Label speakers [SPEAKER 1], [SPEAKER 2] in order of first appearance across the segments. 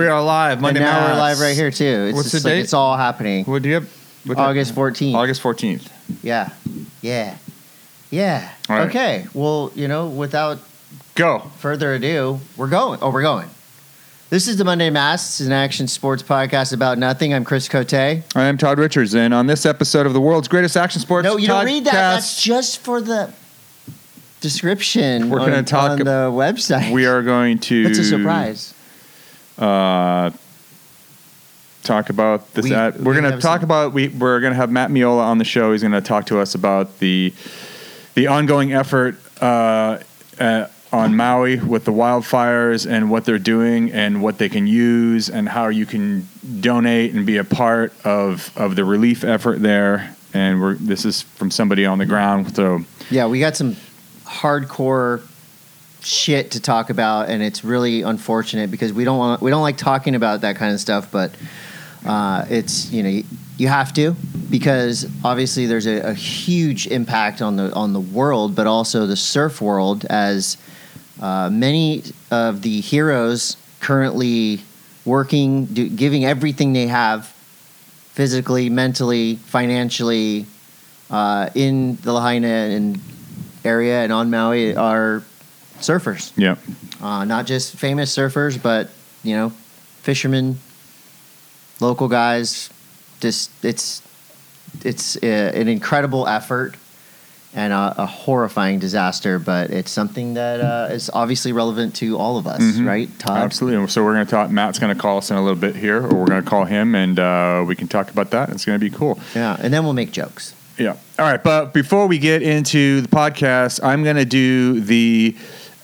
[SPEAKER 1] We are live Monday
[SPEAKER 2] and now
[SPEAKER 1] Mass.
[SPEAKER 2] we're live right here too. It's
[SPEAKER 1] What's
[SPEAKER 2] just
[SPEAKER 1] the
[SPEAKER 2] like
[SPEAKER 1] date?
[SPEAKER 2] It's all happening.
[SPEAKER 1] What do you have? what do you have?
[SPEAKER 2] August 14th.
[SPEAKER 1] August 14th.
[SPEAKER 2] Yeah. Yeah. Yeah.
[SPEAKER 1] All right.
[SPEAKER 2] Okay. Well, you know, without
[SPEAKER 1] Go.
[SPEAKER 2] further ado, we're going. Oh, we're going. This is the Monday Mass. It's an action sports podcast about nothing. I'm Chris Cote. No,
[SPEAKER 1] I am Todd Richards, and on this episode of the world's greatest action sports
[SPEAKER 2] you don't read that. That's
[SPEAKER 1] podcast,
[SPEAKER 2] just for the description
[SPEAKER 1] We're
[SPEAKER 2] on,
[SPEAKER 1] gonna talk
[SPEAKER 2] on the website.
[SPEAKER 1] we are going to.
[SPEAKER 2] That's a surprise.
[SPEAKER 1] Uh, talk about this.
[SPEAKER 2] We-
[SPEAKER 1] ad- we're
[SPEAKER 2] we
[SPEAKER 1] going to
[SPEAKER 2] have
[SPEAKER 1] talk
[SPEAKER 2] some-
[SPEAKER 1] about. We we're going to have Matt Miola on the show. He's going to talk to us about the the ongoing effort. Uh, uh, on Maui with the wildfires and what they're doing and what they can use and how you can donate and be a part of of the relief effort there. And we're this is from somebody on the ground, so
[SPEAKER 2] Yeah, we got some hardcore shit to talk about, and it's really unfortunate because we don't want we don't like talking about that kind of stuff, but uh, it's you know you, you have to because obviously there's a, a huge impact on the on the world, but also the surf world as uh, many of the heroes currently working, do, giving everything they have, physically, mentally, financially, uh, in the Lahaina and area and on Maui are surfers.
[SPEAKER 1] yeah.
[SPEAKER 2] Uh, not just famous surfers, but you know, fishermen, local guys. Just it's it's uh an incredible effort and a, a horrifying disaster, but it's something that uh, is obviously relevant to all of us,
[SPEAKER 1] Mhm.
[SPEAKER 2] right, Todd?
[SPEAKER 1] Absolutely. So we're going to talk. Matt's going to call us in a little bit here, or we're going to call him, and uh, we can talk about that. It's going to be cool.
[SPEAKER 2] Yeah, and then we'll make jokes.
[SPEAKER 1] Yeah. All right. But before we get into the podcast, I'm going to do the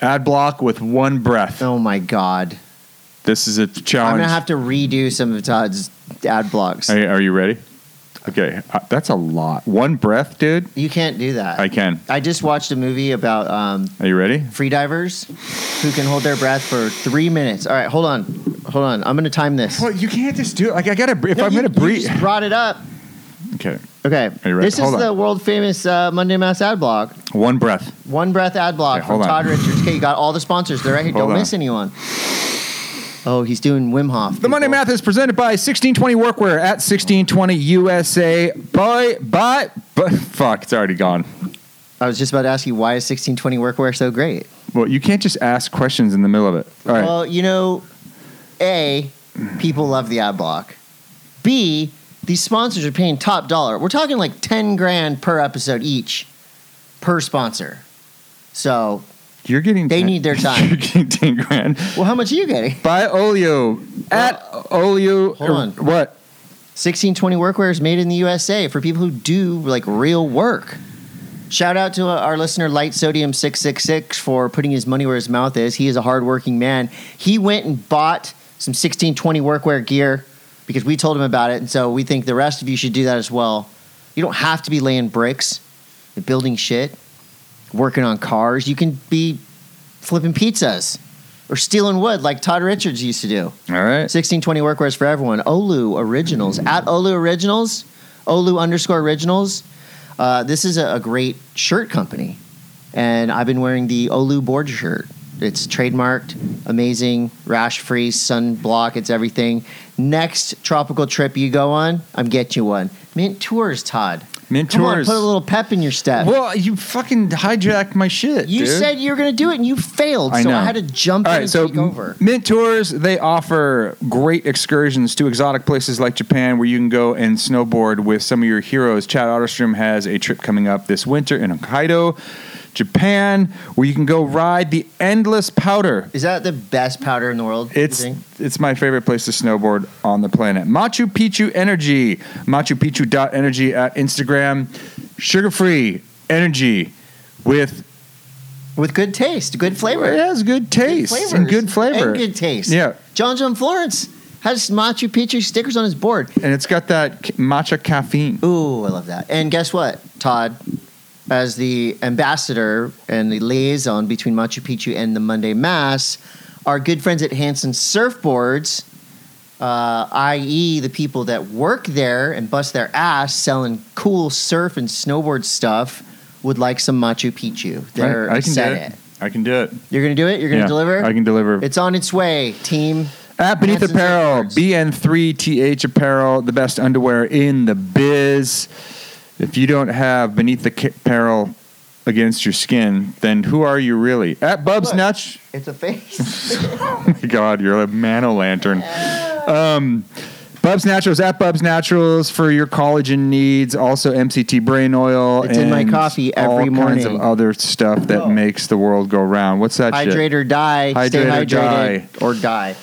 [SPEAKER 1] ad block with one breath.
[SPEAKER 2] Oh my god,
[SPEAKER 1] This is a
[SPEAKER 2] I'm
[SPEAKER 1] challenge.
[SPEAKER 2] gonna have to redo some of Todd's ad blocks.
[SPEAKER 1] are, are you ready? Okay. Uh, that's a lot. One breath, dude.
[SPEAKER 2] you can't do that.
[SPEAKER 1] I can.
[SPEAKER 2] I just watched a movie about um,
[SPEAKER 1] Are you ready?
[SPEAKER 2] free divers who can hold their breath for three minutes. All right, hold on, hold on. I'm gonna time this.
[SPEAKER 1] Well, you can't just do it. Like I gotta. If
[SPEAKER 2] No,
[SPEAKER 1] I'm
[SPEAKER 2] you-
[SPEAKER 1] gonna
[SPEAKER 2] you
[SPEAKER 1] breathe.
[SPEAKER 2] just brought it up.
[SPEAKER 1] Okay.
[SPEAKER 2] Okay,
[SPEAKER 1] Are you ready?
[SPEAKER 2] this is
[SPEAKER 1] Hold on.
[SPEAKER 2] the world famous uh, Monday Mass ad block.
[SPEAKER 1] One breath.
[SPEAKER 2] One breath ad block
[SPEAKER 1] Okay,
[SPEAKER 2] from
[SPEAKER 1] hold on.
[SPEAKER 2] Todd Richards. Okay, you got all the sponsors. They're right here.
[SPEAKER 1] Hold
[SPEAKER 2] Don't
[SPEAKER 1] on.
[SPEAKER 2] miss anyone. Oh, he's doing Wim Hof.
[SPEAKER 1] The Monday
[SPEAKER 2] people.
[SPEAKER 1] Math is presented by 1620 Workwear at 1620 USA. Bye, bye, but fuck, it's already gone.
[SPEAKER 2] I was just about to ask you why is 1620 workwear so great.
[SPEAKER 1] Well, you can't just ask questions in the middle of it. All right.
[SPEAKER 2] Well, you know, A, people love the ad block. B, these sponsors are paying top dollar. We're talking like 10 grand per episode each per sponsor. So,
[SPEAKER 1] You're getting.
[SPEAKER 2] They need their time.
[SPEAKER 1] You're getting ten grand.
[SPEAKER 2] well, how much are you getting?
[SPEAKER 1] Buy Olio at Olio.
[SPEAKER 2] hold on.
[SPEAKER 1] What?
[SPEAKER 2] 1620 Workwear is made in the USA for people who do like real work. Shout out to uh, our listener Light Sodium 666 for putting his money where his mouth is. He is a hardworking man. He went and bought some 1620 Workwear gear because we told him about it, and so we think the rest of you should do that as well. You don't have to be laying bricks, and building shit, working on cars. You can be flipping pizzas or stealing wood like Todd Richards used to do.
[SPEAKER 1] All right.
[SPEAKER 2] 1620 workwears for everyone. Olu Originals
[SPEAKER 1] Mm-hmm.
[SPEAKER 2] at Olu Originals, Olu underscore Originals. Uh, this is a, a great shirt company, and I've been wearing the Olu board shirt. It's trademarked, amazing, rash free, sunblock. It's everything. Next tropical trip you go on, I'm getting you one. Mint tours, Todd. Come
[SPEAKER 1] Mentors.
[SPEAKER 2] on, put a little pep in your step.
[SPEAKER 1] well, you fucking hijacked my shit.
[SPEAKER 2] you
[SPEAKER 1] dude.
[SPEAKER 2] said you were going to do it, and you failed.
[SPEAKER 1] I
[SPEAKER 2] so
[SPEAKER 1] know.
[SPEAKER 2] I had to jump
[SPEAKER 1] All
[SPEAKER 2] in
[SPEAKER 1] right,
[SPEAKER 2] and
[SPEAKER 1] so
[SPEAKER 2] take over.
[SPEAKER 1] Mentors, they offer great excursions to exotic places like Japan where you can go and snowboard with some of your heroes. Chad Otterstrom has a trip coming up this winter in Hokkaido, Japan, where you can go ride the endless powder.
[SPEAKER 2] Is that the best powder in the world? you
[SPEAKER 1] It's
[SPEAKER 2] think?
[SPEAKER 1] it's my favorite place to snowboard on the planet. Machu Picchu Energy, Machu Picchu.energy at Instagram, sugar free energy with
[SPEAKER 2] with good taste, good flavor.
[SPEAKER 1] it has good
[SPEAKER 2] Good
[SPEAKER 1] taste and
[SPEAKER 2] flavors.
[SPEAKER 1] good flavor.
[SPEAKER 2] And good taste.
[SPEAKER 1] Yeah,
[SPEAKER 2] John John Florence has Machu Picchu stickers on his board.
[SPEAKER 1] and it's got that c- matcha caffeine.
[SPEAKER 2] Ooh, I love that. And guess what, Todd? As the ambassador and the liaison between Machu Picchu and the Monday Mass, our good friends at Hanson Surfboards, uh, i.e., the people that work there and bust their ass selling cool surf and snowboard stuff, would like some Machu Picchu. They're
[SPEAKER 1] I, I can do
[SPEAKER 2] set
[SPEAKER 1] it. I can do it.
[SPEAKER 2] You're going to do it? You're going to
[SPEAKER 1] Yeah,
[SPEAKER 2] deliver?
[SPEAKER 1] I can deliver.
[SPEAKER 2] It's on its way, team.
[SPEAKER 1] At Beneath
[SPEAKER 2] Hanson's
[SPEAKER 1] Ah, Apparel,
[SPEAKER 2] Imports.
[SPEAKER 1] BN3TH Apparel, the best underwear in the biz. If you don't have Beneath the Ki- Apparel against your skin, then who are you really? At Bub's
[SPEAKER 2] Look.
[SPEAKER 1] Nutch.
[SPEAKER 2] It's a face.
[SPEAKER 1] Oh my God, you're a man o' lantern. Um, Bub's Naturals at Bub's Naturals for your collagen needs. Also, MCT brain oil.
[SPEAKER 2] It's in my
[SPEAKER 1] and
[SPEAKER 2] coffee
[SPEAKER 1] all
[SPEAKER 2] every
[SPEAKER 1] kinds of
[SPEAKER 2] morning.
[SPEAKER 1] other stuff that
[SPEAKER 2] Oh.
[SPEAKER 1] makes the world go round. What's that? shit?
[SPEAKER 2] Hydrate or die. Stay
[SPEAKER 1] Hydrate or
[SPEAKER 2] hydrated
[SPEAKER 1] die.
[SPEAKER 2] or die.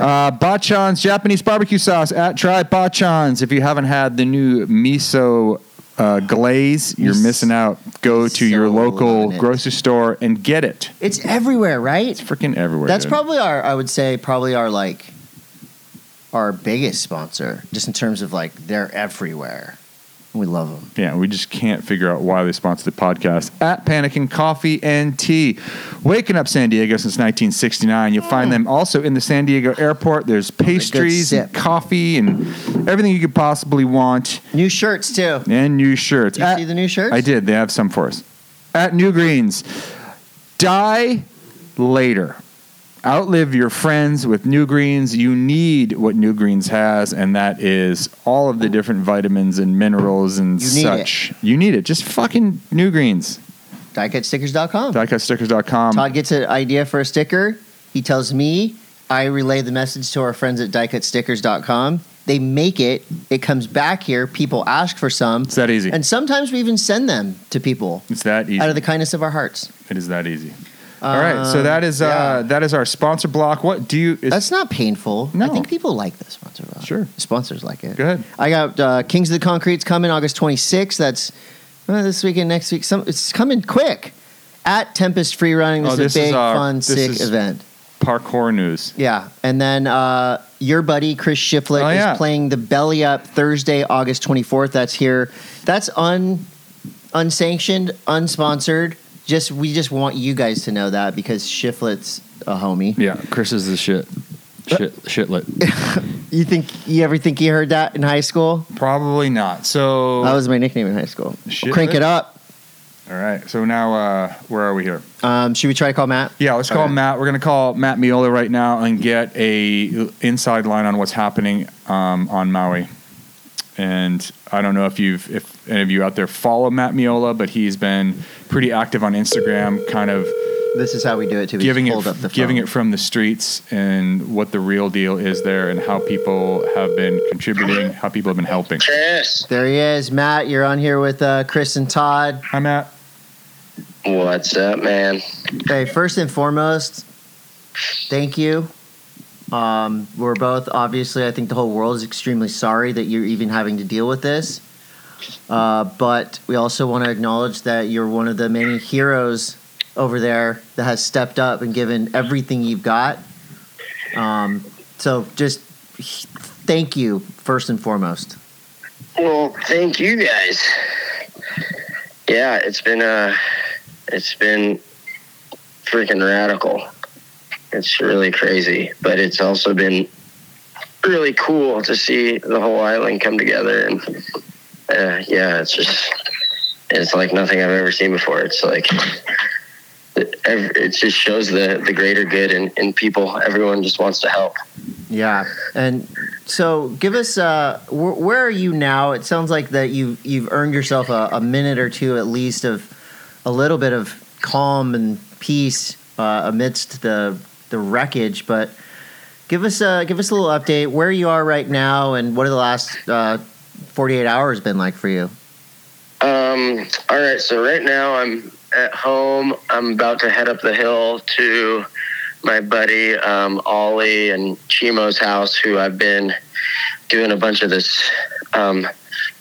[SPEAKER 1] Uh, Bachan's Japanese barbecue sauce at Try Bachan's. If you haven't had the new miso uh, glaze, you're
[SPEAKER 2] Mis-
[SPEAKER 1] missing out. Go to
[SPEAKER 2] So
[SPEAKER 1] your local
[SPEAKER 2] loving it.
[SPEAKER 1] grocery store and get it.
[SPEAKER 2] It's everywhere, right?
[SPEAKER 1] It's freaking everywhere.
[SPEAKER 2] That's
[SPEAKER 1] dude.
[SPEAKER 2] probably our. I would say probably our like our biggest sponsor, just in terms of like they're everywhere. We love them.
[SPEAKER 1] Yeah, we just can't figure out why they sponsor the podcast. At Panicking Coffee and Tea. Waking up San Diego since 1969. You'll
[SPEAKER 2] Mm.
[SPEAKER 1] find them also in the San Diego airport. There's pastries and
[SPEAKER 2] sip.
[SPEAKER 1] coffee and everything you could possibly want
[SPEAKER 2] New shirts too.
[SPEAKER 1] and new shirts.
[SPEAKER 2] Did you
[SPEAKER 1] At-
[SPEAKER 2] see the new shirts?
[SPEAKER 1] Uh, I did. They have some for us. At New Greens, die later. Outlive your friends with New Greens. You need what New Greens has, and that is all of the different vitamins and minerals and
[SPEAKER 2] You need it.
[SPEAKER 1] such. You need it. Just fucking New Greens.
[SPEAKER 2] Diecutstickers.com.
[SPEAKER 1] DiecutStickers.com.
[SPEAKER 2] Todd gets an idea for a sticker. He tells me. I relay the message to our friends at diecutstickers.com. They make it. It comes back here. People ask for some.
[SPEAKER 1] It's that easy.
[SPEAKER 2] And sometimes we even send them to people
[SPEAKER 1] It's that easy.
[SPEAKER 2] out of the kindness of our hearts. Um,
[SPEAKER 1] it is that easy. All right. So that is uh,
[SPEAKER 2] yeah.
[SPEAKER 1] that is our sponsor block. What do you? Is,
[SPEAKER 2] That's not painful.
[SPEAKER 1] No.
[SPEAKER 2] I think people like the sponsor. Rob.
[SPEAKER 1] Sure.
[SPEAKER 2] Sponsors like it.
[SPEAKER 1] go ahead.
[SPEAKER 2] I got uh, Kings of the Concrete's coming August 26th. That's uh, this weekend, next week. Some, it's coming quick at Tempest Free Running. This
[SPEAKER 1] Oh,
[SPEAKER 2] is
[SPEAKER 1] this
[SPEAKER 2] a
[SPEAKER 1] is
[SPEAKER 2] big,
[SPEAKER 1] our-
[SPEAKER 2] fun,
[SPEAKER 1] this
[SPEAKER 2] sick
[SPEAKER 1] is-
[SPEAKER 2] event.
[SPEAKER 1] Parkour news.
[SPEAKER 2] Yeah, and then uh, your buddy Chris Shiflett
[SPEAKER 1] Oh, yeah.
[SPEAKER 2] is playing the Belly Up Thursday, August twenty fourth. That's here. That's un unsanctioned, unsponsored. Just we just want you guys to know that because Shiflett's a homie.
[SPEAKER 1] Yeah.
[SPEAKER 3] Chris is the shit. Shit, shitlet.
[SPEAKER 2] You think you ever think you heard that in high school?
[SPEAKER 1] Probably not. So
[SPEAKER 2] That was my nickname in high school.
[SPEAKER 1] Shiflett?
[SPEAKER 2] Crank it up.
[SPEAKER 1] all right. So now uh, where are we here?
[SPEAKER 2] Um, should we try to call Matt?
[SPEAKER 1] Yeah, let's call
[SPEAKER 2] Okay.
[SPEAKER 1] Matt. We're gonna call Matt Miola right now and get a inside line on what's happening um, on Maui. And I don't know if you've if any of you out there follow Matt Miola, but he's been pretty active on Instagram, kind of
[SPEAKER 2] This is how we do it. Too. We
[SPEAKER 1] giving
[SPEAKER 2] just
[SPEAKER 1] it
[SPEAKER 2] hold up the
[SPEAKER 1] giving
[SPEAKER 2] phone.
[SPEAKER 1] it from the streets and what the real deal is there and how people have been contributing, how people have been helping.
[SPEAKER 4] Chris.
[SPEAKER 2] There he is, Matt. You're on here with uh, Chris and Todd.
[SPEAKER 1] Hi, Matt.
[SPEAKER 4] What's up, man?
[SPEAKER 2] Hey, first and foremost, thank you. Um, we're both obviously, I think the whole world is extremely sorry that you're even having to deal with this. Uh, but we also want to acknowledge that you're one of the many heroes over there that has stepped up and given everything you've got. Um, so just thank you first and foremost.
[SPEAKER 4] Well, thank you guys. Yeah, it's been uh it's been freaking radical. It's really crazy, but it's also been really cool to see the whole island come together and uh, yeah, it's just it's like nothing I've ever seen before. It's like it ev- it just shows the the greater good in, in people. Everyone just wants to help.
[SPEAKER 2] Yeah, and so give us uh, wh- where are you now? It sounds like that you you've earned yourself a, a minute or two at least of a little bit of calm and peace uh, amidst the the wreckage. But give us a give us a little update where you are right now and what are the last uh, forty eight hours been like for you?
[SPEAKER 4] Um, all right, so right now I'm at home. I'm about to head up the hill to my buddy um, Ollie and Chimo's house, who I've been doing a bunch of this, um,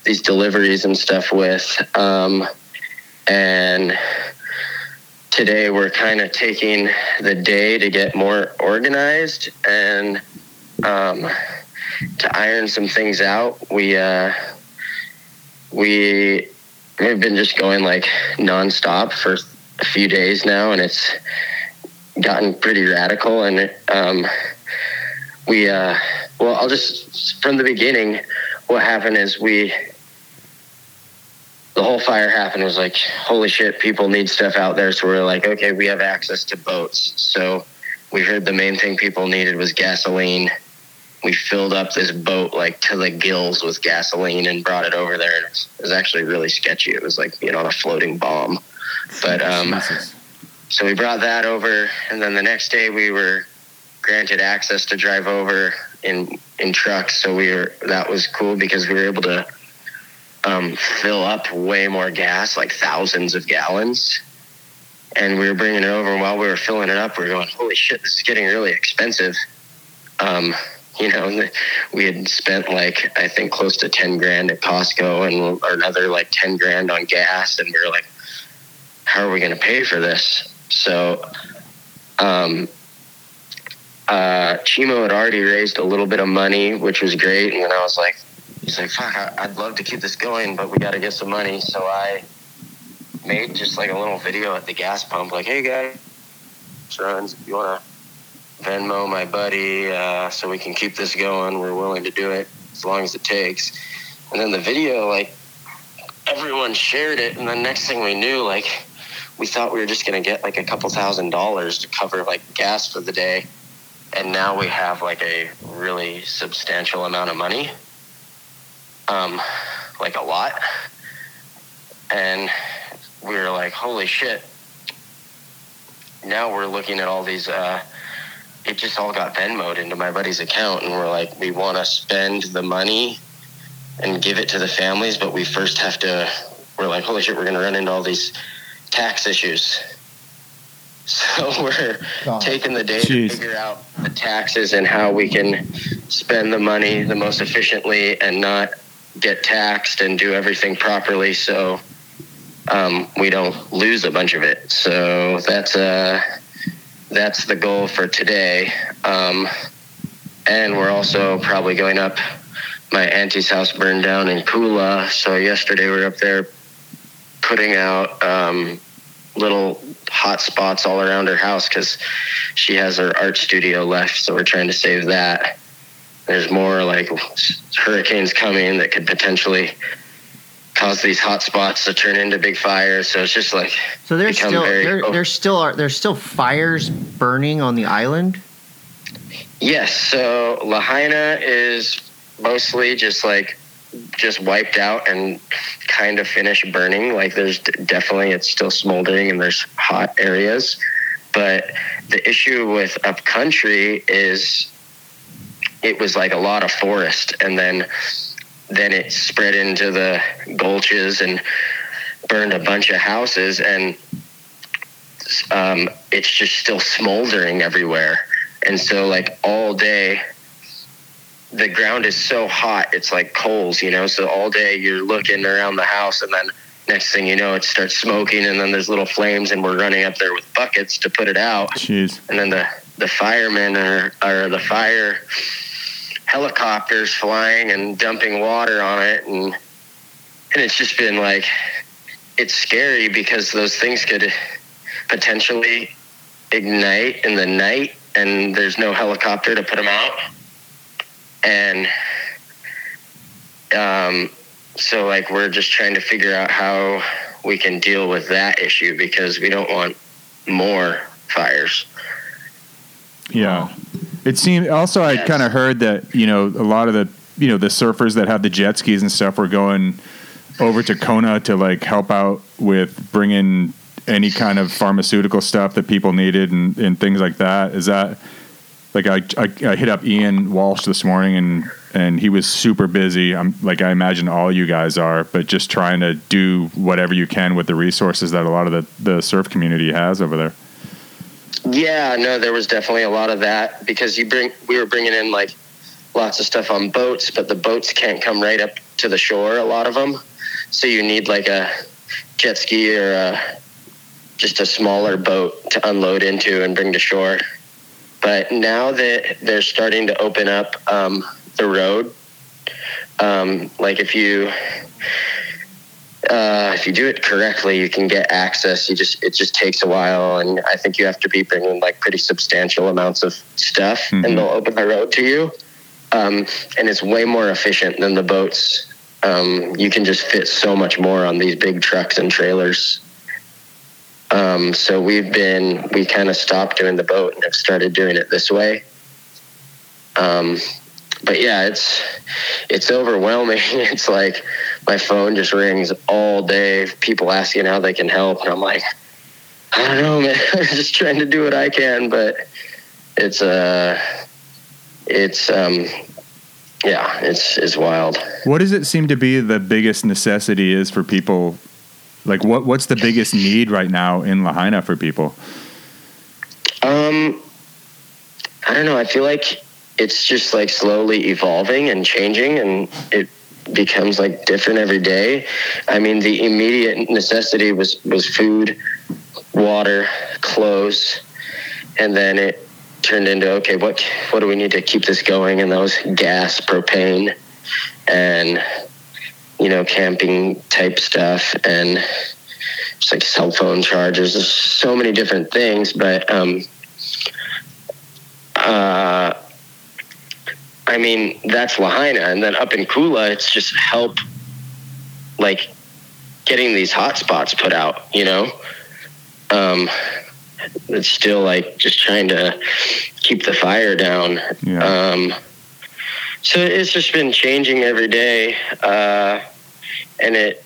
[SPEAKER 4] these deliveries and stuff with. Um, and today we're kind of taking the day to get more organized and um, to iron some things out. We uh, we we've been just going like nonstop for a few days now, and it's gotten pretty radical. And um, we, uh, well, I'll just from the beginning, what happened is we, the whole fire happened was like, holy shit, people need stuff out there. So we're like, okay, we have access to boats, so we heard the main thing people needed was gasoline. We filled up this boat like to the gills with gasoline and brought it over there. It was, it was actually really sketchy. It was like being on a floating bomb. But um,
[SPEAKER 3] Jesus.
[SPEAKER 4] so we brought that over, and then the next day we were granted access to drive over in in trucks. So we were that was cool because we were able to um, fill up way more gas, like thousands of gallons. And we were bringing it over, and while we were filling it up, we were going, "Holy shit, this is getting really expensive." Um, you know, and we had spent like I think close to ten grand at Costco, and or another like ten grand on gas, and we were like how are we going to pay for this? So, um, uh, Chimo had already raised a little bit of money, which was great. And then I was like, he's like, fuck, I- I'd love to keep this going, but we got to get some money. So I made just like a little video at the gas pump, like, hey guys, runs, if you want to Venmo my buddy uh, so we can keep this going, we're willing to do it as long as it takes. And then the video, like, everyone shared it. And the next thing we knew, like, we thought we were just going to get like a couple thousand dollars to cover like gas for the day and now we have like a really substantial amount of money um like a lot and we were like holy shit now we're looking at all these uh it just all got Venmoed into my buddy's account and we're like we want to spend the money and give it to the families but we first have to we're like holy shit we're going to run into all these tax issues. So we're
[SPEAKER 2] God.
[SPEAKER 4] taking the day
[SPEAKER 1] Jeez.
[SPEAKER 4] to figure out the taxes and how we can spend the money the most efficiently and not get taxed and do everything properly so um, we don't lose a bunch of it. So that's uh, that's the goal for today. Um, and we're also probably going up. My auntie's house burned down in Kula, so yesterday we were up there putting out um, little hot spots all around her house because she has her art studio left. So we're trying to save that. There's more like hurricanes coming that could potentially cause these hot spots to turn into big fires. So it's just like
[SPEAKER 2] So there's
[SPEAKER 4] become
[SPEAKER 2] still
[SPEAKER 4] very-
[SPEAKER 2] there,
[SPEAKER 4] oh.
[SPEAKER 2] there's still are there's still fires burning on the island.
[SPEAKER 4] Yes, so Lahaina is mostly just like just wiped out and kind of finished burning. Like there's d- definitely it's still smoldering and there's hot areas, but the issue with upcountry is it was like a lot of forest and then then it spread into the gulches and burned a bunch of houses and um, it's just still smoldering everywhere and so like all day the ground is so hot it's like coals you know so all day you're looking around the house and then next thing you know it starts smoking and then there's little flames and we're running up there with buckets to put it out
[SPEAKER 1] Jeez.
[SPEAKER 4] and then the the firemen are are the fire helicopters flying and dumping water on it and and it's just been like it's scary because those things could potentially ignite in the night and there's no helicopter to put them out and um so like we're just trying to figure out how we can deal with that issue because we don't want more fires
[SPEAKER 1] Yeah. It seemed also I
[SPEAKER 4] Yes.
[SPEAKER 1] kind of heard that, you know, a lot of the, you know, the surfers that have the jet skis and stuff were going over to Kona to like help out with bringing any kind of pharmaceutical stuff that people needed and, and things like that. Is that like I, I I hit up Ian Walsh this morning and and he was super busy. I'm like I imagine all you guys are, but just trying to do whatever you can with the resources that a lot of the, the surf community has over there.
[SPEAKER 4] Yeah, no, there was definitely a lot of that because you bring we were bringing in like lots of stuff on boats, but the boats can't come right up to the shore. A lot of them, so you need like a jet ski or a, just a smaller boat to unload into and bring to shore. But now that they're starting to open up um, the road, um, like if you uh, if you do it correctly, you can get access. You just it just takes a while, and I think you have to be bringing like pretty substantial amounts of stuff,
[SPEAKER 1] Mhm.
[SPEAKER 4] and they'll open the road to you. Um, and it's way more efficient than the boats. Um, you can just fit so much more on these big trucks and trailers. Um, so we've been, we kind of stopped doing the boat and have started doing it this way. Um, but yeah, it's, it's overwhelming. It's like my phone just rings all day. People asking how they can help. And I'm like, I don't know, man. I'm just trying to do what I can, but it's, uh, it's, um, yeah, it's, it's wild.
[SPEAKER 1] What does it seem to be the biggest necessity is for people? Like, what what's the biggest need right now in Lahaina for people?
[SPEAKER 4] Um, I don't know. I feel like it's just like slowly evolving and changing, and it becomes like different every day. I mean, the immediate necessity was was food, water, clothes, and then it turned into okay, what what do we need to keep this going? And that was gas, propane, and you know, camping type stuff, and just like cell phone chargers. There's so many different things, but um, uh, I mean that's Lahaina, and then up in Kula, it's just help, like getting these hot spots put out. You know, um, it's still like just trying to keep the fire down.
[SPEAKER 1] Yeah.
[SPEAKER 4] Um, so it's just been changing every day, uh, and it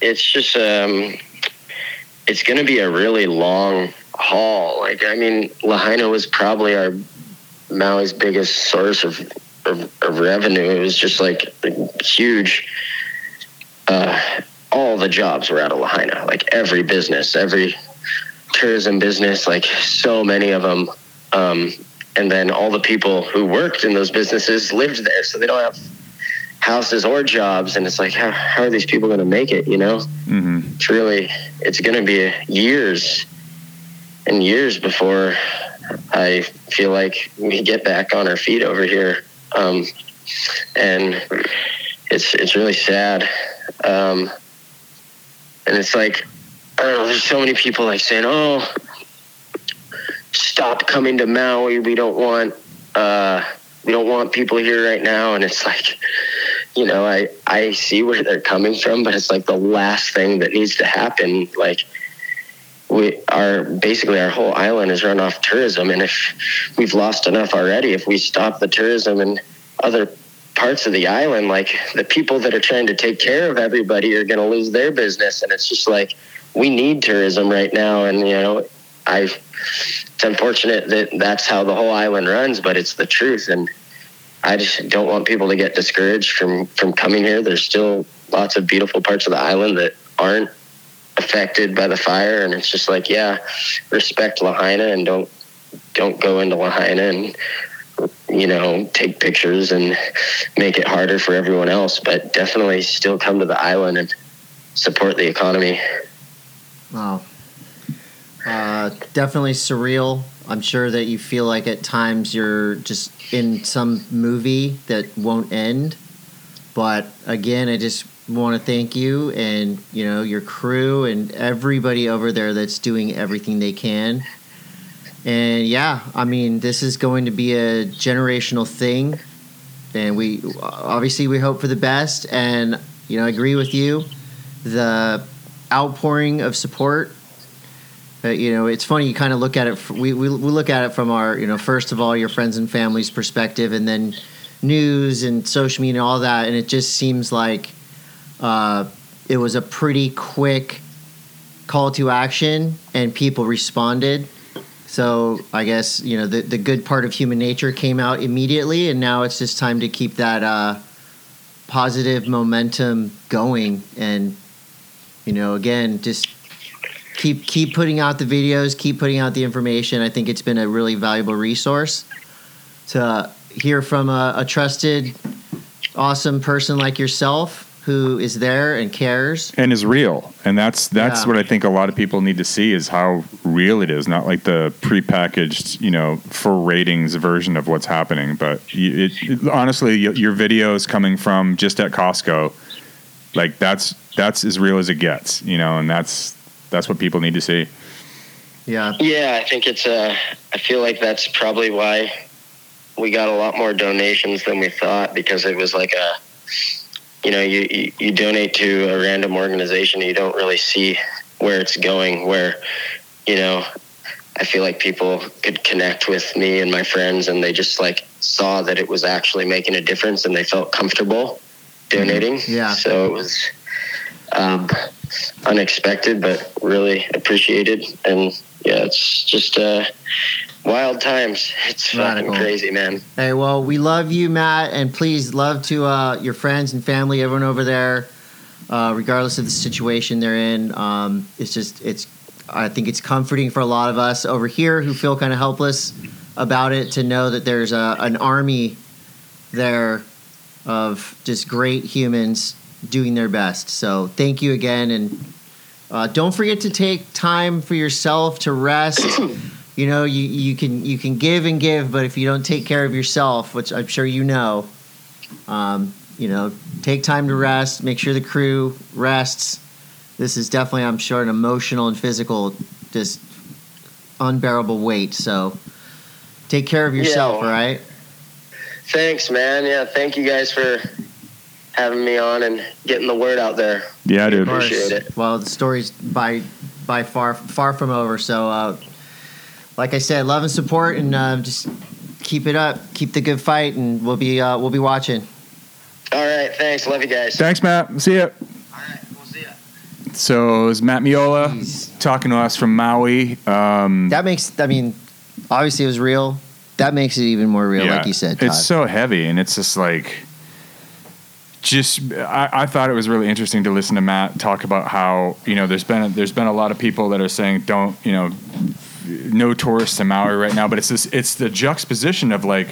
[SPEAKER 4] it's just um, it's going to be a really long haul. Like I mean, Lahaina was probably our Maui's biggest source of of, of revenue. It was just like huge. Uh, all the jobs were out of Lahaina. Like every business, every tourism business, like so many of them. Um, and then all the people who worked in those businesses lived there, so they don't have houses or jobs. And it's like, how, how are these people going to make it? You know,
[SPEAKER 1] hmm
[SPEAKER 4] it's really, it's going to be years and years before I feel like we get back on our feet over here. Um, and it's it's really sad. Um, and it's like, I don't know, there's so many people like saying, oh, stop coming to Maui. We don't want, uh, we don't want people here right now. And it's like, you know, I, I see where they're coming from, but it's like the last thing that needs to happen. Like, we our basically our whole island is run off tourism, and if we've lost enough already, if we stop the tourism and other parts of the island, like the people that are trying to take care of everybody are going to lose their business, and it's just like we need tourism right now, and you know, I it's unfortunate that that's how the whole island runs, but it's the truth, and I just don't want people to get discouraged from from coming here. There's still lots of beautiful parts of the island that aren't affected by the fire, and it's just like, yeah, respect Lahaina and don't don't go into Lahaina and you know take pictures and make it harder for everyone else. But definitely, still come to the island and support the economy.
[SPEAKER 2] Wow. Uh, definitely surreal. I'm sure that you feel like at times you're just in some movie that won't end. But again, I just want to thank you and you know your crew and everybody over there that's doing everything they can. And yeah, I mean, this is going to be a generational thing, and we obviously we hope for the best. And you know, I agree with you. The outpouring of support. Uh, you know, it's funny. You kind of look at it. f we, we we look at it from our you know first of all your friends and family's perspective, and then news and social media and all that. And it just seems like uh, it was a pretty quick call to action, and people responded. So I guess you know the the good part of human nature came out immediately, and now it's just time to keep that uh, positive momentum going and you know again just keep keep putting out the videos keep putting out the information i think it's been a really valuable resource to hear from a, a trusted awesome person like yourself who is there and cares
[SPEAKER 1] And is real, and that's that's
[SPEAKER 2] Yeah.
[SPEAKER 1] what I think a lot of people need to see is how real it is, not like the prepackaged, you know, for ratings version of what's happening. But you, it, it, honestly, your, your videos coming from just at Costco, like that's that's as real as it gets, you know, and that's that's what people need to see.
[SPEAKER 2] yeah
[SPEAKER 4] Yeah, I think it's. Uh, I feel like that's probably why we got a lot more donations than we thought because it was like a, you know, you you, you donate to a random organization and you don't really see where it's going, where, you know, I feel like people could connect with me and my friends and they just like saw that it was actually making a difference and they felt comfortable donating.
[SPEAKER 2] Yeah.
[SPEAKER 4] So it was um, unexpected, but really appreciated. And yeah, it's just uh, wild times. It's
[SPEAKER 2] Radical.
[SPEAKER 4] fucking crazy, man.
[SPEAKER 2] Hey, well, we love you, Matt, and please love to uh, your friends and family, everyone over there, uh, regardless of the situation they're in. Um, it's just, it's, I think it's comforting for a lot of us over here who feel kind of helpless about it to know that there's a, an army there of just great humans doing their best. So thank you again, and uh, don't forget to take time for yourself to rest. you know you, you can you can give and give but if you don't take care of yourself which i'm sure you know um, you know take time to rest make sure the crew rests this is definitely i'm sure an emotional and physical just unbearable weight so take care of yourself
[SPEAKER 4] Yeah.
[SPEAKER 2] all right
[SPEAKER 4] Thanks, man. Yeah, thank you guys for having me on and getting the word out there.
[SPEAKER 1] Yeah, dude.
[SPEAKER 4] Of course. Appreciate it.
[SPEAKER 2] well the story's by by far far from over so uh, like i said love and support and uh, just keep it up keep the good fight and we'll be uh, we'll be watching
[SPEAKER 4] All right, thanks. Love you guys.
[SPEAKER 1] Thanks, Matt. See ya.
[SPEAKER 4] All right, we'll see ya.
[SPEAKER 1] So it was Matt Miola
[SPEAKER 2] Jeez.
[SPEAKER 1] talking to us from Maui. Um,
[SPEAKER 2] That makes. I mean, obviously it was real. That makes it even more real,
[SPEAKER 1] yeah,
[SPEAKER 2] like you said. Todd.
[SPEAKER 1] it's so heavy, and it's just like, just I, I thought it was really interesting to listen to Matt talk about how you know there's been there's been a lot of people that are saying don't you know no tourists to Maui right now, but it's this it's the juxtaposition of like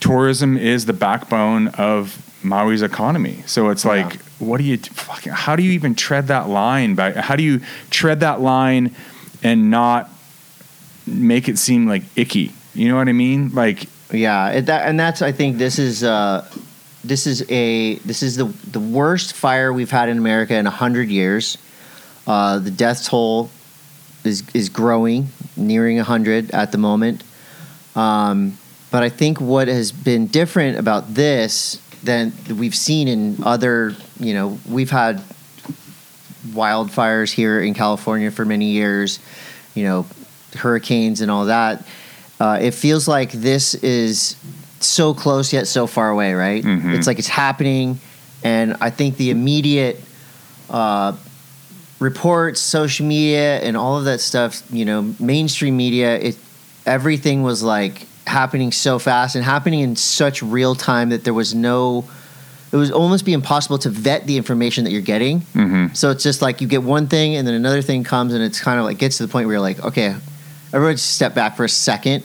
[SPEAKER 1] tourism is the backbone of Maui's economy. So it's like, what do you fucking? How do you even tread that line? Back? How do you tread that line and not make it seem like icky? You know what I mean? Like,
[SPEAKER 2] yeah, it, that, and that's. I think this is. Uh, this is a. This is the the worst fire we've had in America in hundred years. Uh, the death toll is is growing, nearing hundred at the moment. Um, but I think what has been different about this than we've seen in other, you know, we've had wildfires here in California for many years, you know, hurricanes and all that. Uh, it feels like this is so close yet so far away, right?
[SPEAKER 1] Mhm.
[SPEAKER 2] It's like it's happening, and I think the immediate uh, reports, social media, and all of that stuff, you know, mainstream media, it everything was like happening so fast and happening in such real time that there was no it was almost be impossible to vet the information that you're getting
[SPEAKER 1] mm-hmm.
[SPEAKER 2] so it's just like you get one thing and then another thing comes and it's kind of like gets to the point where you're like, okay, everyone just step back for a second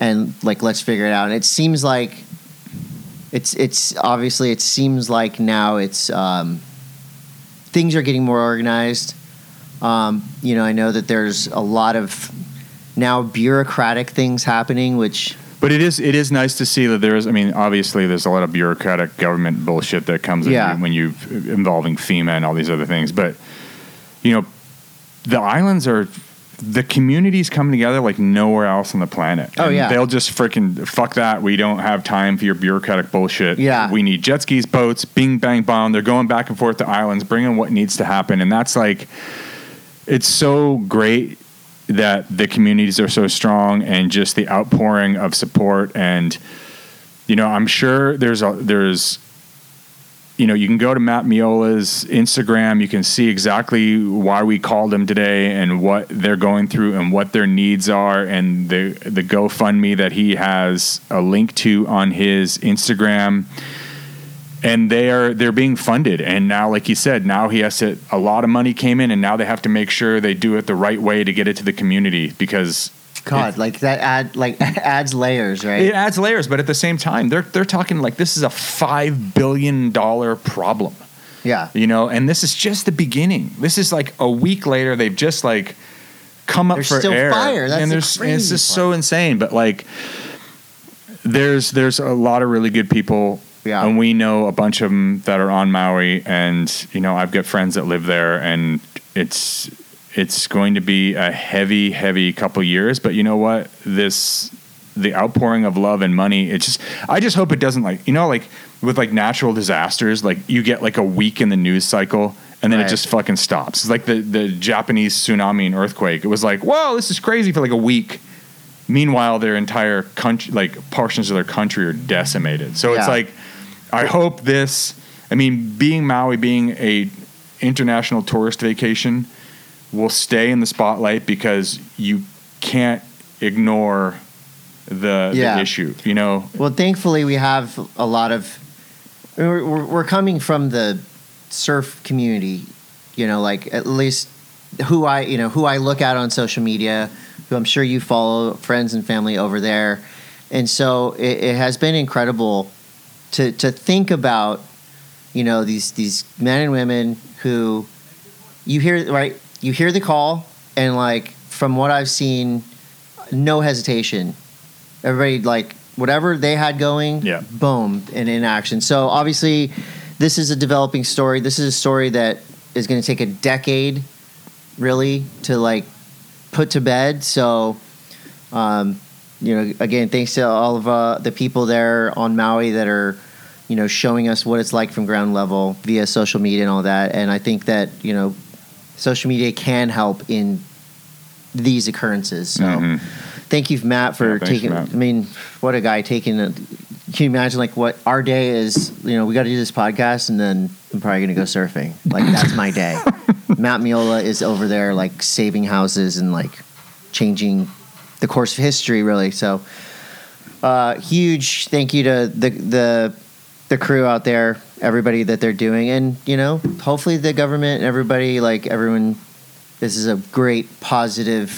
[SPEAKER 2] and like let's figure it out. And it seems like it's it's obviously it seems like now it's um, things are getting more organized. Um, you know, I know that there's a lot of now bureaucratic things happening, which
[SPEAKER 1] But it is it is nice to see that there is. I mean, obviously, there's a lot of bureaucratic government bullshit that comes in
[SPEAKER 2] Yeah.
[SPEAKER 1] when you involving FEMA and all these other things. But you know, the islands are the communities come together like nowhere else on the planet.
[SPEAKER 2] Oh,
[SPEAKER 1] And
[SPEAKER 2] yeah.
[SPEAKER 1] they'll just freaking fuck that. We don't have time for your bureaucratic bullshit.
[SPEAKER 2] Yeah.
[SPEAKER 1] we need jet skis, boats, bing bang bomb. They're going back and forth to islands, bringing what needs to happen, and that's like it's so great that the communities are so strong and just the outpouring of support and you know i'm sure there's a there's you know you can go to matt miola's instagram you can see exactly why we called him today and what they're going through and what their needs are and the the gofundme that he has a link to on his instagram and they are they're being funded and now like he said now he has to a lot of money came in and now they have to make sure they do it the right way to get it to the community because
[SPEAKER 2] God, like that add like adds layers, right?
[SPEAKER 1] it adds layers but at the same time they're they're talking like this is a 5 billion dollar problem
[SPEAKER 2] yeah.
[SPEAKER 1] you know and this is just the beginning this is like a week later they've just like come up
[SPEAKER 2] There's
[SPEAKER 1] for
[SPEAKER 2] still
[SPEAKER 1] air
[SPEAKER 2] fire. That's
[SPEAKER 1] and
[SPEAKER 2] the
[SPEAKER 1] there's and it's
[SPEAKER 2] crazy
[SPEAKER 1] just
[SPEAKER 2] part.
[SPEAKER 1] so insane but like there's there's a lot of really good people
[SPEAKER 2] Yeah.
[SPEAKER 1] and we know a bunch of them that are on maui and you know i've got friends that live there and it's it's going to be a heavy heavy couple years but you know what this the outpouring of love and money. It's just I just hope it doesn't like you know like with like natural disasters like you get like a week in the news cycle and then it
[SPEAKER 2] Right.
[SPEAKER 1] just fucking stops. It's like the the Japanese tsunami and earthquake. It was like whoa this is crazy for like a week. Meanwhile, their entire country, like portions of their country, are decimated. So it's
[SPEAKER 2] Yeah.
[SPEAKER 1] like, I hope this. I mean, being Maui, being a international tourist vacation, will stay in the spotlight because you can't ignore the,
[SPEAKER 2] Yeah.
[SPEAKER 1] the issue. You know,
[SPEAKER 2] Well, thankfully, we have a lot of. We're, we're we're coming from the surf community, you know, like at least who I, you know, who I look at on social media, who I'm sure you follow, friends and family over there. And so it, it has been incredible to, to think about, you know, these, these men and women who you hear, right? You hear the call, and like from what I've seen, no hesitation. Everybody, like, whatever they had going,
[SPEAKER 1] Yeah.
[SPEAKER 2] boom, and in action. So obviously, this is a developing story. This is a story that is going to take a decade, really, to like put to bed. So, um, you know, again, thanks to all of uh, the people there on Maui that are, you know, showing us what it's like from ground level via social media and all that. And I think that you know, social media can help in these occurrences. So,
[SPEAKER 1] Mhm.
[SPEAKER 2] thank you, Matt, for
[SPEAKER 1] Yeah, thanks,
[SPEAKER 2] taking.
[SPEAKER 1] Matt.
[SPEAKER 2] I mean, what a guy taking. A, can you imagine like what our day is? You know, we got to do this podcast, and then I'm probably gonna go surfing. Like that's my day. Matt Miola is over there like saving houses and like changing the course of history, really. So, uh, huge thank you to the the the crew out there, everybody that they're doing, and you know, hopefully the government, and everybody, like everyone, this is a great positive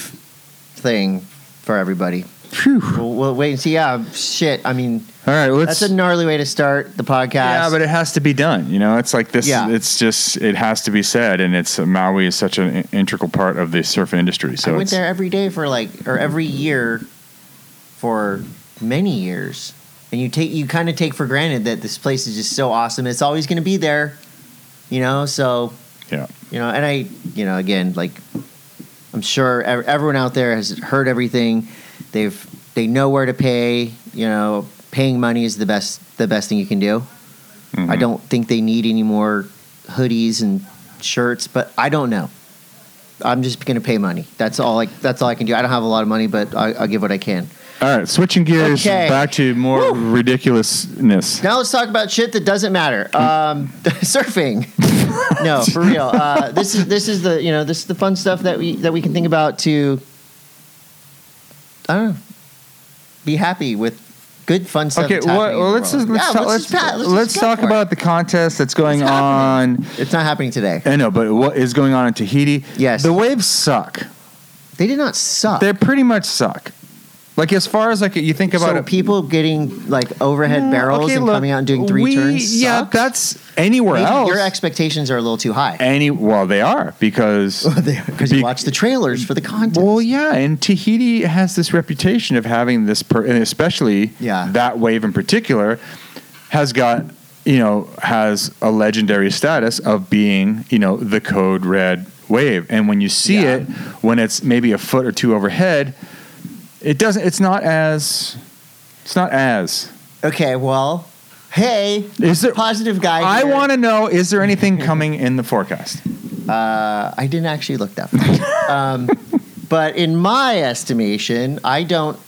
[SPEAKER 2] thing for everybody. We'll, we'll wait and see. Yeah, shit. I mean,
[SPEAKER 1] all right, let's.
[SPEAKER 2] that's a gnarly way to start the podcast.
[SPEAKER 1] yeah, but it has to be done. You know, it's like this.
[SPEAKER 2] Yeah.
[SPEAKER 1] It's just it has to be said, and it's Maui is such an integral part of the surf industry. So
[SPEAKER 2] I went
[SPEAKER 1] it's,
[SPEAKER 2] there every day for like, or every year for many years. And you take, you kind of take for granted that this place is just so awesome. It's always going to be there, you know? So,
[SPEAKER 1] Yeah.
[SPEAKER 2] You know, and I, you know, again, like, I'm sure ev- everyone out there has heard everything. They've, they know where to pay, you know, paying money is the best, the best thing you can do. I
[SPEAKER 1] Mhm.
[SPEAKER 2] don't think they need any more hoodies and shirts, but I don't know. I'm just going to pay money. That's all. I, that's all I can do. I don't have a lot of money, but I, I'll give what I can.
[SPEAKER 1] All right, switching gears
[SPEAKER 2] Okay.
[SPEAKER 1] back to more ridiculousness.
[SPEAKER 2] Now let's talk about shit that doesn't matter. Um, surfing. no, for real. Uh, this is this is the you know this is the fun stuff that we that we can think about to. I don't know. Be happy with good fun stuff.
[SPEAKER 1] Okay,
[SPEAKER 2] that's
[SPEAKER 1] well,
[SPEAKER 2] happening in
[SPEAKER 1] well,
[SPEAKER 2] the
[SPEAKER 1] let's
[SPEAKER 2] world.
[SPEAKER 1] just, let's,
[SPEAKER 2] Yeah,
[SPEAKER 1] talk,
[SPEAKER 2] let's
[SPEAKER 1] let's,
[SPEAKER 2] just pa- let's
[SPEAKER 1] let's,
[SPEAKER 2] just go
[SPEAKER 1] talk
[SPEAKER 2] for it.
[SPEAKER 1] about the contest that's going
[SPEAKER 2] It's
[SPEAKER 1] on.
[SPEAKER 2] happening. It's not happening today.
[SPEAKER 1] I know, but what is going on in Tahiti?
[SPEAKER 2] Yes.
[SPEAKER 1] the waves suck.
[SPEAKER 2] They did not suck.
[SPEAKER 1] They pretty much suck. Like as far as like you think about
[SPEAKER 2] so
[SPEAKER 1] it,
[SPEAKER 2] people getting like overhead
[SPEAKER 1] Mm,
[SPEAKER 2] barrels
[SPEAKER 1] okay,
[SPEAKER 2] and
[SPEAKER 1] look,
[SPEAKER 2] coming out and doing three
[SPEAKER 1] we-
[SPEAKER 2] turns.
[SPEAKER 1] Yeah,
[SPEAKER 2] suck?
[SPEAKER 1] that's anywhere
[SPEAKER 2] Maybe
[SPEAKER 1] else.
[SPEAKER 2] your expectations are a little too high
[SPEAKER 1] Any well, they are because
[SPEAKER 2] because you
[SPEAKER 1] Be-
[SPEAKER 2] watch the trailers for the content.
[SPEAKER 1] Well, yeah, and Tahiti has this reputation of having this, per- and especially
[SPEAKER 2] Yeah.
[SPEAKER 1] that wave in particular has got you know has a legendary status of being you know the code red wave, and when you see
[SPEAKER 2] Yeah.
[SPEAKER 1] it when it's maybe a foot or two overhead, it doesn't. It's not as. It's not as.
[SPEAKER 2] okay, well, hey,
[SPEAKER 1] Is there?
[SPEAKER 2] positive guy.
[SPEAKER 1] I
[SPEAKER 2] here.
[SPEAKER 1] want to know: Is there anything coming in the forecast?
[SPEAKER 2] Uh, I didn't actually look that far. um, but in my estimation, I don't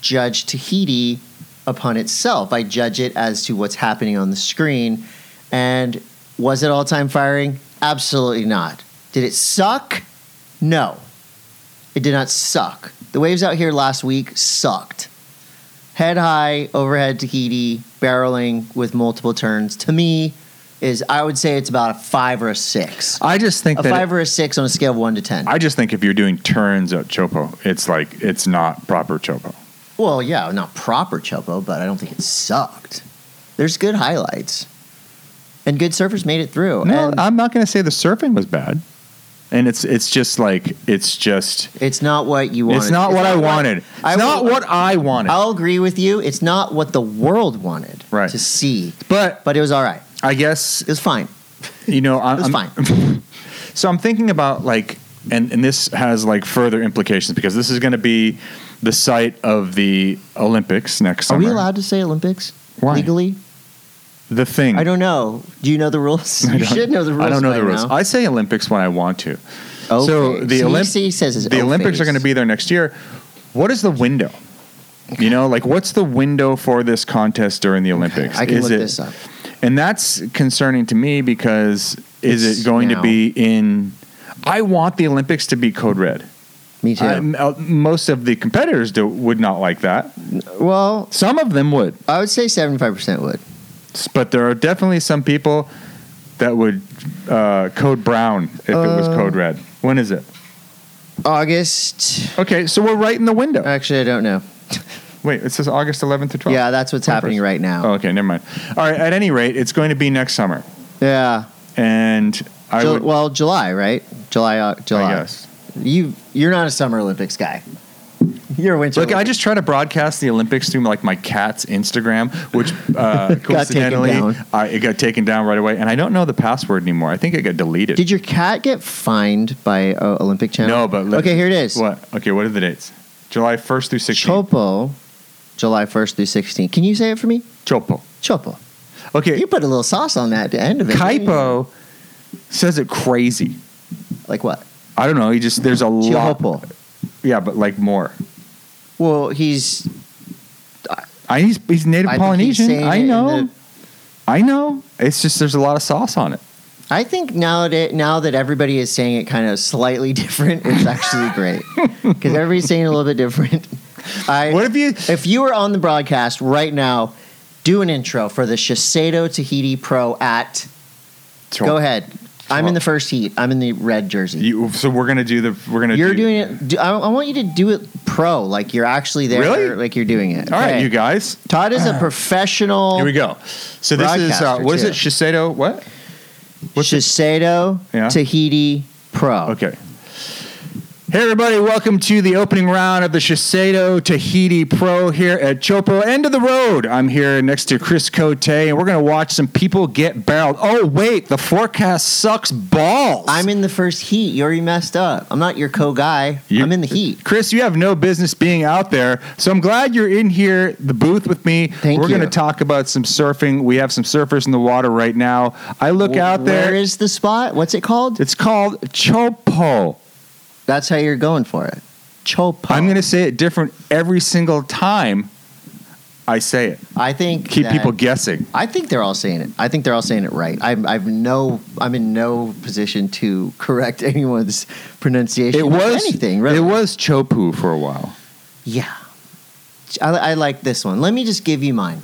[SPEAKER 2] judge Tahiti upon itself. I judge it as to what's happening on the screen. And was it all time firing? Absolutely not. Did it suck? No. It did not suck. The waves out here last week sucked. Head high, overhead Tahiti, barreling with multiple turns. To me, is I would say it's about a five or a six
[SPEAKER 1] I just think
[SPEAKER 2] a
[SPEAKER 1] that.
[SPEAKER 2] five or a six on a scale of one to ten.
[SPEAKER 1] I just think if you're doing turns at Chopo, it's like it's not proper Chopo.
[SPEAKER 2] well, yeah, not proper Chopo, but I don't think it sucked. There's good highlights, and good surfers made it through.
[SPEAKER 1] No,
[SPEAKER 2] and
[SPEAKER 1] I'm not going to say the surfing was bad, and it's it's just like it's just
[SPEAKER 2] it's not what you wanted.
[SPEAKER 1] it's not what I wanted. It's
[SPEAKER 2] I
[SPEAKER 1] not
[SPEAKER 2] will-
[SPEAKER 1] what I wanted.
[SPEAKER 2] I'll agree with you. It's not what the world wanted
[SPEAKER 1] Right.
[SPEAKER 2] to see,
[SPEAKER 1] but
[SPEAKER 2] but it was all right.
[SPEAKER 1] I guess
[SPEAKER 2] It was fine.
[SPEAKER 1] you know
[SPEAKER 2] It
[SPEAKER 1] I'm,
[SPEAKER 2] was
[SPEAKER 1] I'm-
[SPEAKER 2] fine.
[SPEAKER 1] so I'm thinking about like, and and this has like further implications because this is going to be the site of the Olympics next
[SPEAKER 2] Are
[SPEAKER 1] summer.
[SPEAKER 2] we allowed to say Olympics
[SPEAKER 1] Why?
[SPEAKER 2] legally?
[SPEAKER 1] the thing?
[SPEAKER 2] I don't know. Do you know the rules?
[SPEAKER 1] I
[SPEAKER 2] You
[SPEAKER 1] don't-
[SPEAKER 2] should know the rules.
[SPEAKER 1] I don't know
[SPEAKER 2] by
[SPEAKER 1] the rules.
[SPEAKER 2] now.
[SPEAKER 1] I say Olympics when I want to.
[SPEAKER 2] Oh,
[SPEAKER 1] so
[SPEAKER 2] okay.
[SPEAKER 1] the
[SPEAKER 2] See,
[SPEAKER 1] Olymp-
[SPEAKER 2] see, he says it's
[SPEAKER 1] the
[SPEAKER 2] oh
[SPEAKER 1] Olympics are
[SPEAKER 2] phase.
[SPEAKER 1] going to be there next year. What is the window? You know, like what's the window for this contest during the Olympics?
[SPEAKER 2] I can
[SPEAKER 1] is
[SPEAKER 2] look
[SPEAKER 1] it,
[SPEAKER 2] this up.
[SPEAKER 1] And that's concerning to me because is
[SPEAKER 2] It's
[SPEAKER 1] it going
[SPEAKER 2] now.
[SPEAKER 1] to be in? I want the Olympics to be code red.
[SPEAKER 2] Me too.
[SPEAKER 1] I- m- uh, most of the competitors do, would not like that.
[SPEAKER 2] well,
[SPEAKER 1] Some of them would,
[SPEAKER 2] I would say seventy-five percent would.
[SPEAKER 1] S- but there are definitely some people that would uh, code brown if it was
[SPEAKER 2] Uh,
[SPEAKER 1] code red. When is it?
[SPEAKER 2] August.
[SPEAKER 1] Okay, so we're right in the window.
[SPEAKER 2] Actually, I don't know.
[SPEAKER 1] Wait, it says August 11th to 12th.
[SPEAKER 2] Yeah, that's what's happening right now.
[SPEAKER 1] Oh, okay, never mind. All right. At any rate, it's going to be next summer,
[SPEAKER 2] Yeah.
[SPEAKER 1] and I
[SPEAKER 2] Ju-
[SPEAKER 1] would.
[SPEAKER 2] well, July, right? July. Uh, July.
[SPEAKER 1] I guess.
[SPEAKER 2] You you're not a Summer Olympics guy. You're a Winter.
[SPEAKER 1] Look, I
[SPEAKER 2] Olympics.
[SPEAKER 1] just try to broadcast the Olympics through like my cat's Instagram, which uh,
[SPEAKER 2] taken
[SPEAKER 1] coincidentally
[SPEAKER 2] down.
[SPEAKER 1] I, it got taken down right away, and I don't know the password anymore. I think it got deleted.
[SPEAKER 2] Did your cat get fined by uh, Olympic Channel?
[SPEAKER 1] No, but let-
[SPEAKER 2] okay, here it is.
[SPEAKER 1] What? Okay, what are the dates? July 1st through 16th.
[SPEAKER 2] Chopo, July first through 16th. Can you say it for me?
[SPEAKER 1] Chopo.
[SPEAKER 2] Chopo.
[SPEAKER 1] Okay,
[SPEAKER 2] You put a little sauce on that at the end of it. didn't you?
[SPEAKER 1] Kaipo says it crazy.
[SPEAKER 2] Like what?
[SPEAKER 1] I don't know. He just there's a lot.
[SPEAKER 2] Chopo.
[SPEAKER 1] Yeah, but like more.
[SPEAKER 2] Well, he's
[SPEAKER 1] I, he's, he's native
[SPEAKER 2] I think he's
[SPEAKER 1] Polynesian.
[SPEAKER 2] saying
[SPEAKER 1] I
[SPEAKER 2] it in
[SPEAKER 1] know.
[SPEAKER 2] the-
[SPEAKER 1] I know. It's just there's a lot of sauce on it.
[SPEAKER 2] I think now that now that everybody is saying it kind of slightly different, it's actually great because everybody's saying it a little bit different. I,
[SPEAKER 1] What if you?
[SPEAKER 2] if you were on the broadcast right now, do an intro for the Shiseido Tahiti Pro at. Go ahead. I'm in the first heat. I'm in the red jersey.
[SPEAKER 1] You, so we're gonna do the. We're gonna.
[SPEAKER 2] You, are
[SPEAKER 1] do,
[SPEAKER 2] doing it. Do, I, I want you to do it pro, like you're actually there,
[SPEAKER 1] Really?
[SPEAKER 2] like you're doing it.
[SPEAKER 1] All right,
[SPEAKER 2] Okay.
[SPEAKER 1] you guys.
[SPEAKER 2] Todd is a professional.
[SPEAKER 1] Here we go. So this is uh,
[SPEAKER 2] Broadcaster,
[SPEAKER 1] what is it?
[SPEAKER 2] too.
[SPEAKER 1] Shiseido. What? What's it?
[SPEAKER 2] Shiseido
[SPEAKER 1] Yeah.
[SPEAKER 2] Tahiti Pro.
[SPEAKER 1] Okay. Hey everybody, welcome to the opening round of the Shiseido Tahiti Pro here at Chopo End of the Road. I'm here next to Chris Cote, and we're gonna watch some people get barreled. Oh wait, the forecast sucks balls.
[SPEAKER 2] I'm in the first heat. You already messed up. I'm not your co guy.
[SPEAKER 1] You-
[SPEAKER 2] I'm in the heat.
[SPEAKER 1] Chris, you have no business being out there. So I'm glad you're in here, the booth with me.
[SPEAKER 2] Thank
[SPEAKER 1] We're
[SPEAKER 2] you.
[SPEAKER 1] going to talk about some surfing. We have some surfers in the water right now. I look out there.
[SPEAKER 2] Where is the spot? What's it called?
[SPEAKER 1] it's called Chopo.
[SPEAKER 2] That's how you're going for it. Chopo.
[SPEAKER 1] I'm going to say it different every single time I say it.
[SPEAKER 2] I think
[SPEAKER 1] Keep
[SPEAKER 2] that-
[SPEAKER 1] people guessing.
[SPEAKER 2] I think they're all saying it. I think they're all saying it right. I'm, I've no. I'm in no position to correct anyone's pronunciation.
[SPEAKER 1] It
[SPEAKER 2] of
[SPEAKER 1] was
[SPEAKER 2] anything. Really.
[SPEAKER 1] It was Chopu for a while.
[SPEAKER 2] Yeah. I, I like this one. Let me just give you mine.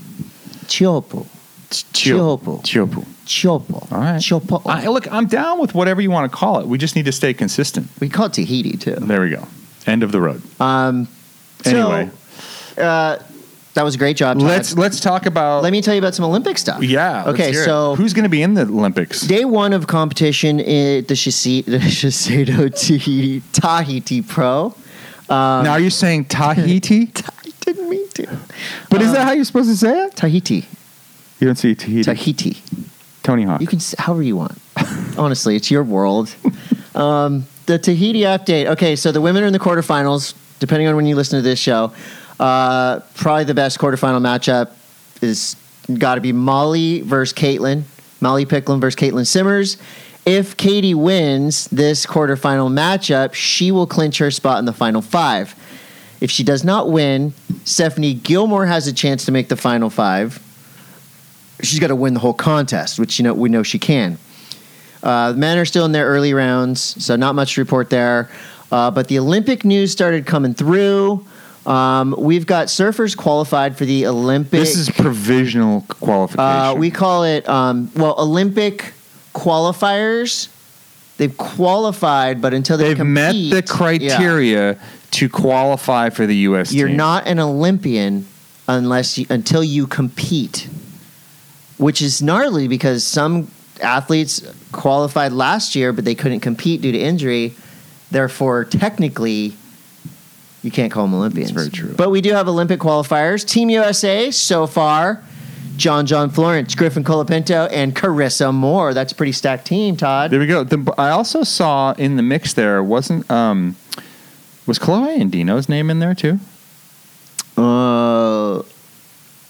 [SPEAKER 2] Chopo. Chopo.
[SPEAKER 1] Chopu.
[SPEAKER 2] Chopo.
[SPEAKER 1] All right.
[SPEAKER 2] Chopo.
[SPEAKER 1] I, look, I'm down with whatever you want to call it. We just need to stay consistent.
[SPEAKER 2] we call it Tahiti too.
[SPEAKER 1] There we go. End of the road.
[SPEAKER 2] Um.
[SPEAKER 1] Anyway.
[SPEAKER 2] So, uh, that was a great job. Todd.
[SPEAKER 1] Let's let's talk about
[SPEAKER 2] Let me tell you about some Olympic stuff.
[SPEAKER 1] Yeah. let's
[SPEAKER 2] Okay.
[SPEAKER 1] hear it.
[SPEAKER 2] So
[SPEAKER 1] who's going to be in the Olympics?
[SPEAKER 2] Day one of competition at the Shise- the Shiseido Tahiti, Tahiti Pro.
[SPEAKER 1] now are you saying Tahiti?
[SPEAKER 2] I didn't mean to.
[SPEAKER 1] but is
[SPEAKER 2] uh,
[SPEAKER 1] that how you're supposed to say it?
[SPEAKER 2] Tahiti.
[SPEAKER 1] You don't see Tahiti.
[SPEAKER 2] Tahiti.
[SPEAKER 1] Tony Hawk.
[SPEAKER 2] You can, s- however you want. Honestly, it's your world. Um, the Tahiti update. Okay, so the women are in the quarterfinals, depending on when you listen to this show. Uh, probably the best quarterfinal matchup is got to be Molly versus Caitlin. Molly Picklin versus Caitlin Simmers. If Katie wins this quarterfinal matchup, she will clinch her spot in the final five. If she does not win, Stephanie Gilmore has a chance to make the final five. She's got to win the whole contest, which you know we know she can. Uh, the men are still in their early rounds, so not much to report there. Uh, but the Olympic news started coming through. Um, we've got surfers qualified for the Olympic.
[SPEAKER 1] this is provisional qualification.
[SPEAKER 2] Uh, we call it um, well Olympic qualifiers. They've qualified, but until they
[SPEAKER 1] They've met
[SPEAKER 2] compete,
[SPEAKER 1] the
[SPEAKER 2] yeah.
[SPEAKER 1] criteria to qualify for the U.S.
[SPEAKER 2] You're
[SPEAKER 1] team.
[SPEAKER 2] not an Olympian unless you, until you compete, which is gnarly because some athletes qualified last year, but they couldn't compete due to injury. Therefore, technically, you can't call them Olympians.
[SPEAKER 1] That's very true.
[SPEAKER 2] But we do have Olympic qualifiers. Team USA so far. John John Florence, Griffin Colapinto, and Carissa Moore. That's a pretty stacked team, Todd.
[SPEAKER 1] There we go. The, I also saw in the mix there wasn't um was Chloe Andino's name in there too?
[SPEAKER 2] Uh,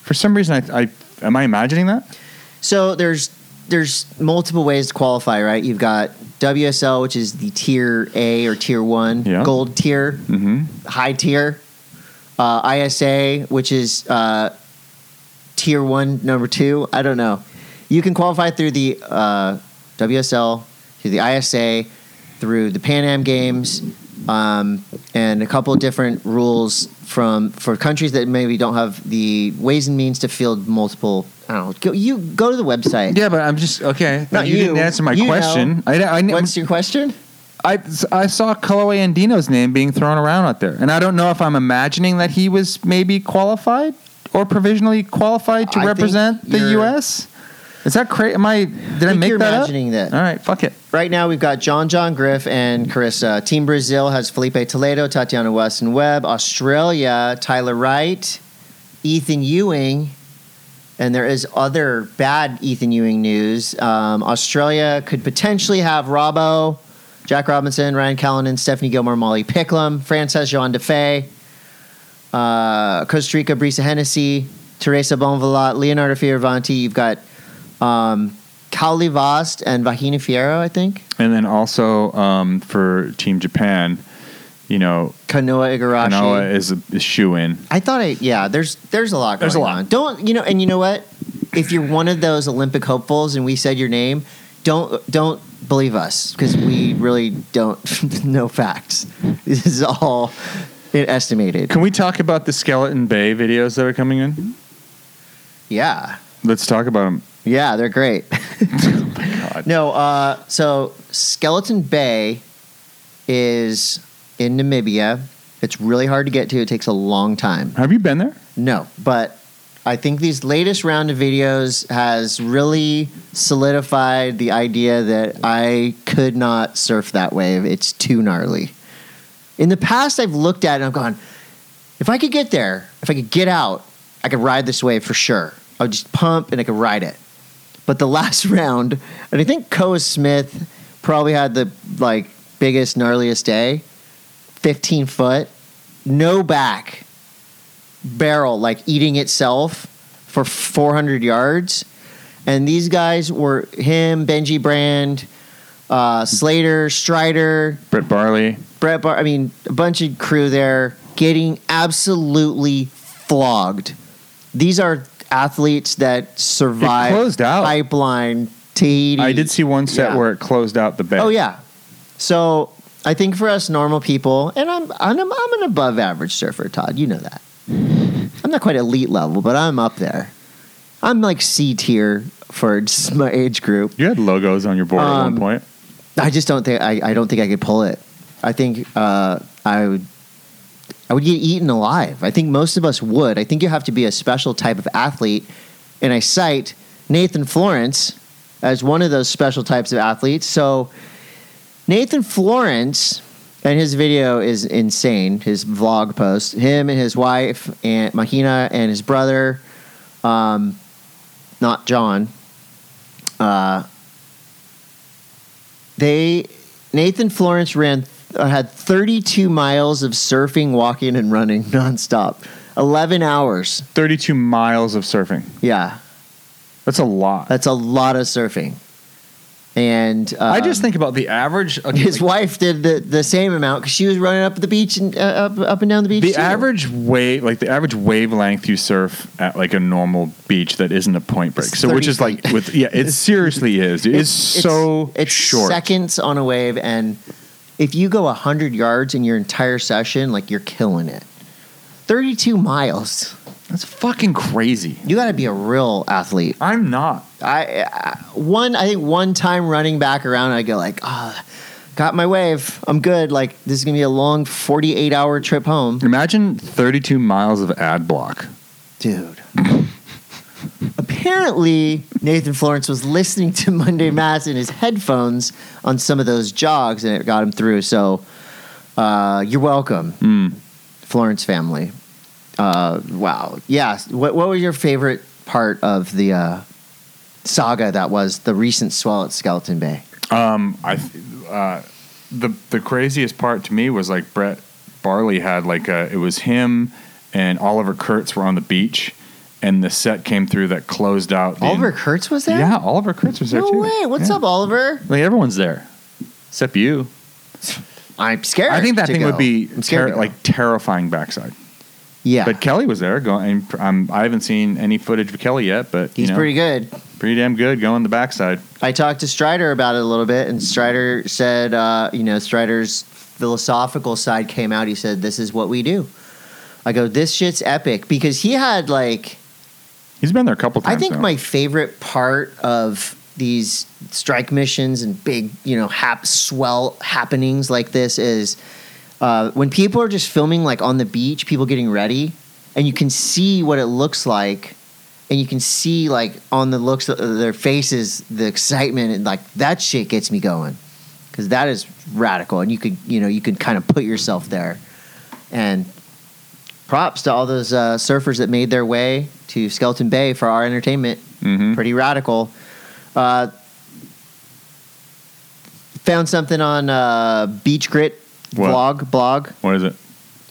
[SPEAKER 1] For some reason, I, I am I imagining that?
[SPEAKER 2] so there's there's multiple ways to qualify, right? You've got WSL, which is the tier A or tier one,
[SPEAKER 1] Yeah.
[SPEAKER 2] gold tier,
[SPEAKER 1] Mm-hmm.
[SPEAKER 2] high tier. Uh, ISA, which is uh, tier one, number two. I don't know. You can qualify through the uh, WSL, through the ISA, through the Pan Am Games, um, and a couple of different rules from for countries that maybe don't have the ways and means to field multiple. I don't know. Go, you go to the website.
[SPEAKER 1] Yeah, but I'm just okay.
[SPEAKER 2] Not
[SPEAKER 1] you,
[SPEAKER 2] you.
[SPEAKER 1] didn't answer my
[SPEAKER 2] You
[SPEAKER 1] question.
[SPEAKER 2] know.
[SPEAKER 1] I, I, I-
[SPEAKER 2] What's your question?
[SPEAKER 1] I, I saw Colorway and Dino's name being thrown around out there, and I don't know if I'm imagining that he was maybe qualified or provisionally qualified to
[SPEAKER 2] I think
[SPEAKER 1] represent the
[SPEAKER 2] you're-
[SPEAKER 1] U.S. Is that crazy? Am I? Did I,
[SPEAKER 2] think
[SPEAKER 1] make
[SPEAKER 2] you're
[SPEAKER 1] that up?
[SPEAKER 2] imagining that.
[SPEAKER 1] All right, fuck it.
[SPEAKER 2] Right now, we've got John John Griff and Carissa. Team Brazil has Felipe Toledo, Tatiana Weston Webb. Australia, Tyler Wright, Ethan Ewing. And there is other bad Ethan Ewing news. Um, Australia could potentially have Robbo, Jack Robinson, Ryan Callanan, Stephanie Gilmore, Molly Picklam. France has Jean DeFay. Uh, Costa Rica, Brisa Hennessy, Teresa Bonvalot, Leonardo Fioravanti. You've got um, Kauli Vast and Vahina Fierro, I think.
[SPEAKER 1] And then also um, for Team Japan, you know,
[SPEAKER 2] Kanoa Igarashi.
[SPEAKER 1] Kanawa is a, a shoe in.
[SPEAKER 2] I thought I yeah. There's there's a lot.
[SPEAKER 1] There's
[SPEAKER 2] going
[SPEAKER 1] a lot.
[SPEAKER 2] On. Don't you know? And you know what? If you're one of those Olympic hopefuls and we said your name, don't don't believe us because we really don't know facts. This is all estimated.
[SPEAKER 1] Can we talk about the Skeleton Bay videos that are coming in?
[SPEAKER 2] Yeah,
[SPEAKER 1] Let's talk about them.
[SPEAKER 2] yeah, they're great.
[SPEAKER 1] God.
[SPEAKER 2] No, uh, so Skeleton Bay is in Namibia. It's really hard to get to. It takes a long time.
[SPEAKER 1] Have you been there?
[SPEAKER 2] No, but I think these latest round of videos has really solidified the idea that I could not surf that wave. It's too gnarly. In the past, I've looked at it and I've gone, if I could get there, if I could get out, I could ride this wave for sure. I would just pump and I could ride it. But the last round, and I think Koa Smith probably had the like biggest, gnarliest day. 15 foot, no back, barrel like eating itself for 400 yards. And these guys were him, Benji Brand, uh, Slater, Strider,
[SPEAKER 1] Brett Barley.
[SPEAKER 2] Brett Bar. I mean, a bunch of crew there getting absolutely flogged. These are athletes that survived
[SPEAKER 1] closed out.
[SPEAKER 2] pipeline Tahiti.
[SPEAKER 1] I did see one set
[SPEAKER 2] Yeah.
[SPEAKER 1] where it closed out the bay.
[SPEAKER 2] Oh yeah. So I think for us normal people, and I'm I'm, I'm an above average surfer, Todd. You know that. I'm not quite elite level, but I'm up there. I'm like C tier for just my age group.
[SPEAKER 1] You had logos on your board at one
[SPEAKER 2] Um,
[SPEAKER 1] point.
[SPEAKER 2] I just don't think I, I don't think I could pull it. I think uh, I would I would get eaten alive. I think most of us would. I think you have to be a special type of athlete, and I cite Nathan Florence as one of those special types of athletes. So Nathan Florence and his video is insane. His vlog post, him and his wife and Mahina and his brother, um, not John. Uh, they Nathan Florence ran uh, had 32 miles of surfing, walking, and running nonstop, 11 hours.
[SPEAKER 1] 32 miles of surfing.
[SPEAKER 2] Yeah,
[SPEAKER 1] That's a lot.
[SPEAKER 2] that's a lot of surfing. And um,
[SPEAKER 1] I just think about the average. okay,
[SPEAKER 2] his
[SPEAKER 1] like,
[SPEAKER 2] wife did the, the same amount because she was running up the beach and uh, up up and down the beach.
[SPEAKER 1] the
[SPEAKER 2] too.
[SPEAKER 1] average wave, like the average wavelength you surf at like a normal beach that isn't a point break.
[SPEAKER 2] It's
[SPEAKER 1] So, which
[SPEAKER 2] 30
[SPEAKER 1] is like with yeah, it seriously is. dude. It's, so
[SPEAKER 2] it's
[SPEAKER 1] short.
[SPEAKER 2] seconds on a wave, and if you go hundred yards in your entire session, like you're killing it. Thirty-two miles.
[SPEAKER 1] That's fucking crazy.
[SPEAKER 2] You got to be a real athlete.
[SPEAKER 1] I'm not.
[SPEAKER 2] I, I one I think one time running back around, I go like, ah, got my wave. I'm good. Like this is gonna be a long 48 hour trip home,
[SPEAKER 1] Imagine 32 miles of ad block.
[SPEAKER 2] dude. Apparently, Nathan Florence was listening to Monday Mass in his headphones on some of those jogs, and it got him through. So, uh, you're welcome,
[SPEAKER 1] Mm.
[SPEAKER 2] Florence family. Uh, wow. Yeah. What What was your favorite part of the uh, saga that was the recent swell at Skeleton Bay?
[SPEAKER 1] Um, I th- uh, the the craziest part to me was like Brett Barley had like a, it was him and Oliver Kurtz were on the beach, and the set came through that closed out. the-
[SPEAKER 2] Oliver Kurtz was there?
[SPEAKER 1] Yeah, Oliver Kurtz was there
[SPEAKER 2] No
[SPEAKER 1] too.
[SPEAKER 2] way. What's
[SPEAKER 1] Yeah.
[SPEAKER 2] up, Oliver?
[SPEAKER 1] Like everyone's there, except you.
[SPEAKER 2] I'm scared.
[SPEAKER 1] I think that
[SPEAKER 2] to
[SPEAKER 1] thing
[SPEAKER 2] go.
[SPEAKER 1] would be
[SPEAKER 2] I'm scared
[SPEAKER 1] ter-
[SPEAKER 2] to go.
[SPEAKER 1] like terrifying backside.
[SPEAKER 2] yeah.
[SPEAKER 1] But Kelly was there going. And pr- I'm, I haven't seen any footage of Kelly yet, but
[SPEAKER 2] He's
[SPEAKER 1] you know,
[SPEAKER 2] pretty good.
[SPEAKER 1] pretty damn good going the backside.
[SPEAKER 2] I talked to Strider about it a little bit, and Strider said, uh, you know, Strider's philosophical side came out. He said, "This is what we do." I go, "This shit's epic," because he had like
[SPEAKER 1] He's been there a couple times.
[SPEAKER 2] I think
[SPEAKER 1] now.
[SPEAKER 2] my favorite part of these strike missions and big, you know, hap- swell happenings like this is uh, when people are just filming like on the beach, people getting ready, and you can see what it looks like, and you can see like on the looks of their faces the excitement and like that shit gets me going because that is radical, and you could you know you could kind of put yourself there, and props to all those uh, surfers that made their way to Skeleton Bay for our entertainment.
[SPEAKER 1] Mhm.
[SPEAKER 2] Pretty radical. Uh, found something on uh, Beach Grit
[SPEAKER 1] What?
[SPEAKER 2] blog blog.
[SPEAKER 1] What is it?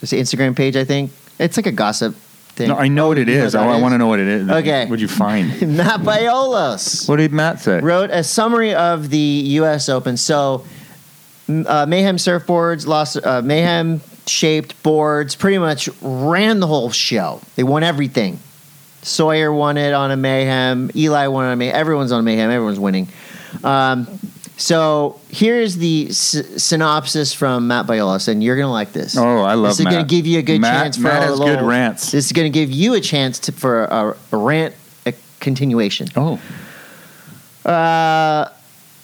[SPEAKER 2] It's an Instagram page, I think. It's like a gossip thing.
[SPEAKER 1] No, I know what it
[SPEAKER 2] you know
[SPEAKER 1] is.
[SPEAKER 2] what
[SPEAKER 1] I,
[SPEAKER 2] that is?
[SPEAKER 1] want to know what it is.
[SPEAKER 2] Okay.
[SPEAKER 1] What'd you find?
[SPEAKER 2] Not Biolos.
[SPEAKER 1] what did Matt say?
[SPEAKER 2] Wrote a summary of the U.S. Open. So, m- uh, Mayhem surfboards, lost uh, Mayhem shaped boards, pretty much ran the whole show. They won everything. Sawyer won it on a Mayhem. Eli won on a Mayhem. Everyone's on a Mayhem. Everyone's winning. Um, so here is the s- synopsis from Matt Biolos, and you're gonna like this.
[SPEAKER 1] Oh, I love
[SPEAKER 2] This is
[SPEAKER 1] Matt.
[SPEAKER 2] gonna give you a good
[SPEAKER 1] Matt,
[SPEAKER 2] chance for
[SPEAKER 1] Matt
[SPEAKER 2] a
[SPEAKER 1] has
[SPEAKER 2] little-
[SPEAKER 1] good rants.
[SPEAKER 2] This is gonna give you a chance to, for a, a rant a continuation.
[SPEAKER 1] Oh,
[SPEAKER 2] Uh,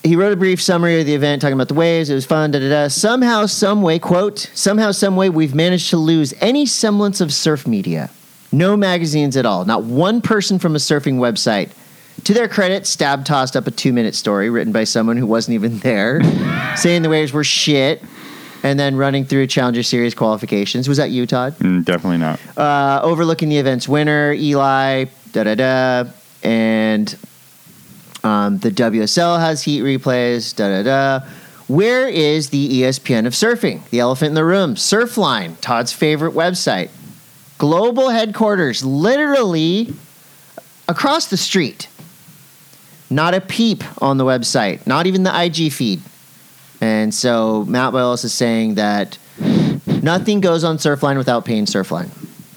[SPEAKER 2] he wrote a brief summary of the event, talking about the waves. It was fun. Da da da. Somehow, some way, quote, somehow, some way, we've managed to lose any semblance of surf media. No magazines at all. Not one person from a surfing website. To their credit, Stab tossed up a two-minute story written by someone who wasn't even there, saying the waves were shit, and then running through Challenger Series qualifications. Was that you, Todd?
[SPEAKER 1] mm, definitely not.
[SPEAKER 2] uh, overlooking the event's winner, Eli, da da da, and um, the WSL has heat replays, da da da. Where is the E ESPN of surfing? The elephant in the room, Surfline, Todd's favorite website, global headquarters, literally across the street. Not a peep on the website, not even the IG feed. And so Matt Wells is saying that nothing goes on Surfline without paying Surfline.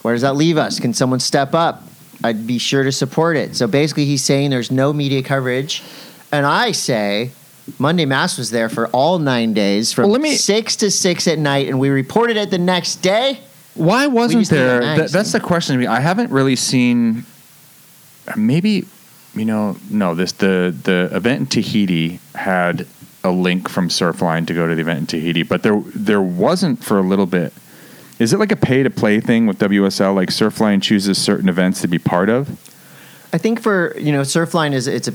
[SPEAKER 2] Where does that leave us? Can someone step up? I'd be sure to support it. So basically, he's saying there's no media coverage. And I say Monday Mass was there for all nine days from
[SPEAKER 1] Well, let me-
[SPEAKER 2] 6 to 6 at night, and we reported it the next day.
[SPEAKER 1] Why wasn't
[SPEAKER 2] just need
[SPEAKER 1] there?
[SPEAKER 2] a
[SPEAKER 1] That,
[SPEAKER 2] magazine.
[SPEAKER 1] that's the question to me. I haven't really seen. uh, Maybe, you know, no. This the the event in Tahiti had a link from Surfline to go to the event in Tahiti, but there there wasn't for a little bit. Is it like a pay to play thing with WSL? Like Surfline chooses certain events to be part of.
[SPEAKER 2] I think for you know Surfline is it's a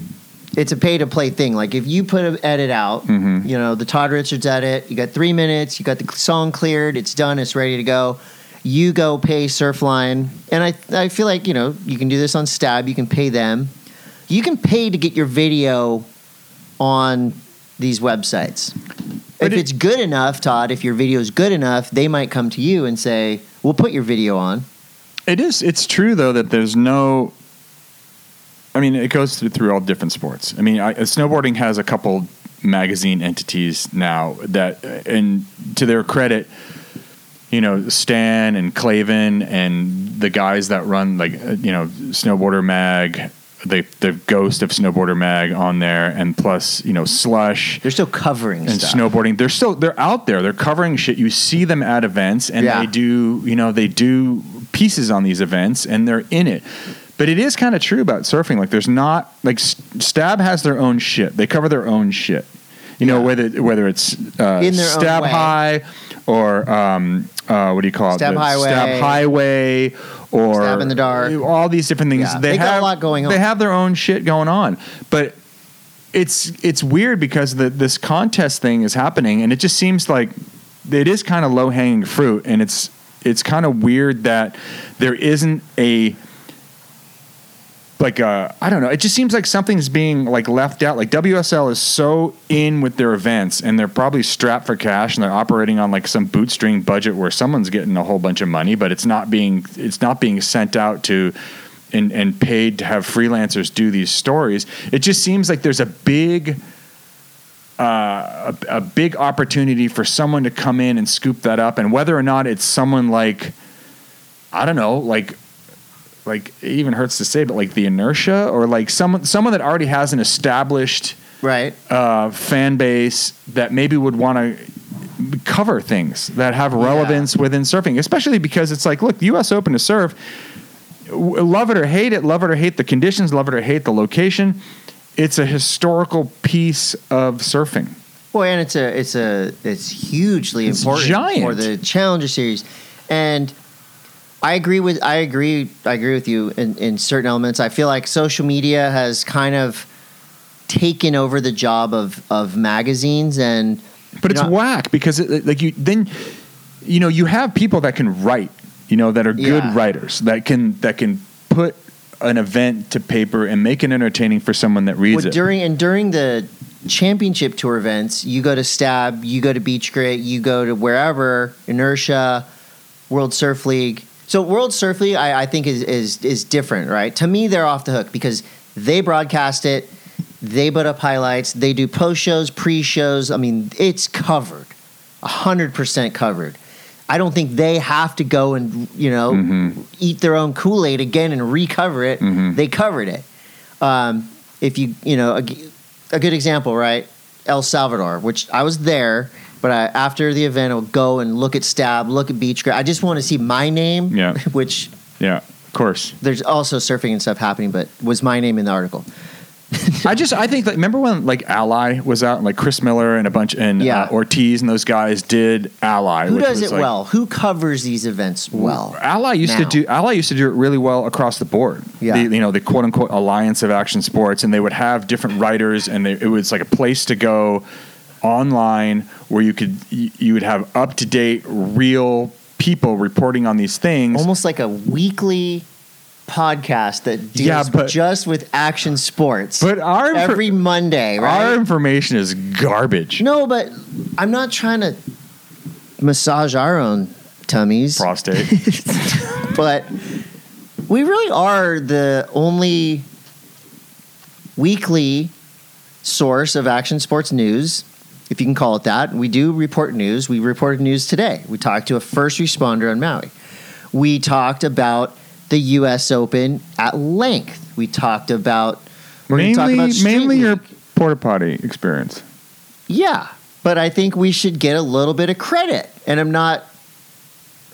[SPEAKER 2] it's a pay to play thing. Like if you put an edit out,
[SPEAKER 1] Mhm.
[SPEAKER 2] you know the Todd Richards edit, you got three minutes, you got the song cleared, it's done, it's ready to go. You go pay Surfline, and I I feel like you know you can do this on Stab, you can pay them, you can pay to get your video on these websites.
[SPEAKER 1] But
[SPEAKER 2] if
[SPEAKER 1] it-
[SPEAKER 2] it's good enough, Todd, if your video is good enough, they might come to you and say, "We'll put your video on."
[SPEAKER 1] It is. It's true though that there's no. I mean, it goes through, through all different sports. I mean, I, snowboarding has a couple magazine entities now that, uh, and to their credit, you know, Stan and Clavin and the guys that run like uh, you know Snowboarder Mag, the the ghost of Snowboarder Mag on there, and plus you know Slush
[SPEAKER 2] They're still covering
[SPEAKER 1] and
[SPEAKER 2] stuff.
[SPEAKER 1] snowboarding. They're still they're out there. They're covering shit. You see them at events, and
[SPEAKER 2] Yeah.
[SPEAKER 1] they do you know they do pieces on these events, and they're in it. But it is kind of true about surfing. Like there's not like S- Stab has their own shit. They cover their own shit. You know
[SPEAKER 2] Yeah.
[SPEAKER 1] whether whether it's uh,
[SPEAKER 2] In their own
[SPEAKER 1] Stab
[SPEAKER 2] way.
[SPEAKER 1] High or um, uh, what do you call
[SPEAKER 2] Stab
[SPEAKER 1] it? The
[SPEAKER 2] Highway.
[SPEAKER 1] Stab Highway. Or
[SPEAKER 2] Stab in the Dark.
[SPEAKER 1] all these different things.
[SPEAKER 2] Yeah.
[SPEAKER 1] They,
[SPEAKER 2] They
[SPEAKER 1] have
[SPEAKER 2] got a lot going on.
[SPEAKER 1] They have their own shit going on, but it's it's weird because the, this contest thing is happening, and it just seems like it is kind of low hanging fruit, and it's it's kind of weird that there isn't a like uh, I don't know. It just seems like something's being like left out. Like WSL is so in with their events, and they're probably strapped for cash, and they're operating on like some bootstring budget where someone's getting a whole bunch of money, but it's not being it's not being sent out to and and paid to have freelancers do these stories. It just seems like there's a big uh, a, a big opportunity for someone to come in and scoop that up, and whether or not it's someone like I don't know, like like it even hurts to say, but like the inertia or like someone someone that already has an established
[SPEAKER 2] right?
[SPEAKER 1] uh, fan base that maybe would want to cover things that have relevance within surfing, especially because it's like, look, the U.S. Open to surf, w- love it or hate it, love it or hate the conditions, love it or hate the location, it's a historical piece of surfing.
[SPEAKER 2] Boy, and it's a it's a it's hugely
[SPEAKER 1] It's
[SPEAKER 2] important
[SPEAKER 1] giant.
[SPEAKER 2] for the Challenger series, and I agree with I agree I agree with you in, in certain elements. I feel like social media has kind of taken over the job of of magazines, and
[SPEAKER 1] But it's
[SPEAKER 2] You know-
[SPEAKER 1] whack because it- it, like you then you know you have people that can write, you know, that are good
[SPEAKER 2] Yeah.
[SPEAKER 1] writers that can that can put an event to paper and make it entertaining for someone that reads
[SPEAKER 2] well,
[SPEAKER 1] it.
[SPEAKER 2] during and during the championship tour events, you go to Stab, you go to Beach Grit, you go to wherever Inertia, World Surf League. So World Surf League, I, I think is is is different, right? To me, they're off the hook because they broadcast it, they put up highlights, they do post shows, pre shows. I mean, it's covered, hundred percent covered. I don't think they have to go and you know eat their own Kool Aid again and recover it. They covered it. Um, if you you know a, g- a good example right el salvador which i was there but I, after the event i'll go and look at stab look at beach Gra- i just want to see my name
[SPEAKER 1] Yeah.
[SPEAKER 2] which
[SPEAKER 1] Yeah, of course.
[SPEAKER 2] there's also surfing and stuff happening but was my name in the article
[SPEAKER 1] I just I think like remember when like Ally was out and like Chris Miller and a bunch and
[SPEAKER 2] Yeah.
[SPEAKER 1] uh, Ortiz and those guys did Ally.
[SPEAKER 2] who
[SPEAKER 1] which
[SPEAKER 2] does
[SPEAKER 1] was,
[SPEAKER 2] it
[SPEAKER 1] like-
[SPEAKER 2] well who covers these events well
[SPEAKER 1] Ally used
[SPEAKER 2] now.
[SPEAKER 1] to do Ally used to do it really well across the board.
[SPEAKER 2] Yeah.
[SPEAKER 1] The, you know, the quote unquote alliance of action sports, and they would have different writers, and they, it was like a place to go online where you could you, you would have up to date real people reporting on these things.
[SPEAKER 2] almost like a weekly podcast that deals
[SPEAKER 1] Yeah, but-
[SPEAKER 2] just with action sports
[SPEAKER 1] but our infor-
[SPEAKER 2] every monday right
[SPEAKER 1] our information is garbage.
[SPEAKER 2] no but i'm not trying to massage our own tummies
[SPEAKER 1] Prostate.
[SPEAKER 2] but we really are the only weekly source of action sports news, if you can call it that. We do report news. We reported news today. We talked to a first responder on Maui. We talked about the U.S. Open at length. We talked about we're gonna talk
[SPEAKER 1] mainly
[SPEAKER 2] about Street
[SPEAKER 1] mainly your
[SPEAKER 2] League.
[SPEAKER 1] porta potty experience.
[SPEAKER 2] Yeah, but I think we should get a little bit of credit. And I'm not.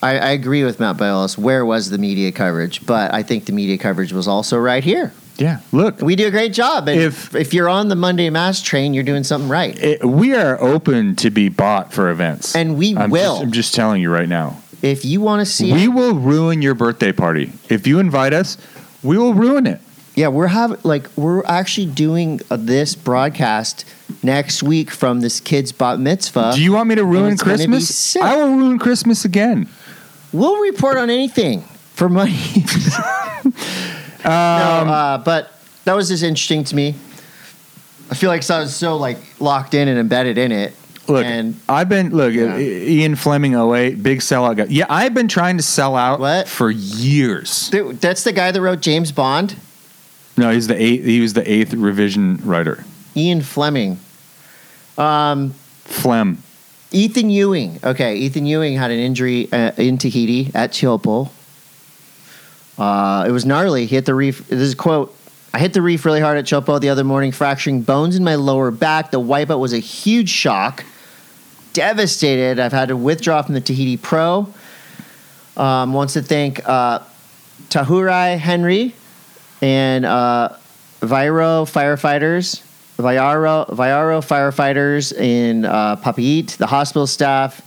[SPEAKER 2] I, I agree with Matt Bialas. Where was the media coverage? But I think the media coverage was also right here.
[SPEAKER 1] Yeah. Look,
[SPEAKER 2] We do a great job. And if
[SPEAKER 1] If-
[SPEAKER 2] if you're on the Monday Mass train, you're doing something right.
[SPEAKER 1] it, we are open to be bought for events.
[SPEAKER 2] And we
[SPEAKER 1] I'm
[SPEAKER 2] will.
[SPEAKER 1] Just, I'm just telling you right now.
[SPEAKER 2] if you want to see,
[SPEAKER 1] We will ruin your birthday party. If you invite us, we will ruin it.
[SPEAKER 2] yeah, we're having like we're actually doing uh, this broadcast next week from this kid's bat mitzvah.
[SPEAKER 1] Do you want me to ruin
[SPEAKER 2] Uh, it's gonna be
[SPEAKER 1] Christmas?
[SPEAKER 2] sick.
[SPEAKER 1] I will ruin Christmas again.
[SPEAKER 2] we'll report on anything for money. no, uh, but that was just interesting to me. I feel like I was so like locked in and embedded in it.
[SPEAKER 1] Look,
[SPEAKER 2] and
[SPEAKER 1] I've been look
[SPEAKER 2] Yeah.
[SPEAKER 1] I- Ian Fleming 08, big sellout guy. Yeah, I've been trying to sell out
[SPEAKER 2] What?
[SPEAKER 1] for years.
[SPEAKER 2] th- that's the guy that wrote James Bond,
[SPEAKER 1] No, he's the eighth. He was the eighth revision writer.
[SPEAKER 2] Ian Fleming, um,
[SPEAKER 1] Flem.
[SPEAKER 2] Ethan Ewing. Okay, Ethan Ewing had an injury uh, in Tahiti at Chilpol. Uh, it was gnarly. He hit the reef. This is a quote. I hit the reef really hard at Chopo the other morning, fracturing bones in my lower back. The wipeout was a huge shock. Devastated. I've had to withdraw from the Tahiti Pro. Um, wants to thank uh, Tahurai Henry and uh, Viro firefighters, Viaro, Viaro firefighters in uh, Papeete, the hospital staff.